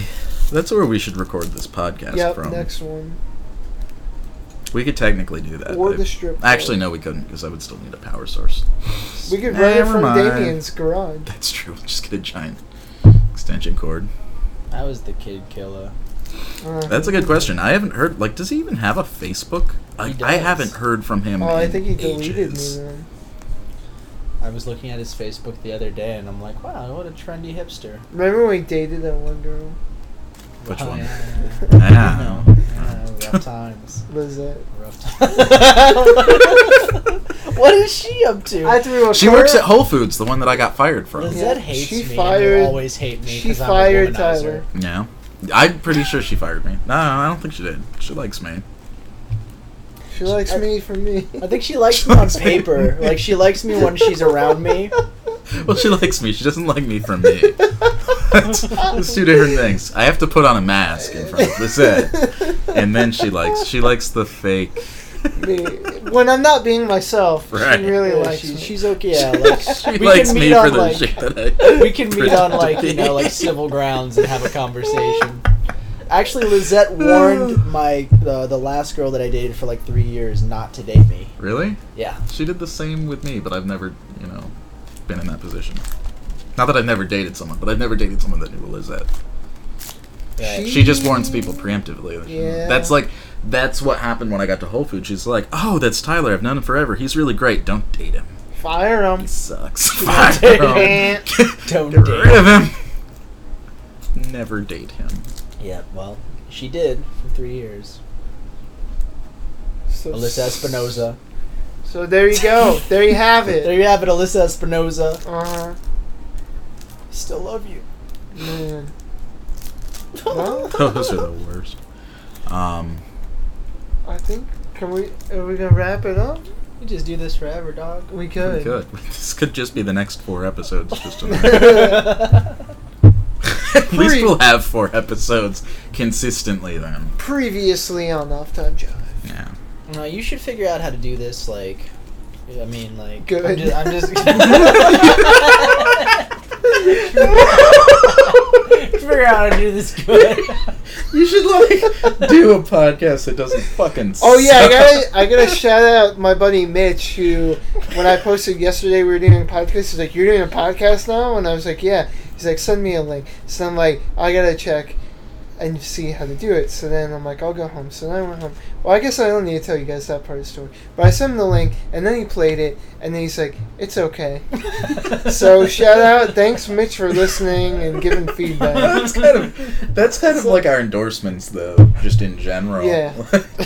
B: that's where we should record this podcast
A: yep,
B: from.
A: next one.
B: We could technically do that.
A: Or
B: I-
A: the strip. club.
B: Actually, no, we couldn't because I would still need a power source.
A: We could run it
B: Never
A: from
B: mind.
A: Damien's garage.
B: That's true. We'll just get a giant extension cord.
K: I was the kid killer.
A: Uh,
B: That's a good question. I haven't heard. Like, does he even have a Facebook? I,
K: He
B: I
K: does.
B: haven't heard from him.
A: Oh, I
B: in
A: think he deleted
B: ages.
A: me then.
K: I was looking at his Facebook the other day and I'm like, wow, what a trendy hipster.
A: Remember when we dated that one girl?
B: Which
K: Oh,
B: one? Ah.
K: Yeah, yeah, yeah.
B: Wow.
K: No, yeah, rough times.
A: Lizette.
K: Rough times. what is she up to?
A: I threw a
B: She works at Whole Foods, the one that I got fired from.
A: Yeah.
K: Lizette hates
A: She
K: me.
A: fired-
K: and will always hate me.
A: she
K: 'cause I'm a
A: fired
K: womanizer.
A: Tyler.
B: No, I'm pretty sure she fired me. No, I don't think she did. She likes me.
A: She likes me for me.
K: I think she likes me on paper. Like she likes me when she's around me.
B: Well, she likes me. She doesn't like me for me. That's that's two different things. I have to put on a mask in front of Lizette, and then she likes. She likes the fake.
A: Me. When I'm not being myself,
B: Right.
A: she really
K: Yeah,
A: likes
K: she-
A: me.
K: she's okay. Yeah, like
B: She
K: we
B: likes
K: can meet
B: me for
K: on
B: the
K: like
B: shit that I.
K: we can meet on
B: pretend to
K: like you know
B: be.
K: like civil grounds and have a conversation. Actually, Lizette warned my uh, the last girl that I dated for like three years not to date me.
B: Really?
K: Yeah,
B: She did the same with me, but I've never, you know, been in that position. Not that I've never dated someone, but I've never dated someone that knew what Lizette.
A: She-
B: She just warns people preemptively.
A: Yeah.
B: That's like, that's what happened when I got to Whole Foods. She's like, oh, that's Tyler. I've known him forever. He's really great. Don't date him.
A: Fire
B: He
A: him.
B: sucks. Fire
K: date
B: him.
K: don't
B: Get
K: date.
B: rid of him. Never date him.
K: Yeah, well, she did for three years.
A: So,
K: Alyssa Espinoza.
A: So there you go. There you have
K: There
A: it.
K: you have it, Alyssa Espinoza.
A: Uh huh.
K: Still love you.
A: Man. Well,
B: Those are the worst. Um,
A: I think. Can we? Are we gonna wrap it up?
K: We just do this forever, dog.
A: We
B: we
A: could.
B: could. This could just be the next four episodes. Just a At least
A: Free.
B: we'll have four episodes consistently then.
A: Previously on Off Time Jive.
B: Yeah.
K: No, you should figure out how to do this. Like, I mean, like,
A: Good.
K: I'm just, I'm just figure out how to do this good.
B: You should like do a podcast that doesn't fucking.
A: Oh yeah, I
B: suck.
A: gotta I gotta shout out my buddy Mitch who when I posted yesterday we were doing a podcast, he's like, You're doing a podcast now? And I was like, Yeah. He's like, Send me a link. So I'm like, I gotta check and see how to do it. So then I'm like, I'll go home. So then I went home. Well I guess I don't need to tell you guys that part of the story. But I sent him the link and then he played it and then he's like, It's okay. so shout out, thanks Mitch for listening and giving feedback.
B: That's kind of that's kind of like our endorsements though, just in general.
A: Yeah.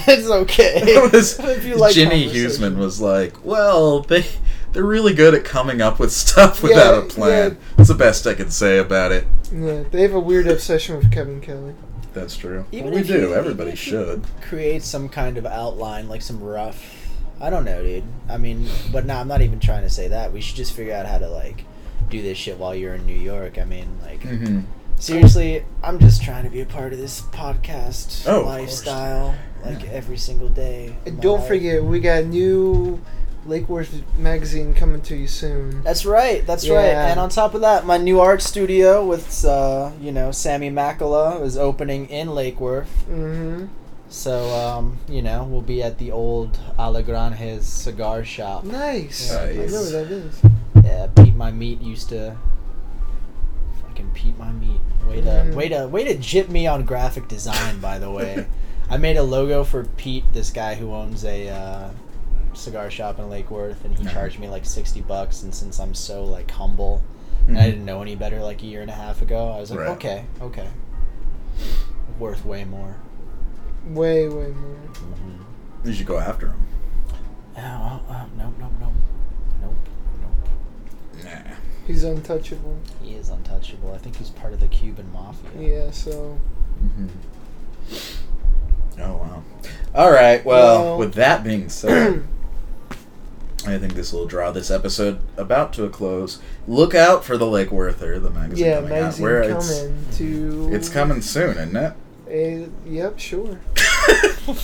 D: it's okay.
B: it was
D: If you like
B: Jimmy
D: conversation.
B: Huseman was like, "Well, they they're really good at coming up with stuff without a
A: Yeah,
B: plan." That's the best I can say about it.
A: Yeah, uh, they have a weird obsession with Kevin Kelly.
B: That's true.
D: Even
B: we
D: if
B: do.
D: you-
B: Everybody
D: even if you-
B: should.
D: Create some kind of outline, like some rough. I don't know, dude. I mean, but no, I'm not even trying to say that. We should just figure out how to like do this shit while you're in New York. I mean, like
B: hmm
D: seriously, I'm just trying to be a part of this podcast
B: Oh, of course.
D: lifestyle, like every single day. of
A: And
D: my
A: don't
D: life.
A: forget, we got a new Lake Worth magazine coming to you soon.
D: That's right. That's right.
A: Yeah.
D: And on top of that, my new art studio with uh, you know Sammy Makala is opening in Lake Worth.
A: Mm-hmm.
D: So um, you know we'll be at the old Alagranjes cigar shop.
A: Nice.
B: Yeah,
A: I know
B: nice.
A: what that is.
D: Yeah, Pete my meat used to. Fucking Pete my meat. Way to
A: Mhm.
D: way to way to jip me on graphic design. By the way, I made a logo for Pete, this guy who owns a uh, cigar shop in Lake Worth, and he
B: Yeah.
D: charged me like sixty bucks. And since I'm so like humble,
B: Mm-hmm.
D: and I didn't know any better like a year and a half ago, I was like,
B: Right.
D: okay, okay, worth way more.
A: Way, way more.
D: Mm-hmm.
B: You should go after him.
D: Oh, oh, nope, nope, nope, nope, nope.
B: Nah.
A: He's untouchable.
D: He is untouchable. I think he's part of the Cuban mafia.
A: Yeah. So
B: hmm Oh wow! All right. Well,
A: Well-
B: with that being said, I think this will draw this episode about to a close. Look out for the Lake Werther, the magazine.
A: yeah,
B: coming out,
A: magazine
B: where
A: coming
B: it's
A: to.
B: it's coming soon, isn't it?
A: Eh, yep. Sure.
B: we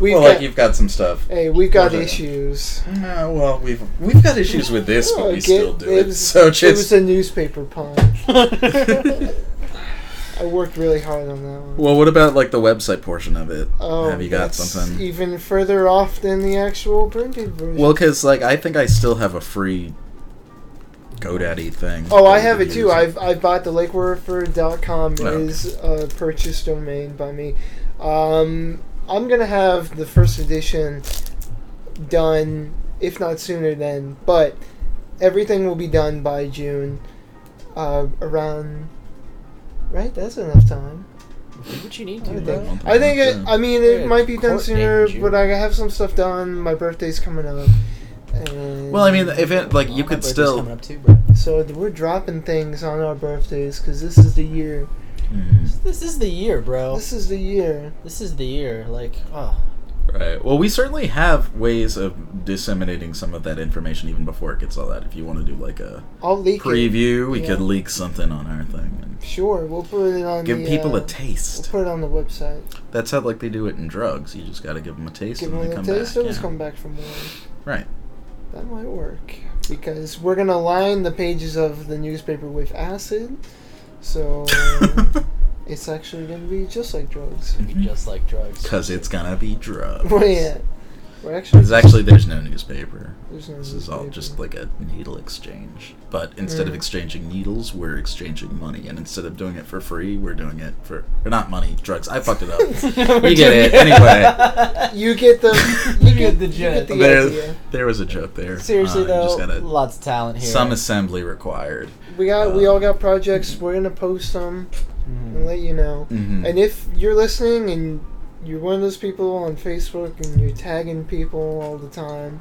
A: we've
B: well, like
A: got.
B: you've got some stuff.
A: Hey, we've got
B: Okay.
A: issues.
B: No, well, we've we've got issues with this, but
A: Oh,
B: we
A: get-
B: still do it.
A: was-
B: so
A: it was
B: just
A: a newspaper pun.
D: oh,
B: well,
A: I worked really hard on that one.
B: what about like the website portion of it?
A: Oh,
B: Have you got
A: that's
B: something?
A: even further off than the actual printed version?
B: Well, because like I think I still have a free GoDaddy thing.
A: Oh,
B: that
A: I
B: we
A: have
B: could
A: it too.
B: use.
A: I've I bought the lakewerfer.com
B: Oh, okay.
A: is a purchase domain by me. Um, I'm gonna have the first edition done, if not sooner than, but everything will be done by June. Uh, around right, that's enough time.
D: Do what you need
A: I
D: to,
A: would
D: bro.
A: think. I think it, I mean it
D: Yeah,
A: might be done
D: court date in
A: sooner,
D: June.
A: but I have some stuff done. My birthday's coming up. And
B: Well, I mean, if it like you
D: My
B: could
D: birthday's coming
B: still.
D: up too, bro.
A: So th- we're dropping things on our birthdays because this is the year.
B: Mm,
D: This is the year, bro.
A: This is the year.
D: This is the year. Like, oh,
B: Right. Well, we certainly have ways of disseminating some of that information even before it gets all that. If you want to do like a
A: I'll leak it.
B: preview, we
A: Yeah.
B: could leak something on our thing and
A: Sure, we'll put it on.
B: give
A: the,
B: people
A: uh,
B: a taste.
A: We'll put it on the website.
B: That's how like they do it in drugs. You just got to give them a taste
A: Give
B: and
A: them
B: they
A: a
B: come
A: taste.
B: back.
A: They'll just
B: yeah.
A: come back for more.
B: Right.
A: That might work because we're gonna line the pages of the newspaper with acid, so it's actually gonna be just like drugs.
D: it'd be just like drugs.
B: Cuz it's going to be drugs.
A: Well, yeah, we're actually.
B: It's actually there's no newspaper.
A: there's no
B: This is all
A: newspaper.
B: just like a needle exchange. But instead of
A: Mm.
B: exchanging needles, we're exchanging money. And instead of doing it for free, we're doing it for or not money, drugs. I fucked it up. you get it anyway.
A: You get the. You get the. You get
D: gist.
A: the idea.
B: there, there was a joke there.
D: Seriously
B: Uh, you
D: though,
B: just gotta-
D: lots of talent here.
B: some assembly required.
A: We got. we
B: Uh,
A: all got projects. We're gonna post them and
D: Mhm.
A: let you know.
B: Mhm.
A: And if you're listening and you're one of those people on Facebook and you're tagging people all the time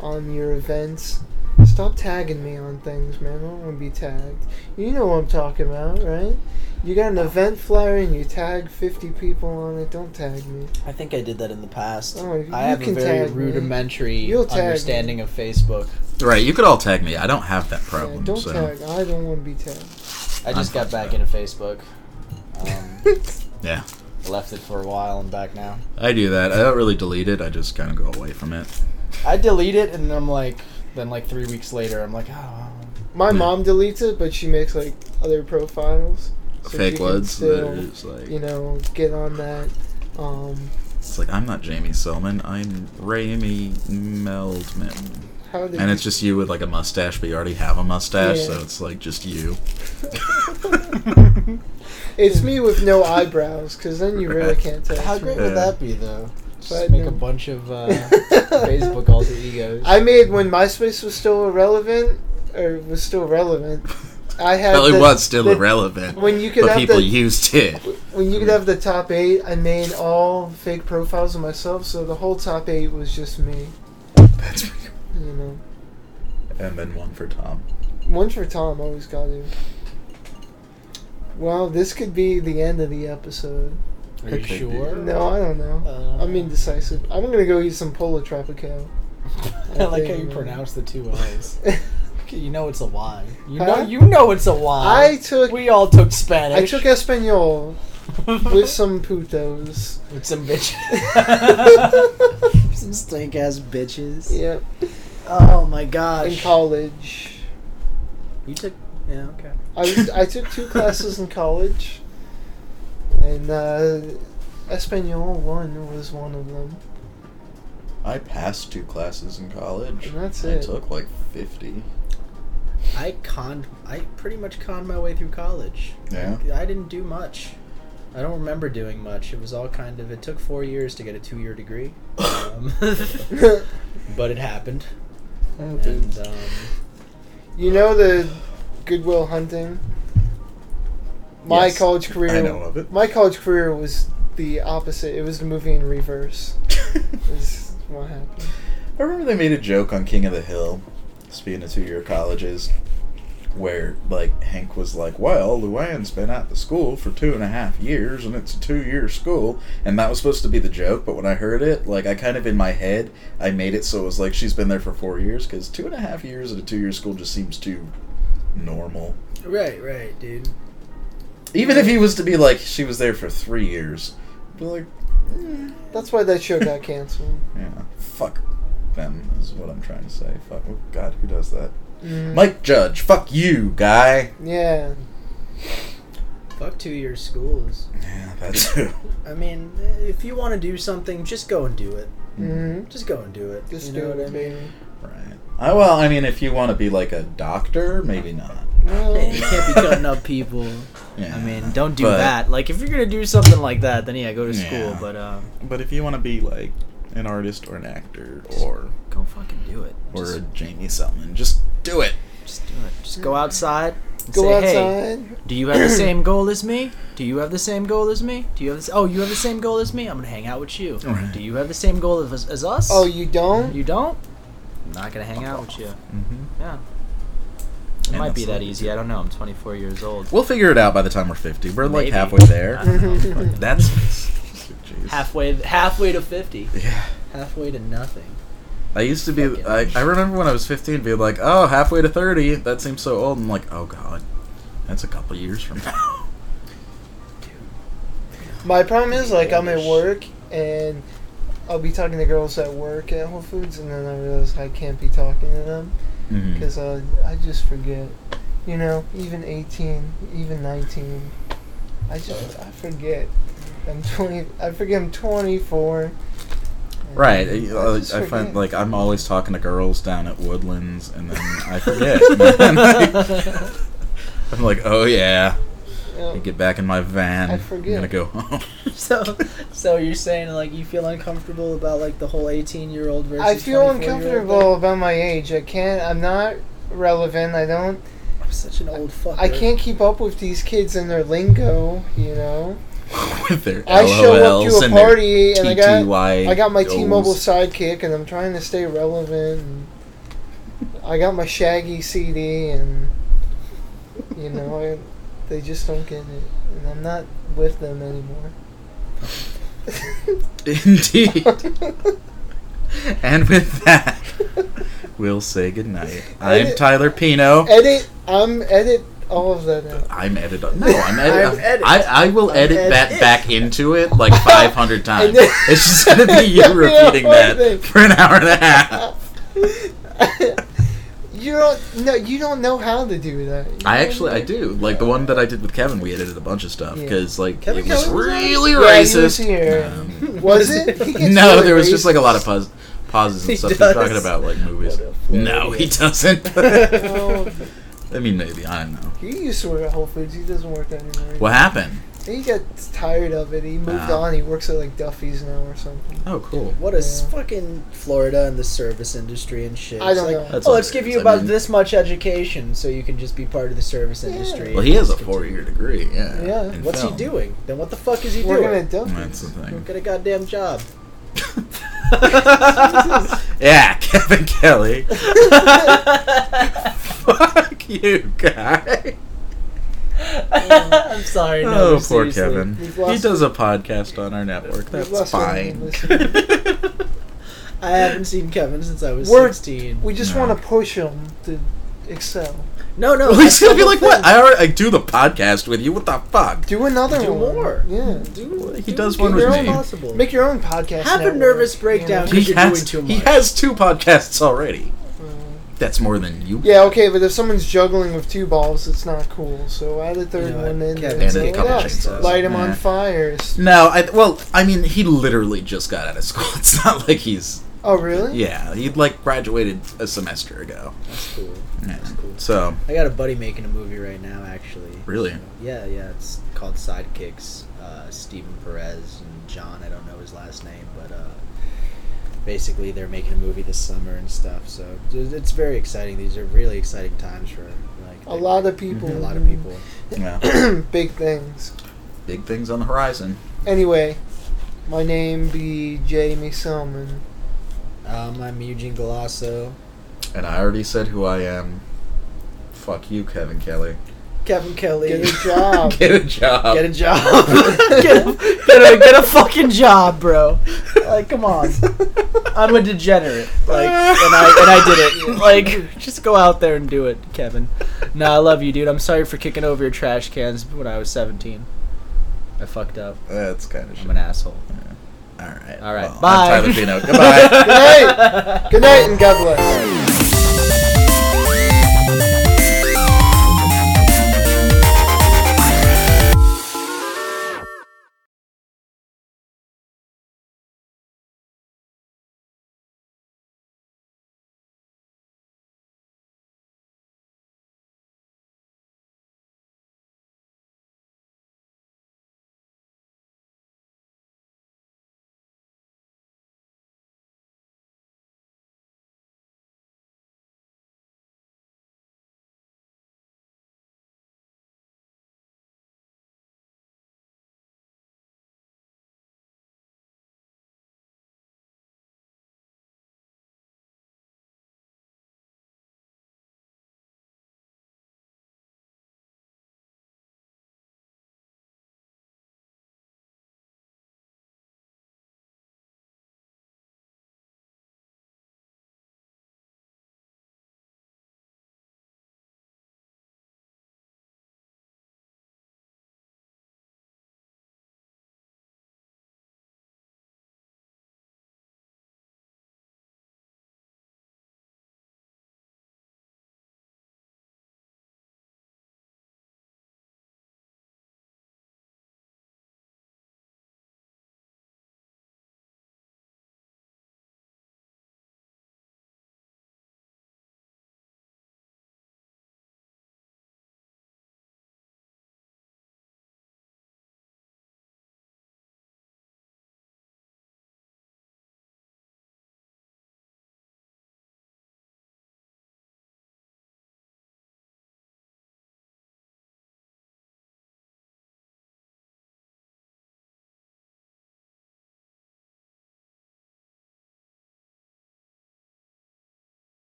A: on your events, stop tagging me on things, man. I don't want to be tagged. You know what I'm talking about, right? You got an event flyer and you tag 50 people on it. Don't tag me.
D: I think I did that in the past.
A: Oh, you-
D: I
A: you
D: have a
A: can
D: very
A: tag me.
D: rudimentary
A: You'll tag me.
D: understanding of Facebook.
B: Right, you could all tag me. I don't have that
A: Yeah,
B: problem.
A: don't
B: so.
A: tag. I don't want to be tagged.
D: I just
B: I'm
D: got back
B: fine.
D: into Facebook. Um,
B: Yeah.
D: left it for a while and back now.
B: I do that. I don't really delete it. I just kind of go away from it.
D: I delete it and I'm like, then like three weeks later, I'm like, oh,
A: My
B: Yeah.
A: mom deletes it, but she makes like other profiles. So you
B: fake uh,
A: can
B: LUDs that
A: still,
B: are just like,
A: you know, get on that. Um,
B: it's like I'm not Jamie Selman, I'm Raimi Meldman.
A: how did
B: And it's just you with like a mustache, but you already have a mustache,
A: Yeah.
B: so it's like just you.
A: It's me with no eyebrows, because then you really can't tell.
D: How
A: it's me.
D: great
B: Yeah.
D: would that be, though? Just
A: But
D: make
A: no.
D: a bunch of uh, Facebook alter egos.
A: I made when MySpace was still irrelevant, or was still relevant. I had
B: Well, it
A: the-
B: was still
A: the-
B: irrelevant,
A: when you could
B: but
A: have
B: people
A: the-
B: used it.
A: When you could have the top eight, I made all fake profiles of myself, so the whole top eight was just me.
B: That's pretty cool.
A: You know,
B: And then one for Tom.
A: one for Tom always got to. Well, this could be the end of the episode.
D: Are you
B: It could be.
D: sure?
A: No, I don't know.
D: Uh,
A: I'm indecisive. I'm gonna go eat some Polo Tropical.
D: I like how you
A: think-
D: pronounce the two Y's. you know it's a Y. You
A: Huh?
D: know you know it's a Y.
A: I took
D: we all took Spanish.
A: I took Espanol
B: Uh-huh.
A: with some putos.
D: with some bitches. some stink ass bitches.
A: Yeah,
D: Oh my
A: in
D: gosh.
A: college.
D: you took yeah okay.
A: I, was, I took two classes in college, and uh, Espanol 1 was one of them.
B: I passed two classes in college.
A: And that's
B: I
A: it.
B: took like 50.
D: I conned. I pretty much conned my way through college.
B: Yeah.
D: I didn't do much. I don't remember doing much. It was all kind of. It took four years to get a two-year degree, um, but it happened. And um,
A: you know the Goodwill Hunting? My
B: Yes,
A: college career.
B: I know of it.
A: My college career was the opposite. It was the movie in reverse. Is what happened.
B: I remember they made a joke on King of the Hill, speaking of two year colleges, where like Hank was like, Well, Luann's been at the school for two and a half years and it's a two year school and that was supposed to be the joke, but when I heard it, like I kind of in my head I made it so it was like she's been there for four years because two and a half years at a two year school just seems too normal.
D: right, right, dude.
B: Even if he was to be like she was there for three years, I'd be like, "Mm,
A: That's why that show got canceled.
B: Yeah. Fuck them is what I'm trying to say. Fuck. Oh God, who does that?
A: Mm.
B: Mike Judge. Fuck you, guy.
A: Yeah.
D: Fuck two-year schools.
B: Yeah, that's who.
D: I mean, if you want to do something, just go and do it.
A: Mm-hmm.
D: Just go and do it.
A: Just
D: you know
A: do
D: what
A: it,
D: I mean?
A: baby.
B: Right. I, well, I mean, if you want to be like a doctor, maybe not.
A: Well,
C: Hey, you can't be cutting up people.
B: Yeah.
H: I mean, don't do
B: But-
H: that. Like, if you're gonna do something like that, then yeah, go to school.
B: Yeah.
H: But uh,
B: But if you want to be like an artist or an actor or
H: go fucking do it.
B: or
H: just,
B: a Jamie Selman, just do it.
H: just do it. Just go outside. And
A: Mm. go
H: say, Hey,
A: outside.
H: do you have the same goal as me? Do you have the same goal as me? Do you have this? Oh, you have the same goal as me. I'm gonna hang out with you.
B: Right.
H: Do you have the same goal as, as us?
A: Oh, you don't?
H: you don't. I'm not gonna hang out with you.
B: Mm-hmm.
H: Yeah. It
B: And
H: might be
B: that's
H: that
B: what we
H: easy.
B: do.
H: I don't know. I'm 24 years old.
B: We'll figure it out by the time we're fifty. We're like
H: Maybe.
B: halfway
H: I
B: there.
H: don't know, fucking-
B: That's Jeez.
H: halfway halfway to 50.
B: Yeah.
D: Halfway to nothing.
B: I used to be. I, I remember when I was 15, being like, "Oh, halfway to 30. That seems so old." I'm like, "Oh God, that's a couple years from now."
A: My problem is like I'm at work and I'll be talking to girls at work at Whole Foods, and then I realize I can't be talking to them
B: Mm.
A: because I just forget. You know, even 18, even 19, I just I forget. I'm 20. I forget I'm 24. and
B: Right. I, uh,
A: I just
B: I find
A: forget.
B: like I'm always talking to girls down at Woodlands, and then I forget. And then I- I'm like, "Oh yeah."
A: Yeah.
B: I get back in my van.
A: I
B: I'm
A: forget.
B: gonna go home.
D: So, so you're saying like you feel uncomfortable about like the whole 18 year old versus
A: I feel
D: 24-year-old
A: uncomfortable about my age. I can't. I'm not relevant. I don't.
D: thing? I'm such an old fucker.
A: I can't keep up with these kids and their lingo. You know.
B: With their
A: I show up
B: LOLs
A: to a
B: and their
A: party and I got
B: TTY
A: I got my
B: goals.
A: T-Mobile sidekick and I'm trying to stay relevant. And I got my Shaggy CD and you know I, they just don't get it, and I'm not with them anymore.
B: Indeed. and with that, we'll say goodnight. I'm
A: Edit-
B: Tyler Pino.
A: Edit. I'm edit all of that out.
B: I'm edit. No, I'm edit.
D: I'm edit.
B: I, I will edit
D: edit.
B: that back into it like 500 times.
A: And then-
B: it's just gonna be you
A: Yeah,
B: repeating
A: whole
B: that
A: thing.
B: for an hour and a half.
A: You don't no. You don't know how to do that. You
B: I
A: know?
B: actually I do like the one that I did with Kevin. We edited a bunch of stuff
A: Yeah.
B: because like
A: Kevin
B: it was
A: Kelly was on?
B: really
A: Yeah, he was
B: racist.
A: here.
B: Um,
A: Was it? He gets
B: no,
A: really
B: there was just
A: racist.
B: like a lot of pause, pauses
L: He
B: and stuff.
L: does.
B: He's talking about like movies.
M: What a Florida
B: No, he
M: idiot.
B: doesn't.
A: Well,
B: I mean, maybe I don't know.
A: he used to work at Whole Foods. He doesn't work there anymore.
B: What happened?
A: He got tired of it. He moved
B: Ah.
A: on. He works at like Duffy's now or something.
B: Oh, cool.
K: What is
A: Yeah.
K: fucking Florida and the service industry and shit?
A: I
K: It's
A: don't
K: like,
A: know.
B: That's
K: oh, let's
B: unfair,
K: give you
B: I
K: about
B: mean-
K: this much education so you can just be part of the service
A: Yeah.
K: industry.
B: Well, he has a four-year degree. Yeah.
A: Yeah.
B: in
K: What's
B: film.
K: he doing? Then what the fuck is he
A: Working
K: doing?
A: at Duffy's.
B: That's the thing.
K: Get a goddamn job.
B: yeah, Kevin Kelly. Fuck you, guy.
K: I'm sorry. No,
B: oh, poor
K: seriously.
B: Kevin.
A: We've
B: He
A: lost-
B: does a podcast on our
A: We've
B: network. That's
A: lost one
B: fine.
A: listener.
K: I haven't seen Kevin since I was
A: We're-
K: 16.
A: We just
B: No.
A: want to push him to excel.
K: No, no.
B: Well,
K: I
B: he's
K: still
B: gonna be
K: don't
B: like,
K: think-
B: "What? I already I do the podcast with you. What the fuck?"
A: Do another
K: Do
A: one.
K: more.
A: Yeah.
K: Do,
B: He
K: do-
B: does
K: do
B: one
K: your
B: with
K: own
B: me.
K: Possible.
A: Make your own podcast.
K: Have a
A: network,
K: nervous
A: you know?
K: breakdown.
B: He
K: you're
B: has
K: doing too
B: he
K: much.
B: has two podcasts already.
A: Mm.
B: That's more than you.
A: Yeah, okay, but if someone's juggling with two balls, it's not cool. So add a third
K: You know,
A: one in and
K: Kevin,
B: And a
A: it
B: couple
A: up.
B: chainsaws.
A: Light him on
B: Nah.
A: fire.
B: No, I well, I mean, he literally just got out of school. It's not like he's
A: Oh, really?
B: yeah, he like graduated a semester ago.
K: That's cool.
B: Yeah.
K: cool.
B: So
K: I got a buddy making a movie right now, actually.
B: Really?
K: Yeah, yeah. It's called Sidekicks. Uh, Steven Perez and John. I don't know his last name, but uh, basically they're making a movie this summer and stuff. So it's- it's very exciting. These are really exciting times for like
A: A lot of people.
K: Mm-hmm. a lot of people.
B: yeah.
A: Big things.
B: big things on the horizon.
A: Anyway, my name be Jamie Selman.
K: Um, I'm Eugene Galasso.
B: And I already said who I am. Fuck you, Kevin Kelly.
K: Kevin Kelly.
A: Get a job.
B: Get a job.
K: Get a job.
N: get, a, get, a, get a fucking job, bro. Like, come on. I'm a degenerate. Like, and I and I did it. Like, just go out there and do it, Kevin. No, I love you, dude. I'm sorry for kicking over your trash cans when I was 17. I fucked up.
B: That's kind of shit.
N: I'm an asshole.
B: All right.
N: All right,
B: Well,
N: bye.
B: I'm Tyler Pino. Goodbye.
A: Good night. Good night and God bless.